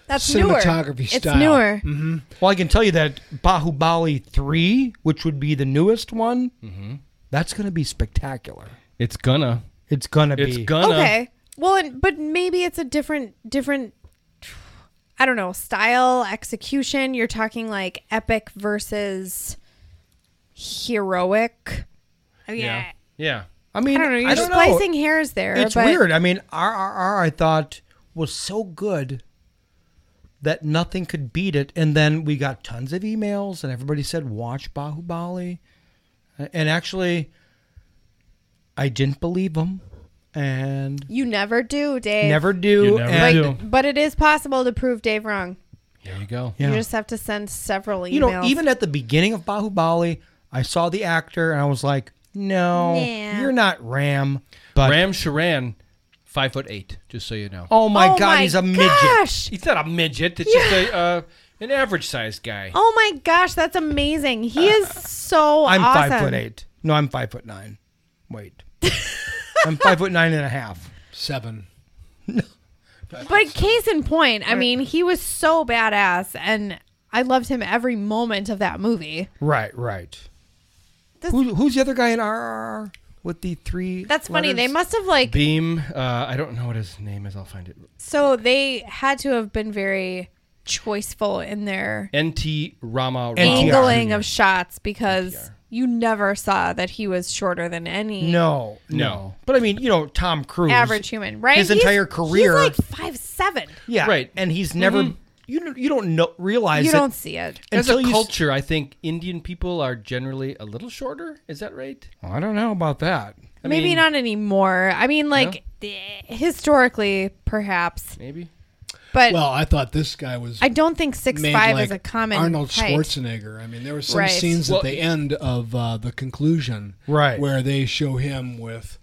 Speaker 4: That's newer.
Speaker 5: cinematography style.
Speaker 4: It's newer.
Speaker 3: Mm-hmm.
Speaker 1: Well, I can tell you that Bahubali three, which would be the newest one,
Speaker 3: Mm-hmm.
Speaker 1: that's going to be spectacular.
Speaker 3: It's gonna.
Speaker 1: It's gonna
Speaker 3: It's
Speaker 1: be.
Speaker 3: gonna.
Speaker 4: Okay. Well, and, but maybe it's a different different I don't know, style, execution. You're talking like epic versus heroic. I mean,
Speaker 3: Yeah. Yeah.
Speaker 1: I mean,
Speaker 4: I don't know. You're
Speaker 1: don't
Speaker 4: splicing hairs there.
Speaker 1: It's
Speaker 4: but
Speaker 1: weird. I mean, RRR I thought was so good that nothing could beat it. And then we got tons of emails, and everybody said, "Watch Bahubali," and actually, I didn't believe them, and
Speaker 4: You never do, Dave.
Speaker 1: never do.
Speaker 3: You never
Speaker 1: and,
Speaker 3: do.
Speaker 4: But it is possible to prove Dave wrong.
Speaker 3: There you go.
Speaker 1: Yeah.
Speaker 4: You just have to send several emails.
Speaker 1: You know, even at the beginning of Bahubali, I saw the actor, and I was like, "No,
Speaker 4: Nah.
Speaker 1: you're not Ram." But
Speaker 3: Ram Charan, five foot eight. Just so you know,
Speaker 1: oh my
Speaker 4: Oh
Speaker 1: god,
Speaker 4: my
Speaker 1: he's a midget.
Speaker 4: gosh.
Speaker 3: he's not a midget. It's just a uh, an average sized guy.
Speaker 4: Oh my gosh, that's amazing. He is so
Speaker 1: I'm
Speaker 4: awesome.
Speaker 1: five foot eight. No, I'm five foot nine. Wait, I'm five foot nine and a half.
Speaker 5: Seven.
Speaker 4: But case in point, I mean, he was so badass and I loved him every moment of that movie.
Speaker 1: Right, right.
Speaker 4: This-
Speaker 1: Who, who's the other guy in RRR with the three?
Speaker 4: That's funny. They
Speaker 1: letters?
Speaker 4: must have like
Speaker 3: Beam. Uh, I don't know what his name is. I'll find it.
Speaker 4: so they had to have been very choiceful in their
Speaker 3: Nt Rama. Rao.
Speaker 1: NTR.
Speaker 4: angling of shots because
Speaker 3: NTR.
Speaker 4: you never saw that he was shorter than any
Speaker 1: No, no,
Speaker 3: No.
Speaker 1: But I mean, you know, Tom Cruise,
Speaker 4: average human, right?
Speaker 1: His
Speaker 4: He's-
Speaker 1: entire career,
Speaker 4: he's like five seven.
Speaker 1: yeah,
Speaker 3: Right. Mm-hmm.
Speaker 1: And he's never. You don't- you don't know realize
Speaker 4: You
Speaker 1: it
Speaker 4: don't see it.
Speaker 3: As a
Speaker 1: until you s-
Speaker 3: culture, I think Indian people are generally a little shorter. Is that right?
Speaker 1: I don't know about that.
Speaker 3: I
Speaker 4: Maybe
Speaker 3: mean-
Speaker 4: not anymore. I mean, like eh, historically, perhaps,
Speaker 3: Maybe.
Speaker 4: but
Speaker 5: Well, I thought this guy was
Speaker 4: I don't think six
Speaker 5: made
Speaker 4: five
Speaker 5: like
Speaker 4: is a common
Speaker 5: Arnold
Speaker 4: height.
Speaker 5: Schwarzenegger. I mean, there were some
Speaker 4: Right.
Speaker 5: scenes
Speaker 3: Well-
Speaker 5: at the end of uh, the conclusion,
Speaker 1: Right.
Speaker 5: where they show him with,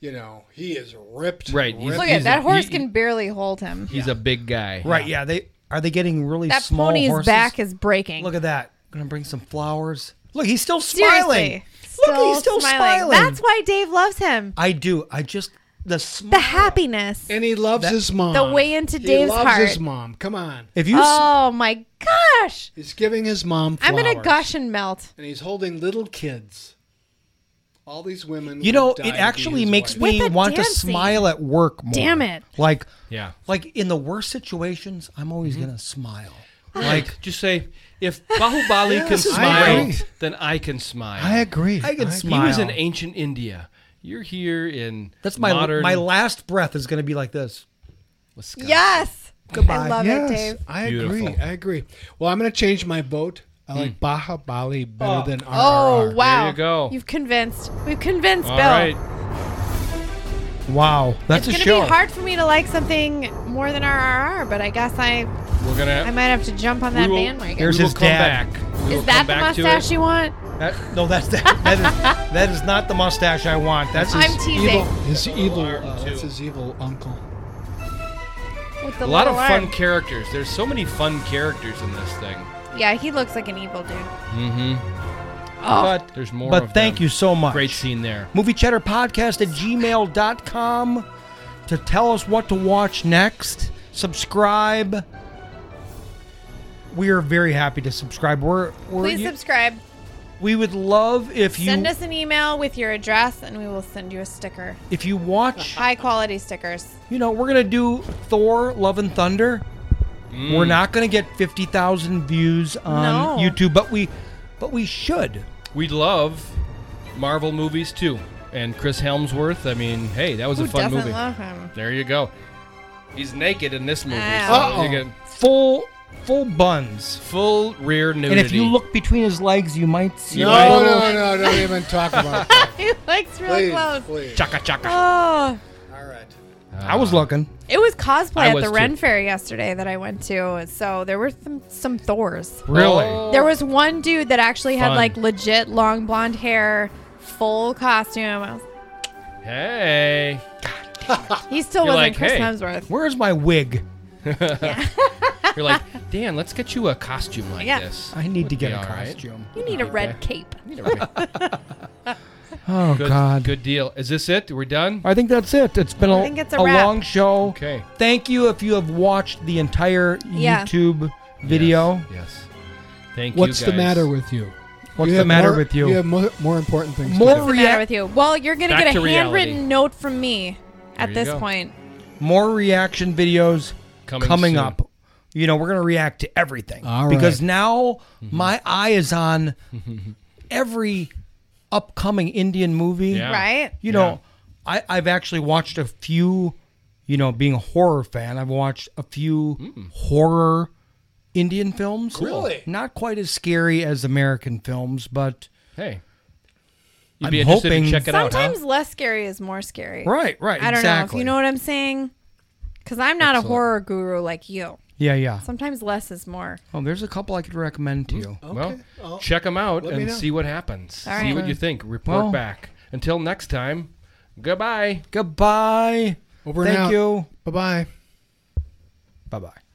Speaker 5: you know, he is ripped,
Speaker 3: Right, he's-
Speaker 5: ripped.
Speaker 4: Look
Speaker 3: He's
Speaker 4: at that
Speaker 3: a-
Speaker 4: horse
Speaker 3: he-
Speaker 4: can barely hold him.
Speaker 3: He's a big guy.
Speaker 1: Right? Yeah. They are they getting really
Speaker 4: That
Speaker 1: small
Speaker 4: pony's
Speaker 1: horses?
Speaker 4: back is breaking.
Speaker 1: Look at that. I'm gonna bring some flowers. Look, he's still smiling.
Speaker 4: Seriously,
Speaker 1: Look, he's still smiling.
Speaker 4: That's why Dave loves him.
Speaker 1: I do. I just the smile.
Speaker 4: The happiness.
Speaker 5: and he loves his mom.
Speaker 4: the way into
Speaker 5: he
Speaker 4: Dave's
Speaker 5: loves his
Speaker 4: heart.
Speaker 5: mom. Come on,
Speaker 1: If you s-
Speaker 4: Oh my gosh!
Speaker 5: he's giving his mom.
Speaker 4: I'm
Speaker 5: Flowers,
Speaker 4: gonna gush and melt.
Speaker 5: And he's holding little kids. All these women.
Speaker 1: You
Speaker 5: would
Speaker 1: know,
Speaker 5: die
Speaker 1: it
Speaker 5: to be
Speaker 1: actually
Speaker 5: his
Speaker 1: makes
Speaker 5: wife.
Speaker 4: With
Speaker 1: me
Speaker 4: the
Speaker 1: want to
Speaker 4: dancing.
Speaker 1: smile at work more.
Speaker 4: Damn it.
Speaker 1: Like
Speaker 3: Yeah.
Speaker 1: like in the worst situations, I'm always gonna smile.
Speaker 3: Like, just say, if Bahubali can
Speaker 1: is
Speaker 3: smile,
Speaker 1: great.
Speaker 3: then I can smile.
Speaker 6: I agree.
Speaker 1: I can
Speaker 3: He was in
Speaker 1: smile.
Speaker 3: ancient India. You're here in
Speaker 1: That's my
Speaker 3: modern
Speaker 1: my last breath is gonna be like this.
Speaker 3: Wisconsin.
Speaker 4: Yes.
Speaker 1: Goodbye.
Speaker 4: I love
Speaker 6: yes,
Speaker 4: it, Dave.
Speaker 6: I
Speaker 3: Beautiful.
Speaker 6: agree.
Speaker 5: I agree. Well, I'm gonna change my vote. I like Baja Bali better than RRR.
Speaker 4: Oh wow!
Speaker 3: you go.
Speaker 4: You've convinced. We've convinced
Speaker 3: All
Speaker 4: Bill.
Speaker 3: right.
Speaker 1: Wow. That's
Speaker 4: It's
Speaker 1: a
Speaker 4: gonna
Speaker 1: show.
Speaker 4: be hard for me to like something more than RRR, but I guess I
Speaker 3: We're going
Speaker 4: I
Speaker 3: to.
Speaker 4: might have to jump on that
Speaker 3: we will,
Speaker 4: bandwagon.
Speaker 1: Here's
Speaker 3: we will
Speaker 1: his
Speaker 3: come
Speaker 1: dad.
Speaker 3: back. We will
Speaker 4: is
Speaker 3: come
Speaker 4: that the
Speaker 3: back to it.
Speaker 4: mustache you want?
Speaker 1: That- no, that's that, that is that is not the mustache I want. That's his,
Speaker 4: I'm teasing
Speaker 5: Evil. His evil.
Speaker 3: arm,
Speaker 5: Uh,
Speaker 3: too.
Speaker 5: that's his evil uncle.
Speaker 4: with the
Speaker 3: A lot of
Speaker 4: little
Speaker 3: fun
Speaker 4: arm.
Speaker 3: characters. There's so many fun characters in this thing.
Speaker 4: Yeah, he looks like an evil dude. Oh.
Speaker 3: But there's more.
Speaker 1: but
Speaker 3: of
Speaker 1: thank
Speaker 3: them.
Speaker 1: you so much.
Speaker 3: Great scene there.
Speaker 1: moviechatterpodcast at gmail.com to tell us what to watch next. Subscribe. We are very happy to subscribe. We're, we're
Speaker 4: Please
Speaker 1: you-
Speaker 4: subscribe.
Speaker 1: we would love if you
Speaker 4: Send us an email with your address, and we will send you a sticker.
Speaker 1: if you watch.
Speaker 4: High quality stickers.
Speaker 1: You know we're gonna do Thor: Love and Thunder. We're
Speaker 3: Mm.
Speaker 1: not gonna get fifty thousand views on
Speaker 4: No.
Speaker 1: YouTube, but we but we should.
Speaker 3: We love Marvel movies too, and Chris Helmsworth. I mean, hey, that was
Speaker 4: Who
Speaker 3: a fun
Speaker 4: doesn't
Speaker 3: movie.
Speaker 4: love him?
Speaker 3: There you go. He's naked in this movie.
Speaker 4: Ow.
Speaker 3: So you get
Speaker 1: Full full buns.
Speaker 3: full rear nudity.
Speaker 1: And if you look between his legs, you might see.
Speaker 3: You
Speaker 1: a
Speaker 3: might-
Speaker 5: No,
Speaker 1: little-
Speaker 5: no, no! Don't even talk about that.
Speaker 4: He likes really
Speaker 5: Please,
Speaker 4: close.
Speaker 5: please.
Speaker 3: chaka chaka.
Speaker 4: Oh,
Speaker 5: All right.
Speaker 1: I was looking.
Speaker 4: it was cosplay
Speaker 3: I
Speaker 4: at
Speaker 3: was
Speaker 4: the
Speaker 3: too.
Speaker 4: Ren Fair yesterday that I went to. So there were some some Thors.
Speaker 1: Really?
Speaker 4: There was one dude that actually had
Speaker 3: Fun.
Speaker 4: like legit long blonde hair, full costume. I was- Oh.
Speaker 3: Hey.
Speaker 4: He still
Speaker 3: You're
Speaker 4: wasn't
Speaker 3: like,
Speaker 4: Chris
Speaker 3: "Hey."
Speaker 4: Hemsworth.
Speaker 1: Where's my wig?
Speaker 3: You're like, Dan, let's get you a costume like
Speaker 4: Yeah.
Speaker 3: this.
Speaker 1: I need to get a
Speaker 3: all right.
Speaker 1: costume.
Speaker 4: You need a red cape.
Speaker 1: Oh
Speaker 3: Good,
Speaker 1: God.
Speaker 3: good deal. Is this it? We're done?
Speaker 1: I think that's it. It's been a,
Speaker 4: I think it's a
Speaker 1: a
Speaker 4: wrap.
Speaker 1: long show.
Speaker 3: Okay.
Speaker 1: Thank you if you have watched the entire
Speaker 4: Yeah.
Speaker 1: YouTube video.
Speaker 3: Yes. yes. Thank you.
Speaker 5: What's the
Speaker 3: guys.
Speaker 5: matter with you?
Speaker 1: What's
Speaker 5: You
Speaker 1: the
Speaker 5: have
Speaker 1: matter
Speaker 5: more-
Speaker 1: with you?
Speaker 5: You have more, more important things. to
Speaker 1: More
Speaker 5: do.
Speaker 4: What's the
Speaker 1: rea-
Speaker 4: matter with you? Well, you're gonna
Speaker 3: Back
Speaker 4: get a
Speaker 3: to reality.
Speaker 4: handwritten note from me at
Speaker 3: you
Speaker 4: this
Speaker 3: go.
Speaker 4: point.
Speaker 1: More reaction videos coming,
Speaker 3: Coming, soon.
Speaker 1: up. You know, we're gonna react to everything
Speaker 5: All
Speaker 1: because
Speaker 5: right.
Speaker 1: now
Speaker 3: Mm-hmm.
Speaker 1: my eye is on every upcoming Indian movie.
Speaker 3: Yeah.
Speaker 4: Right?
Speaker 1: You know, I, I've actually watched a few, you know, being a horror fan, I've watched a few
Speaker 3: Hmm.
Speaker 1: horror Indian films.
Speaker 5: Really?
Speaker 1: Not quite as scary as American films, but
Speaker 3: Hey. You'd
Speaker 1: I'm
Speaker 3: be interested
Speaker 1: hoping-
Speaker 3: to check it out,
Speaker 4: Sometimes
Speaker 3: huh?
Speaker 4: less scary is more scary.
Speaker 1: right, right.
Speaker 4: I don't know
Speaker 1: exactly.
Speaker 4: if you know what I'm saying. Because I'm not a
Speaker 3: Excellent.
Speaker 4: horror guru like you.
Speaker 1: Yeah, yeah.
Speaker 4: Sometimes less is more.
Speaker 1: Oh, there's a couple I could recommend
Speaker 3: Hmm.
Speaker 1: to you.
Speaker 3: Well,
Speaker 5: I'll-
Speaker 3: check them out
Speaker 5: let me
Speaker 3: and
Speaker 5: know.
Speaker 3: see what happens.
Speaker 4: All
Speaker 3: see
Speaker 4: right.
Speaker 3: what you think. Report
Speaker 1: Well-
Speaker 3: back. Until next time,
Speaker 7: Goodbye.
Speaker 3: Goodbye.
Speaker 1: Over and
Speaker 3: Thank
Speaker 1: out.
Speaker 3: you.
Speaker 1: Bye bye.
Speaker 3: Bye bye.